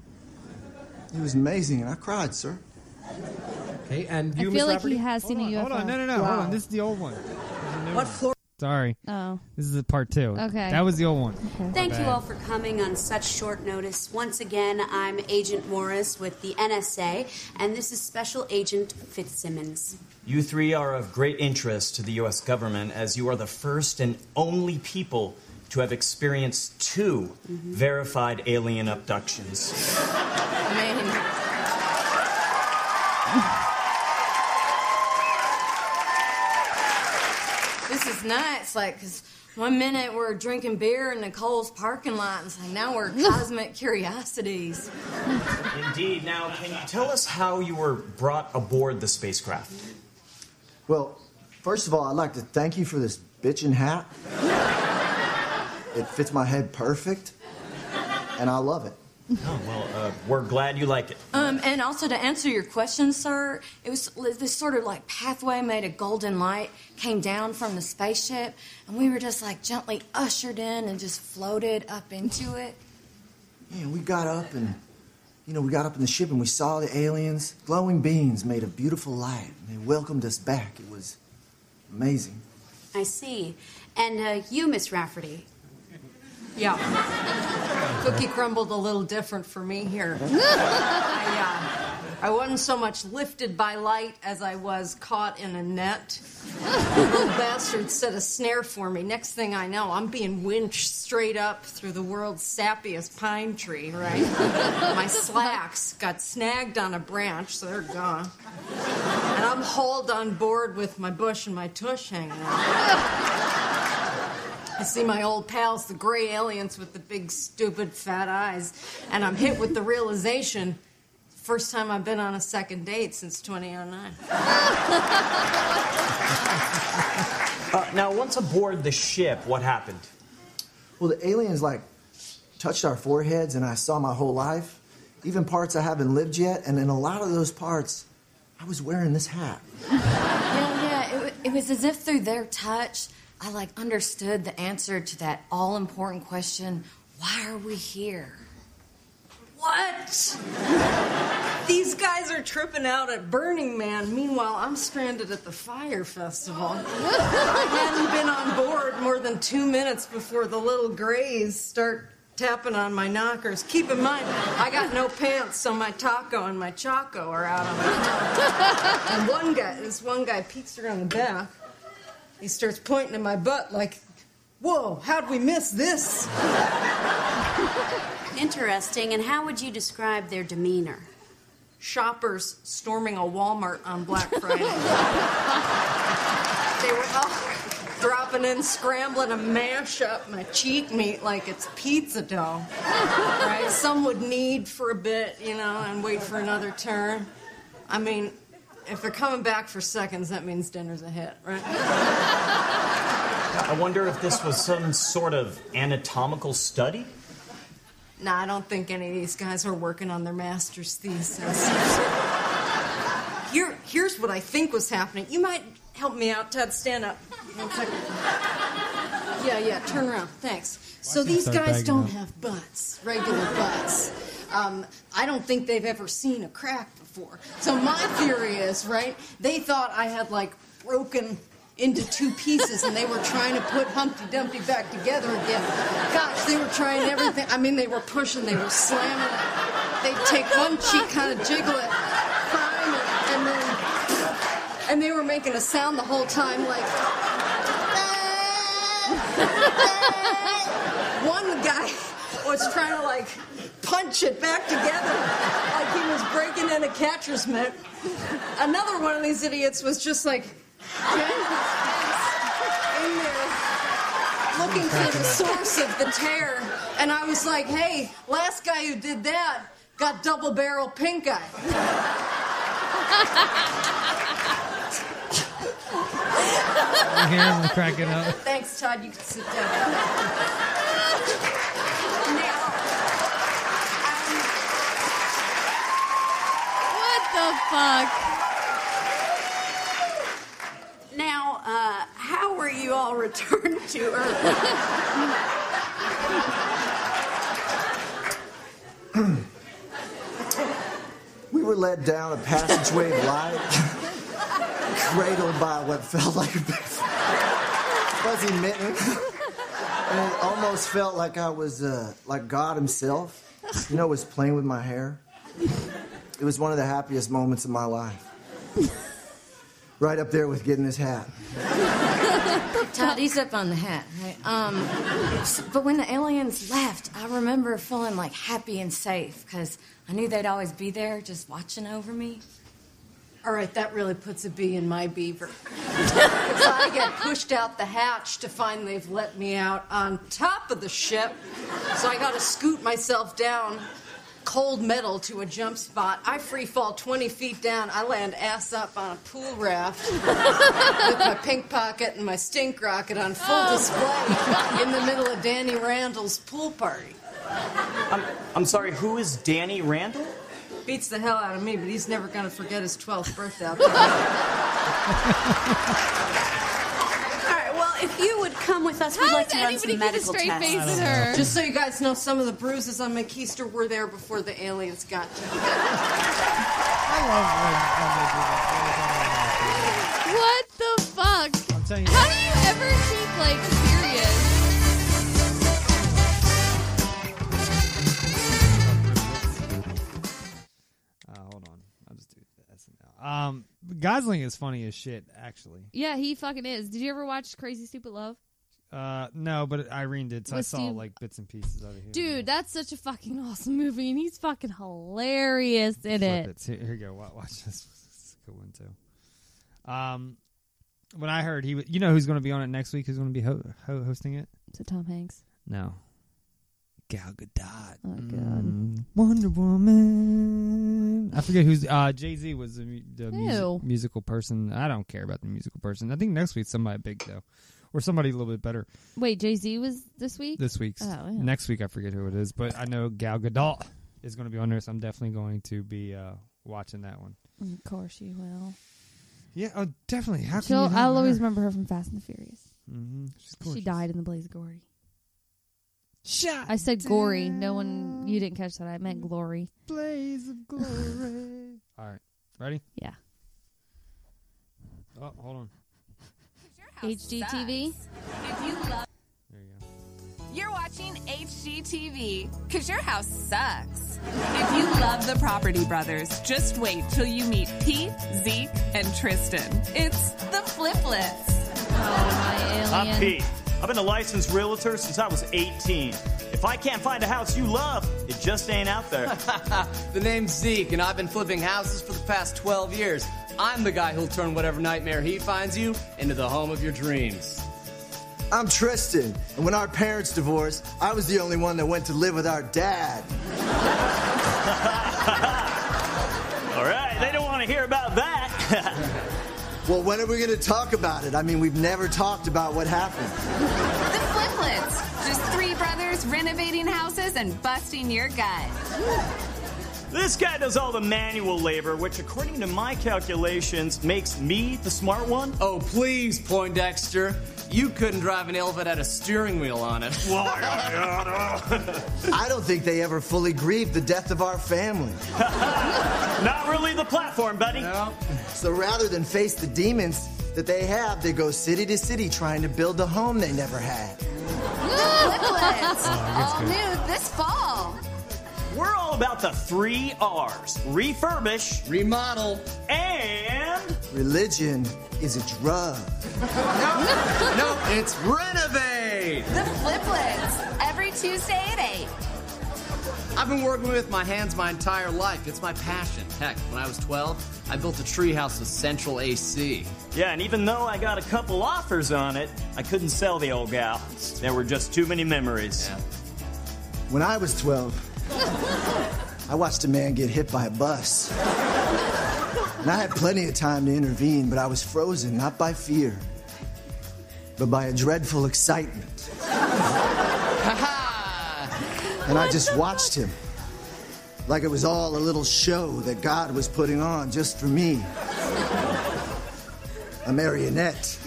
Speaker 21: It was amazing, and I cried, sir.
Speaker 3: Okay, and
Speaker 4: I
Speaker 3: you,
Speaker 4: feel
Speaker 3: Miss
Speaker 4: like
Speaker 3: Rafferty?
Speaker 4: he has seen a UFO.
Speaker 2: Hold on, no, no, no. Hold on. This is the old one.
Speaker 25: What floor?
Speaker 2: Sorry.
Speaker 4: Oh.
Speaker 2: This is the part two.
Speaker 25: Okay.
Speaker 2: That was the old one.
Speaker 25: Thank
Speaker 2: My
Speaker 25: you
Speaker 2: bad.
Speaker 25: all for coming on such short notice. Once again, I'm Agent Morris with the NSA, and this is Special Agent Fitzsimmons.
Speaker 26: You three are of great interest to the U.S. government as you are the first and only people to have experienced 2 verified alien abductions.
Speaker 6: I mean, this is nuts. Like, 'cause one minute we're drinking beer in Nicole's parking lot, and it's like now we're cosmic curiosities.
Speaker 26: Indeed. Now, can you tell us how you were brought aboard the spacecraft?
Speaker 21: Well, first of all, I'd like to thank you for this bitchin' hat. it fits my head perfect, and I love it.
Speaker 26: Oh, well, uh, we're glad you like it.
Speaker 6: Um, and also to answer your question, sir, it was this sort of like pathway made of golden light came down from the spaceship, and we were just like gently ushered in and just floated up into it.
Speaker 21: Man, we got up and, you know, we got up in the ship and we saw the aliens, glowing beings made of beautiful light, and they welcomed us back. It was amazing.
Speaker 25: I see. And uh, you, Miss Rafferty.
Speaker 6: Yeah. Cookie crumbled a little different for me here. I, uh, I wasn't so much lifted by light as I was caught in a net. the little bastard set a snare for me. Next thing I know, I'm being winched straight up through the world's sappiest pine tree, right? My slacks got snagged on a branch, so they're gone. And I'm hauled on board with my bush and my tush hanging out. I see my old pals, the gray aliens with the big, stupid, fat eyes, and I'm hit with the realization first time I've been on a second date since 2009.
Speaker 26: Uh, now, once aboard the ship, what happened?
Speaker 21: Well, the aliens like touched our foreheads, and I saw my whole life, even parts I haven't lived yet. And in a lot of those parts, I was wearing this hat.
Speaker 6: Yeah, Oh, yeah, it, wa- it was as if through their touch, I like understood the answer to that all important question why are we here? What? These guys are tripping out at Burning Man. Meanwhile, I'm stranded at the Fire Festival. I hadn't been on board more than two minutes before the little grays start tapping on my knockers. Keep in mind, I got no pants, so my taco and my choco are out on my tongue. And one guy, this one guy peeks around the back. He starts pointing at my butt like, whoa, how'd we miss this?
Speaker 25: Interesting. And how would you describe their demeanor?
Speaker 6: Shoppers storming a Walmart on Black Friday. they were all dropping in, scrambling to mash up my cheek meat like it's pizza dough. right? Some would knead for a bit, you know, and wait for another turn. I mean, if they're coming back for seconds, that means dinner's a hit, right?
Speaker 26: I wonder if this was some sort of anatomical study?
Speaker 6: No, I don't think any of these guys are working on their master's thesis. Here, here's what I think was happening. You might help me out, Ted. Stand up. One second. Yeah, yeah. Turn around. Thanks. so
Speaker 25: can't
Speaker 6: these
Speaker 25: start
Speaker 6: guys
Speaker 25: bagging
Speaker 6: don't
Speaker 25: up?
Speaker 6: have butts, regular butts. Um, I don't think they've ever seen a crack before. So my theory is, right? They thought I had like broken into two pieces, and they were trying to put Humpty Dumpty back together again. Gosh, they were trying everything. I mean, they were pushing, they were slamming. They'd take one cheek, kind of jiggle it, prime it, and then and they were making a sound the whole time like one guy was trying to like punch it back together like he was breaking in a catcher's mitt another one of these idiots was just like in there looking for the source of the tear and i was like hey last guy who did that got double barrel pink eye
Speaker 2: My hands are cracking up.
Speaker 6: Thanks, Todd. You can sit down. now,
Speaker 4: What the fuck?
Speaker 25: Now, uh, how were you all returned to Earth?
Speaker 21: We were led down a passageway of light, cradled by what felt like a big fuzzy mitten. And it almost felt like I was uh, like God Himself, you know, was playing with my hair. It was one of the happiest moments of my life. Right up there with getting his hat.
Speaker 6: Todd, he's up on the hat. Right? Um,
Speaker 5: but when the aliens left, I remember feeling like happy and safe because I knew they'd always be there, just watching over me.
Speaker 6: all right, that really puts a bee in my beaver. 'Cause I get pushed out the hatch to find they've let me out on top of the ship. So I gotta scoot myself down cold metal to a jump spot. I free fall 20 feet down. I land ass up on a pool raft with my pink pocket and my stink rocket on full display in the middle of Danny Randall's pool party.
Speaker 26: I'm sorry, who is Danny Randall?
Speaker 6: Beats the hell out of me, but he's never gonna forget his 12th birthday. I'll tell you.
Speaker 25: All right, well, if you would come with us, we'd
Speaker 6: How
Speaker 25: like
Speaker 6: does
Speaker 25: to run some
Speaker 6: anybody keep a
Speaker 25: medical
Speaker 6: straight
Speaker 25: tests.
Speaker 6: face I don't with her? know. Just so you guys know, some of the bruises on my keister were there before the aliens got to me.
Speaker 4: What the fuck?
Speaker 2: I'm telling
Speaker 4: you. How do you ever keep like serious?
Speaker 2: Uh, hold on, I'll just do this now. Um, Gosling is funny as shit, actually.
Speaker 4: Yeah, he fucking is. Did you ever watch Crazy Stupid Love?
Speaker 2: Uh, no, but Irene did, so
Speaker 4: Was
Speaker 2: I saw
Speaker 4: Steve-
Speaker 2: like bits and pieces of it. Here.
Speaker 4: Dude, that's such a fucking awesome movie, and he's fucking hilarious in
Speaker 2: Flip
Speaker 4: it.
Speaker 2: it. Here, here you go. Watch, watch this. This is a good one too. Um, when I heard he, was, you know, who's going to be on it next week? Who's going to be ho- ho- hosting it?
Speaker 4: So Tom Hanks.
Speaker 2: No, Gal Gadot.
Speaker 4: Oh god.
Speaker 2: Wonder Woman. I forget who's uh, Jay Z was the, mu- the
Speaker 4: Ew.
Speaker 2: music, musical person. I don't care about the musical person. I think next week's somebody big though, or somebody a little bit better.
Speaker 4: Wait, Jay Z was this week?
Speaker 2: This week's
Speaker 4: Oh, yeah.
Speaker 2: next week I forget who it is, but I know Gal Gadot is going to be on there, so I'm definitely going to be uh, watching that one.
Speaker 4: Of course you will.
Speaker 2: Yeah, oh, definitely. How can
Speaker 4: She'll,
Speaker 2: you not
Speaker 4: I'll always
Speaker 2: remember?
Speaker 4: remember her from Fast and the Furious.
Speaker 2: Mhm. She's
Speaker 4: She
Speaker 2: gorgeous.
Speaker 4: died in the blaze of glory. I said gory. No one, you didn't catch that. I meant glory.
Speaker 2: Blaze of glory. All right, ready?
Speaker 4: Yeah.
Speaker 2: Oh, hold on.
Speaker 4: HGTV.
Speaker 7: If you love. You're watching HGTV because your house sucks. If you love the Property Brothers, just wait till you meet Pete, Zeke, and Tristan. It's the Fliplets. Oh,
Speaker 26: I'm Pete. I've been a licensed realtor since I was 18. If I can't find a house you love, it just ain't out there.
Speaker 9: the name's Zeke, and I've been flipping houses for the past 12 years. I'm the guy who'll turn whatever nightmare he finds you into the home of your dreams.
Speaker 21: I'm Tristan, and when our parents divorced, I was the only one that went to live with our dad.
Speaker 26: All right, they don't want to hear about that.
Speaker 21: Well, when are we going to talk about it? I mean, we've never talked about what happened.
Speaker 7: The Fliplets. Just three brothers renovating houses and busting your gut.
Speaker 26: This guy does all the manual labor, which, according to my calculations, makes me the smart one.
Speaker 9: Oh, please, Poindexter. You couldn't drive an elephant had a steering wheel on it.
Speaker 21: I don't think they ever fully grieved the death of our family.
Speaker 26: Not really the platform, buddy.
Speaker 21: So rather than face the demons that they have, they go city to city trying to build the home they never had.
Speaker 7: Fliplets. All
Speaker 26: good.
Speaker 7: new this fall.
Speaker 26: We're all about the three R's refurbish, remodel, and.
Speaker 21: Religion is a drug.
Speaker 9: no, it's renovate.
Speaker 7: The Fliplets. Every Tuesday at 8.
Speaker 9: I've been working with my hands my entire life. It's my passion. Heck, when I was 12, I built a treehouse with central AC.
Speaker 26: Yeah, and even though I got a couple offers on it, I couldn't sell the old gal. There were just too many memories.
Speaker 21: When I was 12, I watched a man get hit by a bus. And I had plenty of time to intervene, but I was frozen not by fear, but by a dreadful excitement. and I just watched him like it was all a little show that God was putting on just for me. A marionette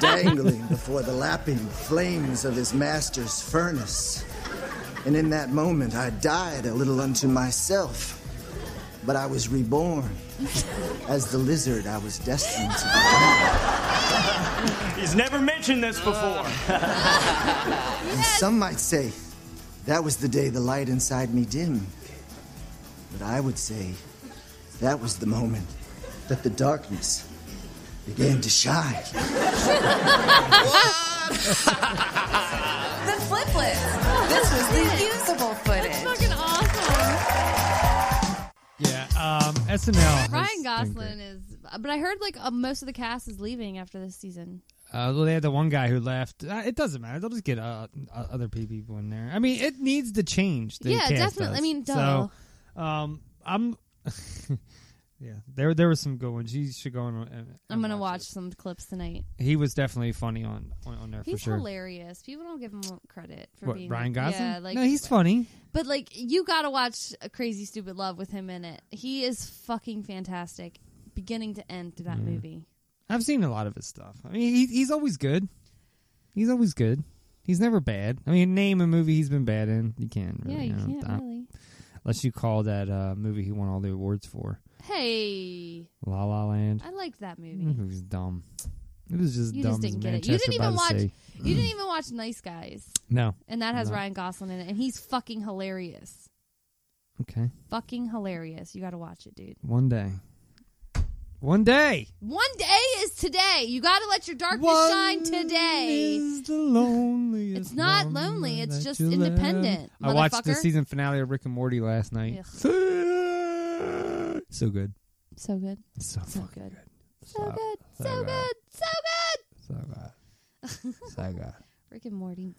Speaker 21: dangling before the lapping flames of his master's furnace. And in that moment, I died a little unto myself, but I was reborn as the lizard I was destined to be.
Speaker 26: He's never mentioned this before.
Speaker 21: And some might say that was the day the light inside me dimmed. But I would say that was the moment that the darkness began to shine.
Speaker 7: The Fliplets. This was the usable footage. That's fucking awesome.
Speaker 2: Yeah, um, SNL. has
Speaker 4: Ryan
Speaker 2: been
Speaker 4: Gosling is, but I heard like uh, most of the cast is leaving after this season.
Speaker 2: Uh, well, they had the one guy who left. Uh, it doesn't matter. They'll just get uh, uh, other pe- people in there. I mean, it needs to change. The
Speaker 4: Yeah,
Speaker 2: cast
Speaker 4: definitely.
Speaker 2: does.
Speaker 4: I mean, duh.
Speaker 2: So, um, I'm. yeah, there there were some good ones. You should go on. uh,
Speaker 4: I'm gonna watch some clips tonight.
Speaker 2: He was definitely funny on on, on there for
Speaker 4: He's
Speaker 2: sure.
Speaker 4: hilarious. People don't give him credit for
Speaker 2: What,
Speaker 4: being
Speaker 2: Ryan Gosling?
Speaker 4: Yeah, like
Speaker 2: no, he's funny.
Speaker 4: But like you gotta watch a Crazy Stupid Love with him in it. He is fucking fantastic, beginning to end to that
Speaker 2: Mhm.
Speaker 4: movie.
Speaker 2: I've seen a lot of his stuff. I mean, he, he's always good. He's always good. He's never bad. I mean, name a movie he's been bad in. You can't really.
Speaker 4: Yeah, you
Speaker 2: know,
Speaker 4: can't
Speaker 2: uh,
Speaker 4: really.
Speaker 2: Unless you call that uh, movie he won all the awards for,
Speaker 4: Hey,
Speaker 2: La La Land.
Speaker 4: I liked that movie.
Speaker 2: It was dumb. It was just
Speaker 4: you
Speaker 2: dumb.
Speaker 4: just didn't
Speaker 2: as
Speaker 4: get
Speaker 2: Manchester
Speaker 4: it. You didn't
Speaker 2: by
Speaker 4: even
Speaker 2: the
Speaker 4: watch.
Speaker 2: Sea.
Speaker 4: You didn't even watch Nice Guys.
Speaker 2: No.
Speaker 4: and that has
Speaker 2: No.
Speaker 4: Ryan Gosling in it, and he's fucking hilarious.
Speaker 2: Mm, Okay.
Speaker 4: Fucking hilarious. You gotta watch it, dude.
Speaker 2: One day. One day.
Speaker 4: One day is today. You gotta let your darkness
Speaker 2: One
Speaker 4: shine today. it's not lonely. It's just
Speaker 2: You'll
Speaker 4: independent.
Speaker 2: ever- I watched the
Speaker 4: motherfucker.
Speaker 2: season finale of Rick and Morty last night. So good.
Speaker 4: So good.
Speaker 2: So,
Speaker 4: good.
Speaker 2: So, good.
Speaker 4: So, good. So good.
Speaker 2: So good. So good.
Speaker 4: Rick and Morty.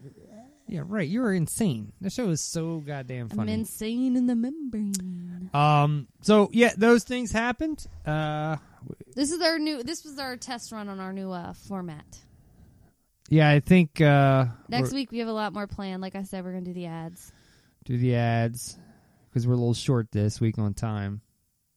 Speaker 2: Yeah, right. You are insane. That show is so goddamn
Speaker 4: I'm
Speaker 2: funny.
Speaker 4: insane in the membrane.
Speaker 2: Um. So yeah, those things happened. Uh. w-
Speaker 4: This is our new. This was our test run on our new uh, format.
Speaker 2: Yeah, I think uh,
Speaker 4: Next
Speaker 2: we're-
Speaker 4: week we have a lot more planned. Like I said, we're gonna do the ads.
Speaker 2: do the ads because we're a little short this week on time.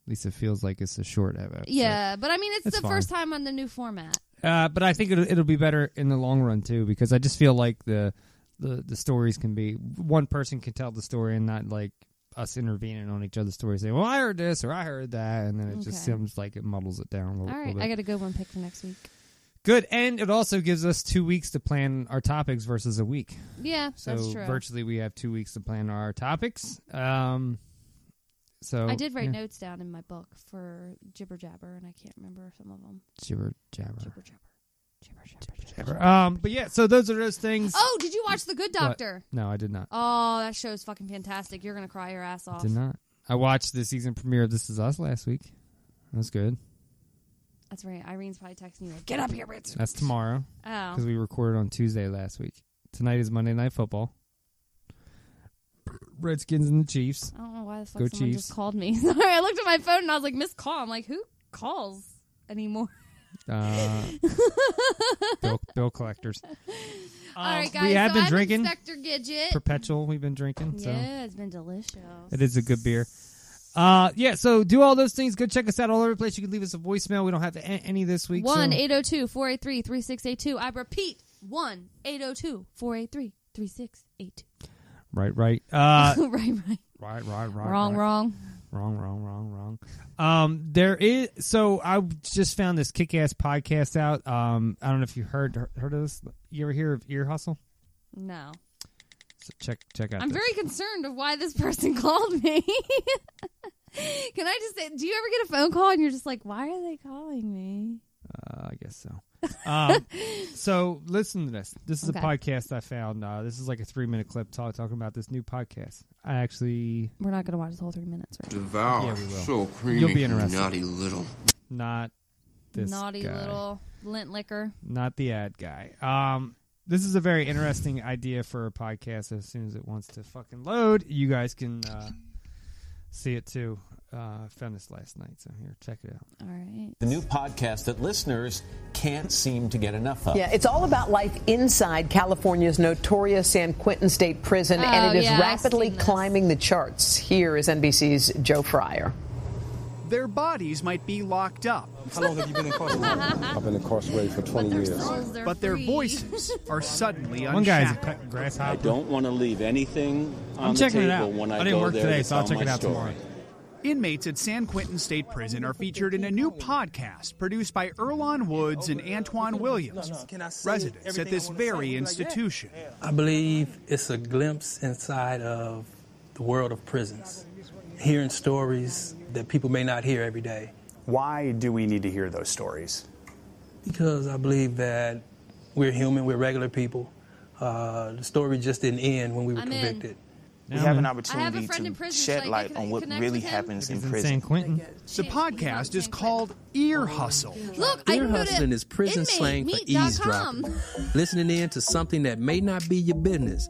Speaker 2: At least it feels like it's a short episode.
Speaker 4: yeah, but I mean, it's,
Speaker 2: That's
Speaker 4: the
Speaker 2: fine.
Speaker 4: first time on the new format.
Speaker 2: Uh, but I think it'll, it'll be better in the long run too, because I just feel like the, the the stories can be one person can tell the story and not like us intervening on each other's stories, saying, "Well, I heard this or I heard that," and then it just
Speaker 4: Okay.
Speaker 2: seems like it muddles it down a little,
Speaker 4: All right,
Speaker 2: little bit.
Speaker 4: I got a good one picked for next week.
Speaker 2: Good, and it also gives us two weeks to plan our topics versus a week.
Speaker 4: Yeah,
Speaker 2: so
Speaker 4: that's true.
Speaker 2: virtually we have two weeks to plan our topics. Um, so
Speaker 4: I did write
Speaker 2: Oh, yeah.
Speaker 4: notes down in my book for jibber jabber, and I can't remember some of them.
Speaker 2: Jibber jabber.
Speaker 4: Jibber jabber.
Speaker 2: jabber. Um, but yeah, so those are those things.
Speaker 4: Oh, did you watch The Good
Speaker 2: What?
Speaker 4: Doctor?
Speaker 2: No, I did not.
Speaker 4: Oh, that show is fucking fantastic. You're gonna cry your ass off.
Speaker 2: Did not. I watched the season premiere of This Is Us last week. That was good.
Speaker 4: That's right. Irene's probably texting you like, "Get up here, bitch."
Speaker 2: That's tomorrow.
Speaker 4: Oh.
Speaker 2: Because we recorded on Tuesday last week. Tonight is Monday Night Football. Redskins and the Chiefs.
Speaker 4: I don't know why the fuck
Speaker 2: Go
Speaker 4: someone
Speaker 2: Chiefs.
Speaker 4: just called me. Sorry, I looked at my phone and I was like, "Miss call." I'm like, "Who calls anymore?"
Speaker 2: Uh, bill, bill collectors.
Speaker 4: All right, guys.
Speaker 2: Um, we have
Speaker 4: so
Speaker 2: been
Speaker 4: I'm
Speaker 2: drinking
Speaker 4: Inspector Gidget.
Speaker 2: Perpetual. We've been drinking. So
Speaker 4: Yeah, it's been delicious.
Speaker 2: it is a good beer. Uh, yeah. So do all those things. Go check us out all over the place. You can leave us a voicemail. We don't have a- any this week. so-
Speaker 4: 1 802 483 3682. I repeat oh 1 802 483 3682.
Speaker 2: Right, right. Uh,
Speaker 4: Right, right.
Speaker 2: Right, right, right.
Speaker 4: Wrong,
Speaker 2: right.
Speaker 4: wrong.
Speaker 2: Wrong, wrong, wrong, wrong. Um, there is so I just found this kick-ass podcast out. Um, I don't know if you heard heard of this. You ever hear of Ear Hustle?
Speaker 4: No.
Speaker 2: So check check out.
Speaker 4: I'm
Speaker 2: this.
Speaker 4: very concerned of why this person called me. Can I just say, do you ever get a phone call and you're just like, why are they calling me?
Speaker 2: Uh, I guess so. Um, so listen to this. This is
Speaker 4: Okay.
Speaker 2: a podcast I found. Uh, this is like a three minute clip talk, talking about this new podcast. I actually
Speaker 4: We're not going to watch the whole three minutes, right?
Speaker 22: Devour.
Speaker 2: Yeah, we will.
Speaker 22: So creamy,
Speaker 2: You'll be interested.
Speaker 22: naughty little.
Speaker 2: not this
Speaker 4: Naughty
Speaker 2: guy.
Speaker 4: little lint liquor.
Speaker 2: not the ad guy. Um, this is a very interesting idea for a podcast. As soon as it wants to fucking load, you guys can uh, see it too. Uh, I found this last night, so here, check it out.
Speaker 4: All right.
Speaker 10: The new podcast that listeners can't seem to get enough of.
Speaker 11: Yeah, it's all about life inside California's notorious San Quentin State Prison, and
Speaker 10: Oh,
Speaker 11: it is
Speaker 10: yeah, I've
Speaker 11: rapidly
Speaker 10: seen this.
Speaker 11: climbing the charts. Here is NBC's Joe Fryer.
Speaker 13: Their bodies might be locked up. How long have you been
Speaker 15: I've been incarcerated for 20 years.
Speaker 13: but their voices are suddenly
Speaker 2: One guy's a
Speaker 13: unshackled.
Speaker 2: cut grasshopper.
Speaker 15: Don't want to leave anything
Speaker 2: I'm
Speaker 15: on the
Speaker 2: checking it
Speaker 15: table
Speaker 2: out.
Speaker 15: when
Speaker 2: I
Speaker 15: I,
Speaker 2: didn't
Speaker 15: go
Speaker 2: work
Speaker 15: there
Speaker 2: today,
Speaker 15: to
Speaker 2: so I'll
Speaker 15: tell
Speaker 2: check
Speaker 15: my
Speaker 2: it out
Speaker 15: story.
Speaker 2: tomorrow.
Speaker 13: Inmates at San Quentin State Prison are featured in a new podcast produced by Erlon Woods and Antoine Williams, residents at this very institution.
Speaker 16: I believe it's a glimpse inside of the world of prisons, hearing stories that people may not hear every day.
Speaker 17: Why do we need to hear those stories?
Speaker 16: Because I believe that we're human, we're regular people. Uh, the story just didn't end when we were
Speaker 4: I'm in.
Speaker 16: convicted.
Speaker 17: We have an
Speaker 4: I have a
Speaker 17: opportunity
Speaker 4: friend in
Speaker 17: to
Speaker 4: prison,
Speaker 17: shed
Speaker 4: should I
Speaker 17: light
Speaker 4: get
Speaker 17: on what
Speaker 4: connect
Speaker 17: really
Speaker 4: with him?
Speaker 17: happens in
Speaker 2: It's in
Speaker 17: prison.
Speaker 2: San Quentin.
Speaker 13: The podcast is called
Speaker 4: Oh,
Speaker 13: Ear Hustle.
Speaker 4: Look,
Speaker 16: Ear hustling is prison slang for eavesdropping, listening in to something that may not be your business.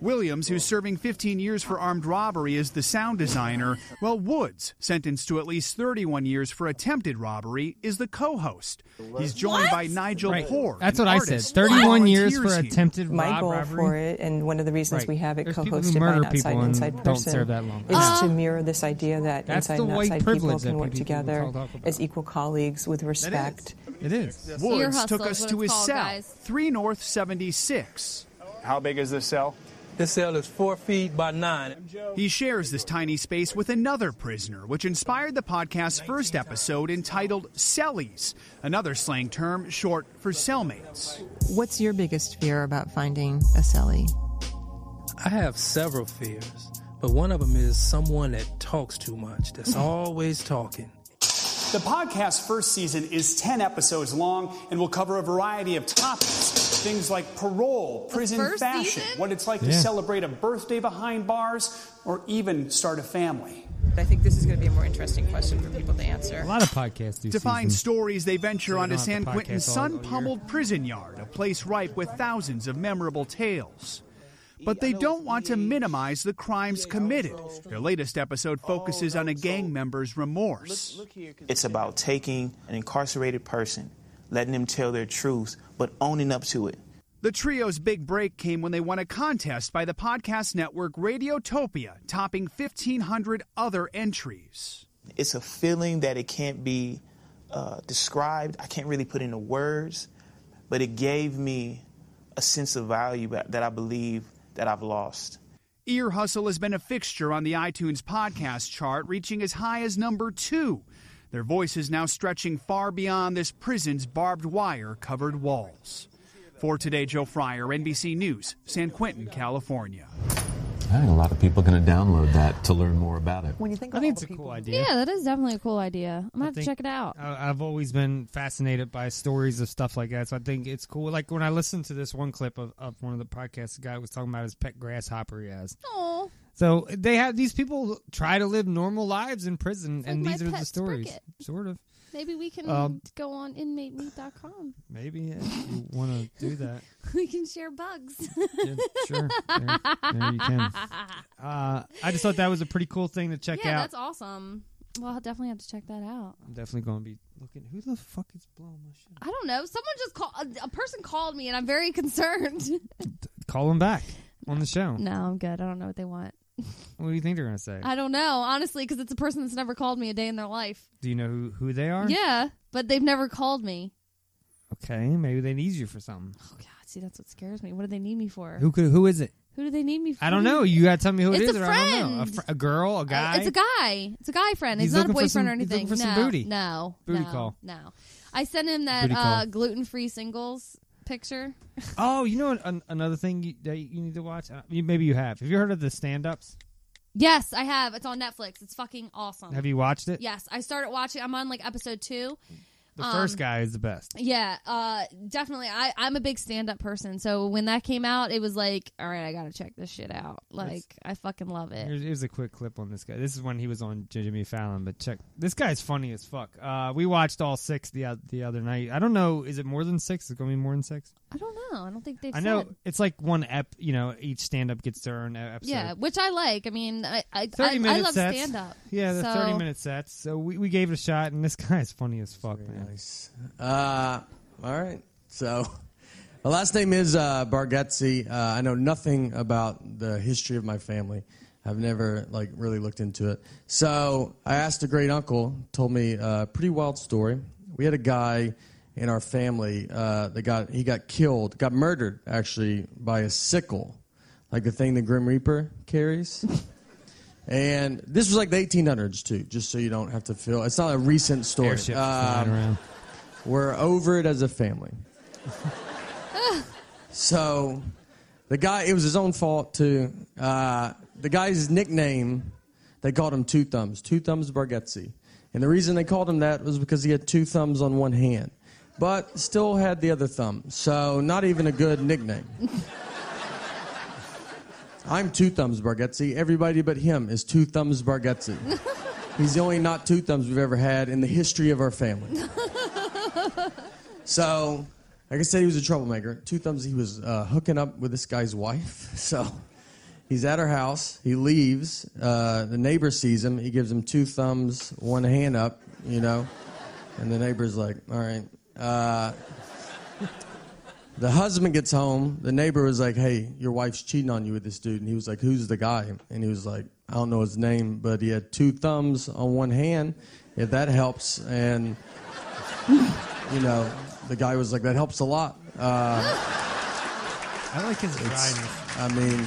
Speaker 13: Williams, who's serving 15 years for armed robbery, is the sound designer, while Woods, sentenced to at least 31 years for attempted robbery, is the co host. He's joined by Nigel
Speaker 2: Right.
Speaker 13: Poor.
Speaker 2: That's
Speaker 13: an
Speaker 2: what I said.
Speaker 13: artist who
Speaker 2: 31 years
Speaker 13: volunteers
Speaker 2: for
Speaker 13: here.
Speaker 2: attempted
Speaker 27: my
Speaker 2: rob-
Speaker 27: goal
Speaker 2: robbery.
Speaker 27: for it, and one of the reasons
Speaker 2: Right.
Speaker 27: we have it
Speaker 2: There's people who
Speaker 27: co-hosted by
Speaker 2: murder
Speaker 27: an outside
Speaker 2: people
Speaker 27: and
Speaker 2: and
Speaker 27: inside
Speaker 2: don't
Speaker 27: person,
Speaker 2: serve that long.
Speaker 27: is
Speaker 2: Uh,
Speaker 27: to mirror this idea that
Speaker 2: That's
Speaker 27: inside
Speaker 2: the
Speaker 27: and
Speaker 2: white
Speaker 27: outside people
Speaker 2: privilege that
Speaker 27: can work
Speaker 2: people
Speaker 27: together
Speaker 2: talk about.
Speaker 27: as equal colleagues with respect.
Speaker 2: It is.
Speaker 13: Woods
Speaker 27: Ear hustle
Speaker 13: took
Speaker 27: is
Speaker 13: us
Speaker 27: what
Speaker 13: to
Speaker 27: it's
Speaker 13: his
Speaker 27: called,
Speaker 13: cell,
Speaker 27: guys.
Speaker 13: 3 North 76.
Speaker 17: How big is this cell?
Speaker 16: This cell is four feet by nine.
Speaker 13: He shares this tiny space with another prisoner, which inspired the podcast's first episode entitled Cellies, another slang term short for cellmates.
Speaker 27: What's your biggest fear about finding a cellie?
Speaker 16: I have several fears, but one of them is someone that talks too much, that's always talking.
Speaker 28: The podcast's first season is 10 episodes long and will cover a variety of topics. Things like parole, prison
Speaker 29: first
Speaker 28: fashion,
Speaker 29: season?
Speaker 28: what it's like to
Speaker 29: Yeah.
Speaker 28: celebrate a birthday behind bars, or even start a family.
Speaker 29: I think this is going to be a more interesting question for people to answer.
Speaker 2: A lot of podcasts do
Speaker 13: To find
Speaker 2: season.
Speaker 13: stories, they venture
Speaker 2: So you
Speaker 13: onto
Speaker 2: don't have
Speaker 13: San
Speaker 2: to podcast
Speaker 13: Quentin's
Speaker 2: all- all
Speaker 13: sun
Speaker 2: year.
Speaker 13: pummeled prison yard, a place ripe with thousands of memorable tales. But they don't want to minimize the crimes committed. Their latest episode focuses on a gang member's remorse.
Speaker 30: It's about taking an incarcerated person, letting them tell their truth, but owning up to it.
Speaker 13: The trio's big break came when they won a contest by the podcast network Radiotopia, topping 1,500 other entries.
Speaker 30: It's a feeling that it can't be uh, described. I can't really put into words, but it gave me a sense of value that that I believe that I've lost.
Speaker 13: Ear Hustle has been a fixture on the iTunes podcast chart, reaching as high as number two. Their voice is now stretching far beyond this prison's barbed wire covered walls. For today, Joe Fryer, NBC News, San Quentin, California.
Speaker 10: I think a lot of people are going to download that to learn more about it.
Speaker 27: When you think
Speaker 2: I think it's a cool idea.
Speaker 4: Yeah, that is definitely a cool idea. I'm going to have to
Speaker 2: think-
Speaker 4: check it out.
Speaker 2: I- I've always been fascinated by stories of stuff like that, so I think it's cool. Like when I listened to this one clip of, of one of the podcasts, the guy was talking about his pet grasshopper he has.
Speaker 4: Aw.
Speaker 2: So they have these people try to live normal lives in prison, and
Speaker 4: my
Speaker 2: these are
Speaker 4: pet
Speaker 2: the stories,
Speaker 4: Sprocket.
Speaker 2: sort of.
Speaker 4: Maybe we can
Speaker 2: Um,
Speaker 4: go on inmatemeat.com.
Speaker 2: Maybe yeah, if you want to do that.
Speaker 4: We can share bugs.
Speaker 2: Yeah, sure. There, there you can. Uh, I just thought that was a pretty cool thing to check
Speaker 4: yeah,
Speaker 2: out.
Speaker 4: that's awesome. Well, I'll definitely have to check that out.
Speaker 2: I'm definitely going to be looking. Who the fuck is blowing my shit?
Speaker 4: I don't know. Someone just called. A, a person called me, and I'm very concerned.
Speaker 2: Call them back on the show.
Speaker 4: no, I'm good. I don't know what they want.
Speaker 2: What do you think they're going to say?
Speaker 4: I don't know, honestly, because it's a person that's never called me a day in their life.
Speaker 2: do you know who, who they are?
Speaker 4: Yeah, but they've never called me.
Speaker 2: Okay, maybe they need you for something.
Speaker 4: God, see, that's what scares me. What do they need me for?
Speaker 2: Who could? Who is it?
Speaker 4: Who do they need me for?
Speaker 2: I don't know. You got to tell me who it
Speaker 4: It's
Speaker 2: is
Speaker 4: a
Speaker 2: or I don't know. A,
Speaker 4: friend.
Speaker 2: fr- a girl, a guy.
Speaker 4: Uh, It's a guy. It's a guy friend.
Speaker 2: He's
Speaker 4: He's, not a
Speaker 2: looking for
Speaker 4: boyfriend
Speaker 2: some-
Speaker 4: or
Speaker 2: he's
Speaker 4: anything.
Speaker 2: looking for
Speaker 4: no,
Speaker 2: some booty.
Speaker 4: No,
Speaker 2: Booty
Speaker 4: no,
Speaker 2: call.
Speaker 4: No, I sent him that
Speaker 2: Booty call.
Speaker 4: uh, gluten-free singles picture.
Speaker 2: oh, you know an, an, another thing you, that you need to watch? Uh, you, maybe you have. Have you heard of the stand ups?
Speaker 4: Yes, I have. It's on Netflix. It's fucking awesome.
Speaker 2: Have you watched it?
Speaker 4: Yes, I started watching. I'm on like episode two.
Speaker 2: The
Speaker 4: Um,
Speaker 2: first guy is the best.
Speaker 4: Yeah, uh, definitely. I, I'm a big stand up person. So when that came out, it was like, all right, I got to check this shit out. Like, I fucking love it.
Speaker 2: Here's, here's a quick clip on this guy. This is when he was on Jimmy Fallon, but check this guy's funny as fuck. Uh, we watched all six the oth- the other night. I don't know, is it more than six? Is it going to be more than six?
Speaker 4: I don't know. I don't think they've
Speaker 2: I know
Speaker 4: said.
Speaker 2: it's like one ep. You know, each stand up gets their own e- episode.
Speaker 4: Yeah, which I like. I mean, I, I, I, I
Speaker 2: minute
Speaker 4: love
Speaker 2: sets.
Speaker 4: stand up.
Speaker 2: Yeah, the thirty minute sets. So we, we gave it a shot, and this guy is funny as fuck, man.
Speaker 1: Uh, all right. So, my last name is uh, Bargatze. Uh, I know nothing about the history of my family. I've never like really looked into it. So I asked a great uncle. Told me a pretty wild story. We had a guy in our family uh, that got he got killed, got murdered actually by a sickle, like the thing the Grim Reaper carries. And this was like the 1800s too, just so you don't have to feel. It's not a recent story. Um,
Speaker 2: Airships flying around.
Speaker 1: We're over it as a family. so, the guy, it was his own fault too. Uh, the guy's nickname, they called him Two Thumbs, Two Thumbs Bargetzi. And the reason they called him that was because he had two thumbs on one hand, but still had the other thumb. So, not even a good nickname. I'm Two Thumbs Bargetzi. Everybody but him is Two Thumbs Bargetzi. He's the only not two thumbs we've ever had in the history of our family. So, like I said, he was a troublemaker. Two thumbs, he was uh, hooking up with this guy's wife. So, he's at her house. He leaves. Uh, the neighbor sees him. He gives him two thumbs, one hand up, you know. And the neighbor's like, all right. Uh, the husband gets home. The neighbor was like, hey, your wife's cheating on you with this dude. And he was like, who's the guy? And he was like, I don't know his name, but he had two thumbs on one hand, if that helps. And you know, the guy was like, that helps a lot. Uh,
Speaker 2: I like his
Speaker 1: it's- I mean,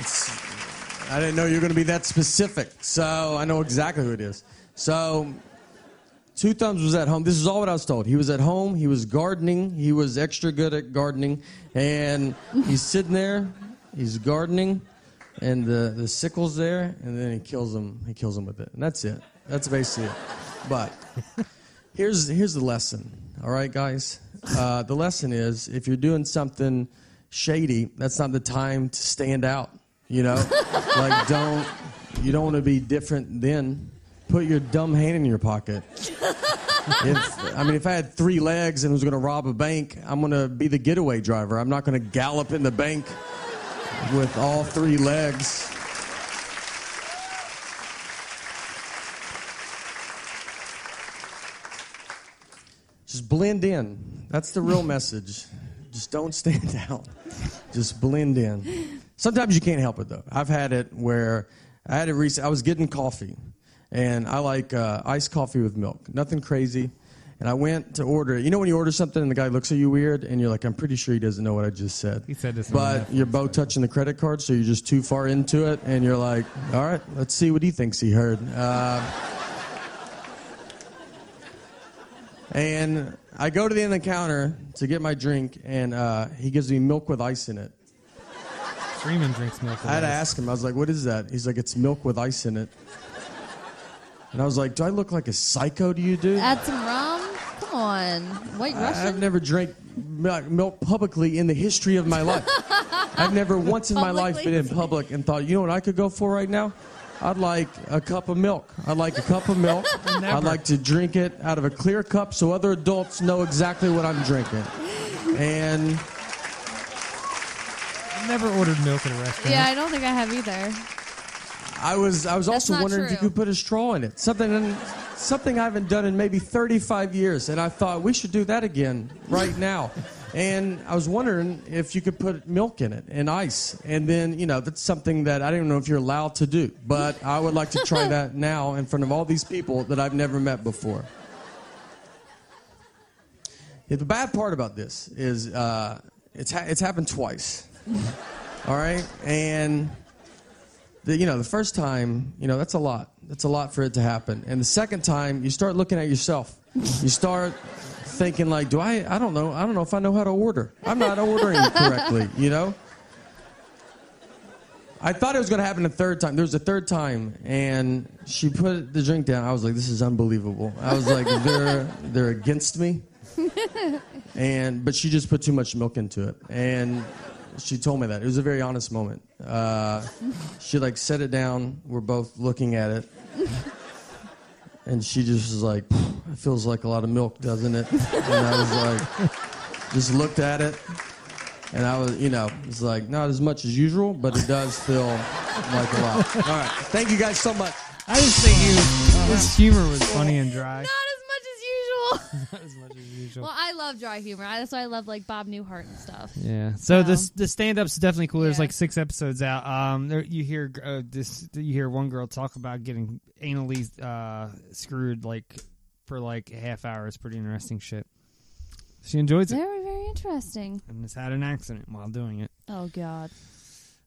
Speaker 1: it's, I didn't know you were going to be that specific, so I know exactly who it is. So, Two Thumbs was at home. This is all what I was told. He was at home. He was gardening. He was extra good at gardening, and he's sitting there. He's gardening, and the the sickle's there, and then he kills him. He kills him with it, and that's it. That's basically it. But here's here's the lesson. All right, guys. Uh, the lesson is if you're doing something shady, that's not the time to stand out. You know, like don't you don't want to be different. Then put your dumb hand in your pocket. If, I mean, if I had three legs and was going to rob a bank, I'm going to be the getaway driver. I'm not going to gallop in the bank with all three legs. Just blend in. That's the real message. Just don't stand out. Just blend in. Sometimes you can't help it though. I've had it where I had it recently. I was getting coffee, and I like uh, iced coffee with milk. Nothing crazy. And I went to order it. You know when you order something and the guy looks at you weird, and you're like, "I'm pretty sure he doesn't know what I just said." He said this.
Speaker 2: on the
Speaker 1: But you're both touching the credit card, so you're just too far into it, and you're like, "All right, let's see what he thinks he heard." Uh, And I go to the end of the counter to get my drink, and uh, he gives me milk with ice in it.
Speaker 2: Freeman drinks milk.
Speaker 1: I had to ask him. I was like, "What is that?" He's like, "It's milk with ice in it." And I was like, "Do I look like a psycho to you, dude?"
Speaker 4: Add some rum. Come on, White
Speaker 1: I-
Speaker 4: Russian.
Speaker 1: I've never drank mi- milk publicly in the history of my life. I've never once in my life been in public and thought, you know what I could go for right now? I'd like a cup of milk. I'd like a cup of milk. I'd like to drink it out of a clear cup so other adults know exactly what I'm drinking. And
Speaker 2: I've never ordered milk at a restaurant.
Speaker 4: yeah, I don't think I have either.
Speaker 1: I was I was
Speaker 4: That's
Speaker 1: also
Speaker 4: not
Speaker 1: wondering if
Speaker 4: true.
Speaker 1: you could put a straw in it. Something something I haven't done in maybe 35 years, and I thought we should do that again right now. And I was wondering if you could put milk in it and ice, and then you know that's something that I don't know if you're allowed to do, but I would like to try that now in front of all these people that I've never met before. Yeah, the bad part about this is uh, it's ha- it's happened twice. all right, and the, you know the first time, you know that's a lot. That's a lot for it to happen. And the second time, you start looking at yourself. You start thinking like, do I? I don't know. I don't know if I know how to order. I'm not ordering correctly. You know. I thought it was going to happen a third time. There was a third time, and she put the drink down. I was like, "This is unbelievable." I was like, "They're they're against me." and but she just put too much milk into it and she told me that it was a very honest moment uh, she like set it down we're both looking at it and she just was like it feels like a lot of milk doesn't it and i was like just looked at it and i was you know it's like not as much as usual but it does feel like a lot all right thank you guys so much
Speaker 2: I just think you, his humor was funny and dry.
Speaker 4: Not as much as usual.
Speaker 2: Not as much as usual.
Speaker 4: Well, I love dry humor. I, that's why I love like Bob Newhart and stuff.
Speaker 2: Yeah. So this the stand up's definitely cool. There's like six episodes out. Um, there, you hear uh, this. You hear one girl talk about getting anally uh, screwed like for like a half hour. It's pretty interesting shit. She enjoys it
Speaker 4: Very, very interesting.
Speaker 2: and has had an accident while doing it.
Speaker 4: Oh God.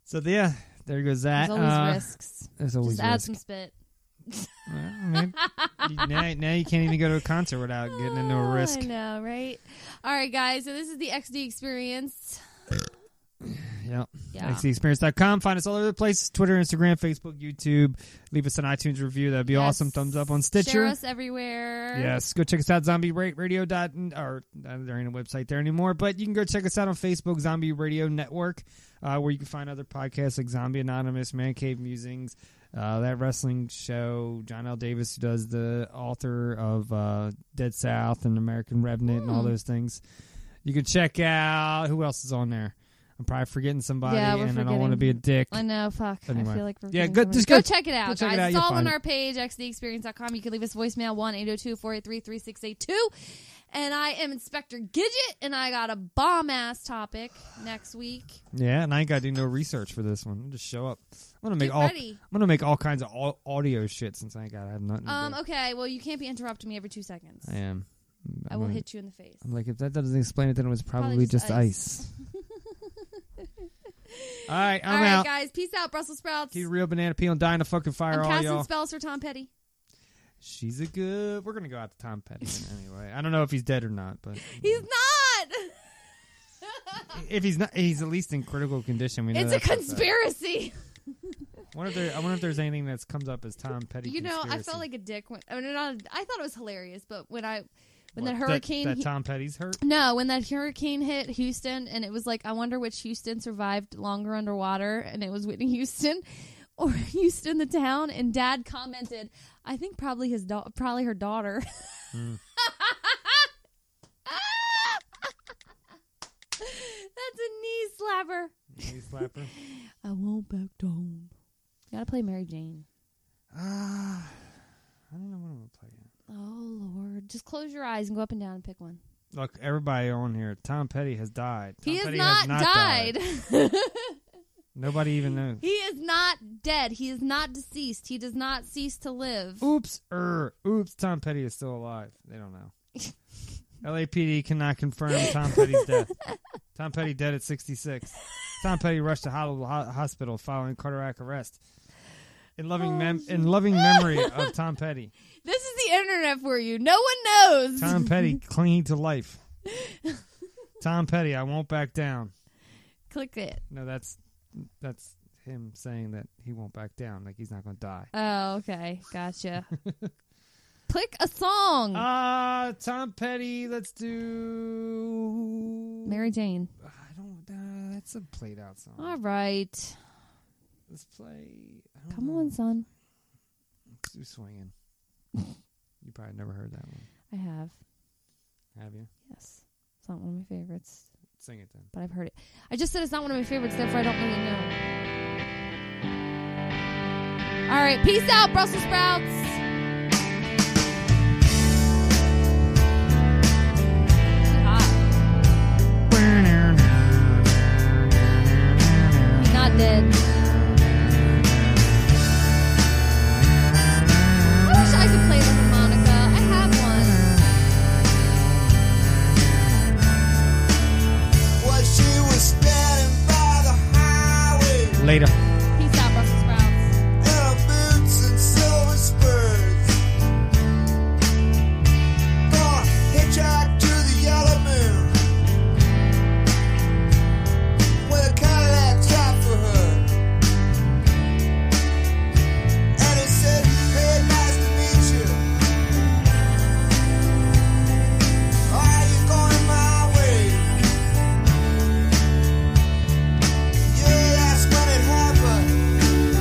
Speaker 2: So yeah, there goes that.
Speaker 4: There's always
Speaker 2: Uh,
Speaker 4: risks.
Speaker 2: There's always
Speaker 4: Just add
Speaker 2: risk.
Speaker 4: some spit.
Speaker 2: Well, I mean, you- now, now you can't even go to a concert without getting into a risk.
Speaker 4: I know, right? All right, guys. So this is the XD experience.
Speaker 2: Yep.
Speaker 4: Yeah.
Speaker 2: XDExperience.com. Find us all over the place Twitter, Instagram, Facebook, YouTube. Leave us an iTunes review. That'd be awesome. Thumbs up on Stitcher.
Speaker 4: Share us everywhere.
Speaker 2: Yes, go check us out, Zombie Ra- Radio. Dot, or uh, there ain't a website there anymore, but you can go check us out on Facebook, Zombie Radio Network, uh, where you can find other podcasts like Zombie Anonymous, Man Cave Musings, uh, that wrestling show. John L. Davis, who does the author of uh, Dead South and American Revenant and all
Speaker 4: Hmm.
Speaker 2: those things. You can check out who else is on there. I'm probably forgetting somebody,
Speaker 4: Yeah, we're
Speaker 2: and I don't
Speaker 4: forgetting.
Speaker 2: want to be a dick.
Speaker 4: I know. Fuck.
Speaker 2: Anyway.
Speaker 4: I feel like we're
Speaker 2: yeah.
Speaker 4: getting
Speaker 2: Go,
Speaker 4: somewhere.
Speaker 2: just
Speaker 4: go,
Speaker 2: go,
Speaker 4: check it out,
Speaker 2: go check
Speaker 4: guys.
Speaker 2: It out.
Speaker 4: It's
Speaker 2: You'll
Speaker 4: all on
Speaker 2: find it.
Speaker 4: our page, xdexperience.com. You can leave us voicemail oh 1 802 483 3682. And I am Inspector Gidget, and I got a bomb ass topic next week.
Speaker 2: Yeah, and I ain't got to do no research for this one. Just show up. I'm gonna make
Speaker 4: Get
Speaker 2: all.
Speaker 4: ready.
Speaker 2: I'm gonna make all kinds of au- audio shit since I ain't got. to have nothing. to
Speaker 4: Um,
Speaker 2: do.
Speaker 4: okay, well, you can't be interrupting me every two seconds.
Speaker 2: I am.
Speaker 4: I will hit you in the face.
Speaker 2: I'm like, if that doesn't explain it, then it was probably, just, ice. all right, I'm
Speaker 4: All right,
Speaker 2: out.
Speaker 4: guys. Peace out, Brussels sprouts.
Speaker 2: Keep real banana peel and die in a fucking fire,
Speaker 4: I'm
Speaker 2: all
Speaker 4: casting
Speaker 2: y'all.
Speaker 4: spells for Tom Petty.
Speaker 2: She's a good. We're gonna go out to Tom Petty anyway. I don't know if he's dead or not, but
Speaker 4: He's not.
Speaker 2: if he's not, he's at least in critical condition. We know
Speaker 4: it's a
Speaker 2: that for fact.
Speaker 4: conspiracy.
Speaker 2: I wonder if there. I wonder if there's anything that comes up as Tom Petty.
Speaker 4: you know, I
Speaker 2: conspiracy.
Speaker 4: felt like a dick when I, mean, not, I thought it was hilarious, but when I when
Speaker 2: What,
Speaker 4: that hurricane
Speaker 2: That,
Speaker 4: hit-
Speaker 2: Tom Petty's hurt.
Speaker 4: No, when that hurricane hit Houston, and it was like, I wonder which Houston survived longer underwater, and it was Whitney Houston or Houston the town. And Dad commented, I think probably his da- probably her daughter.
Speaker 2: Hmm.
Speaker 4: That's a knee slapper.
Speaker 2: Knee slapper.
Speaker 4: I won't back down. Gotta play Mary Jane.
Speaker 2: Ah, I don't know what I'm gonna play.
Speaker 4: Oh Lord, just close your eyes and go up and down and pick one.
Speaker 2: Look, everybody on here. Tom Petty has died. Tom
Speaker 4: he has
Speaker 2: Petty
Speaker 4: not,
Speaker 2: has not
Speaker 4: died.
Speaker 2: Nobody even knows.
Speaker 4: He is not dead. He is not deceased. He does not cease to live.
Speaker 2: Oops, er, oops. Tom Petty is still alive. They don't know. LAPD cannot confirm Tom Petty's death. Tom Petty dead at 66. Tom Petty rushed to ho- ho- hospital following cardiac arrest. In loving mem-
Speaker 4: Oh,
Speaker 2: in loving memory of Tom Petty.
Speaker 4: This is the internet for you. No one knows.
Speaker 2: Tom Petty clinging to life. Tom Petty, I won't back down.
Speaker 4: Click it.
Speaker 2: No, that's that's him saying that he won't back down. Like he's not going to die.
Speaker 4: Oh, okay. Gotcha. Click a song.
Speaker 2: Uh, Tom Petty, let's do.
Speaker 4: Mary Jane.
Speaker 2: I don't. Uh, that's a played out song.
Speaker 4: All right.
Speaker 2: Let's play. I don't
Speaker 4: Come
Speaker 2: know.
Speaker 4: on, son.
Speaker 2: Let's do swinging. you probably never heard that one,
Speaker 4: I have.
Speaker 2: have you?
Speaker 4: Yes. It's not one of my favorites,
Speaker 2: Sing it then.
Speaker 4: but I've heard it. I just said it's not one of my favorites, therefore I don't really know. All right, peace out, Brussels sprouts. He's not dead. I wish I could play the harmonica. I have one.
Speaker 17: While she was standing by the highway
Speaker 2: Later.
Speaker 4: Peace out, Brussels sprouts.
Speaker 17: in her boots and silver spurs. Gonna hitchhike to the yellow moon. When a Cadillac stopped for her. And he said, Hey, nice to meet you. Are you going my way? Yeah, that's when it happened.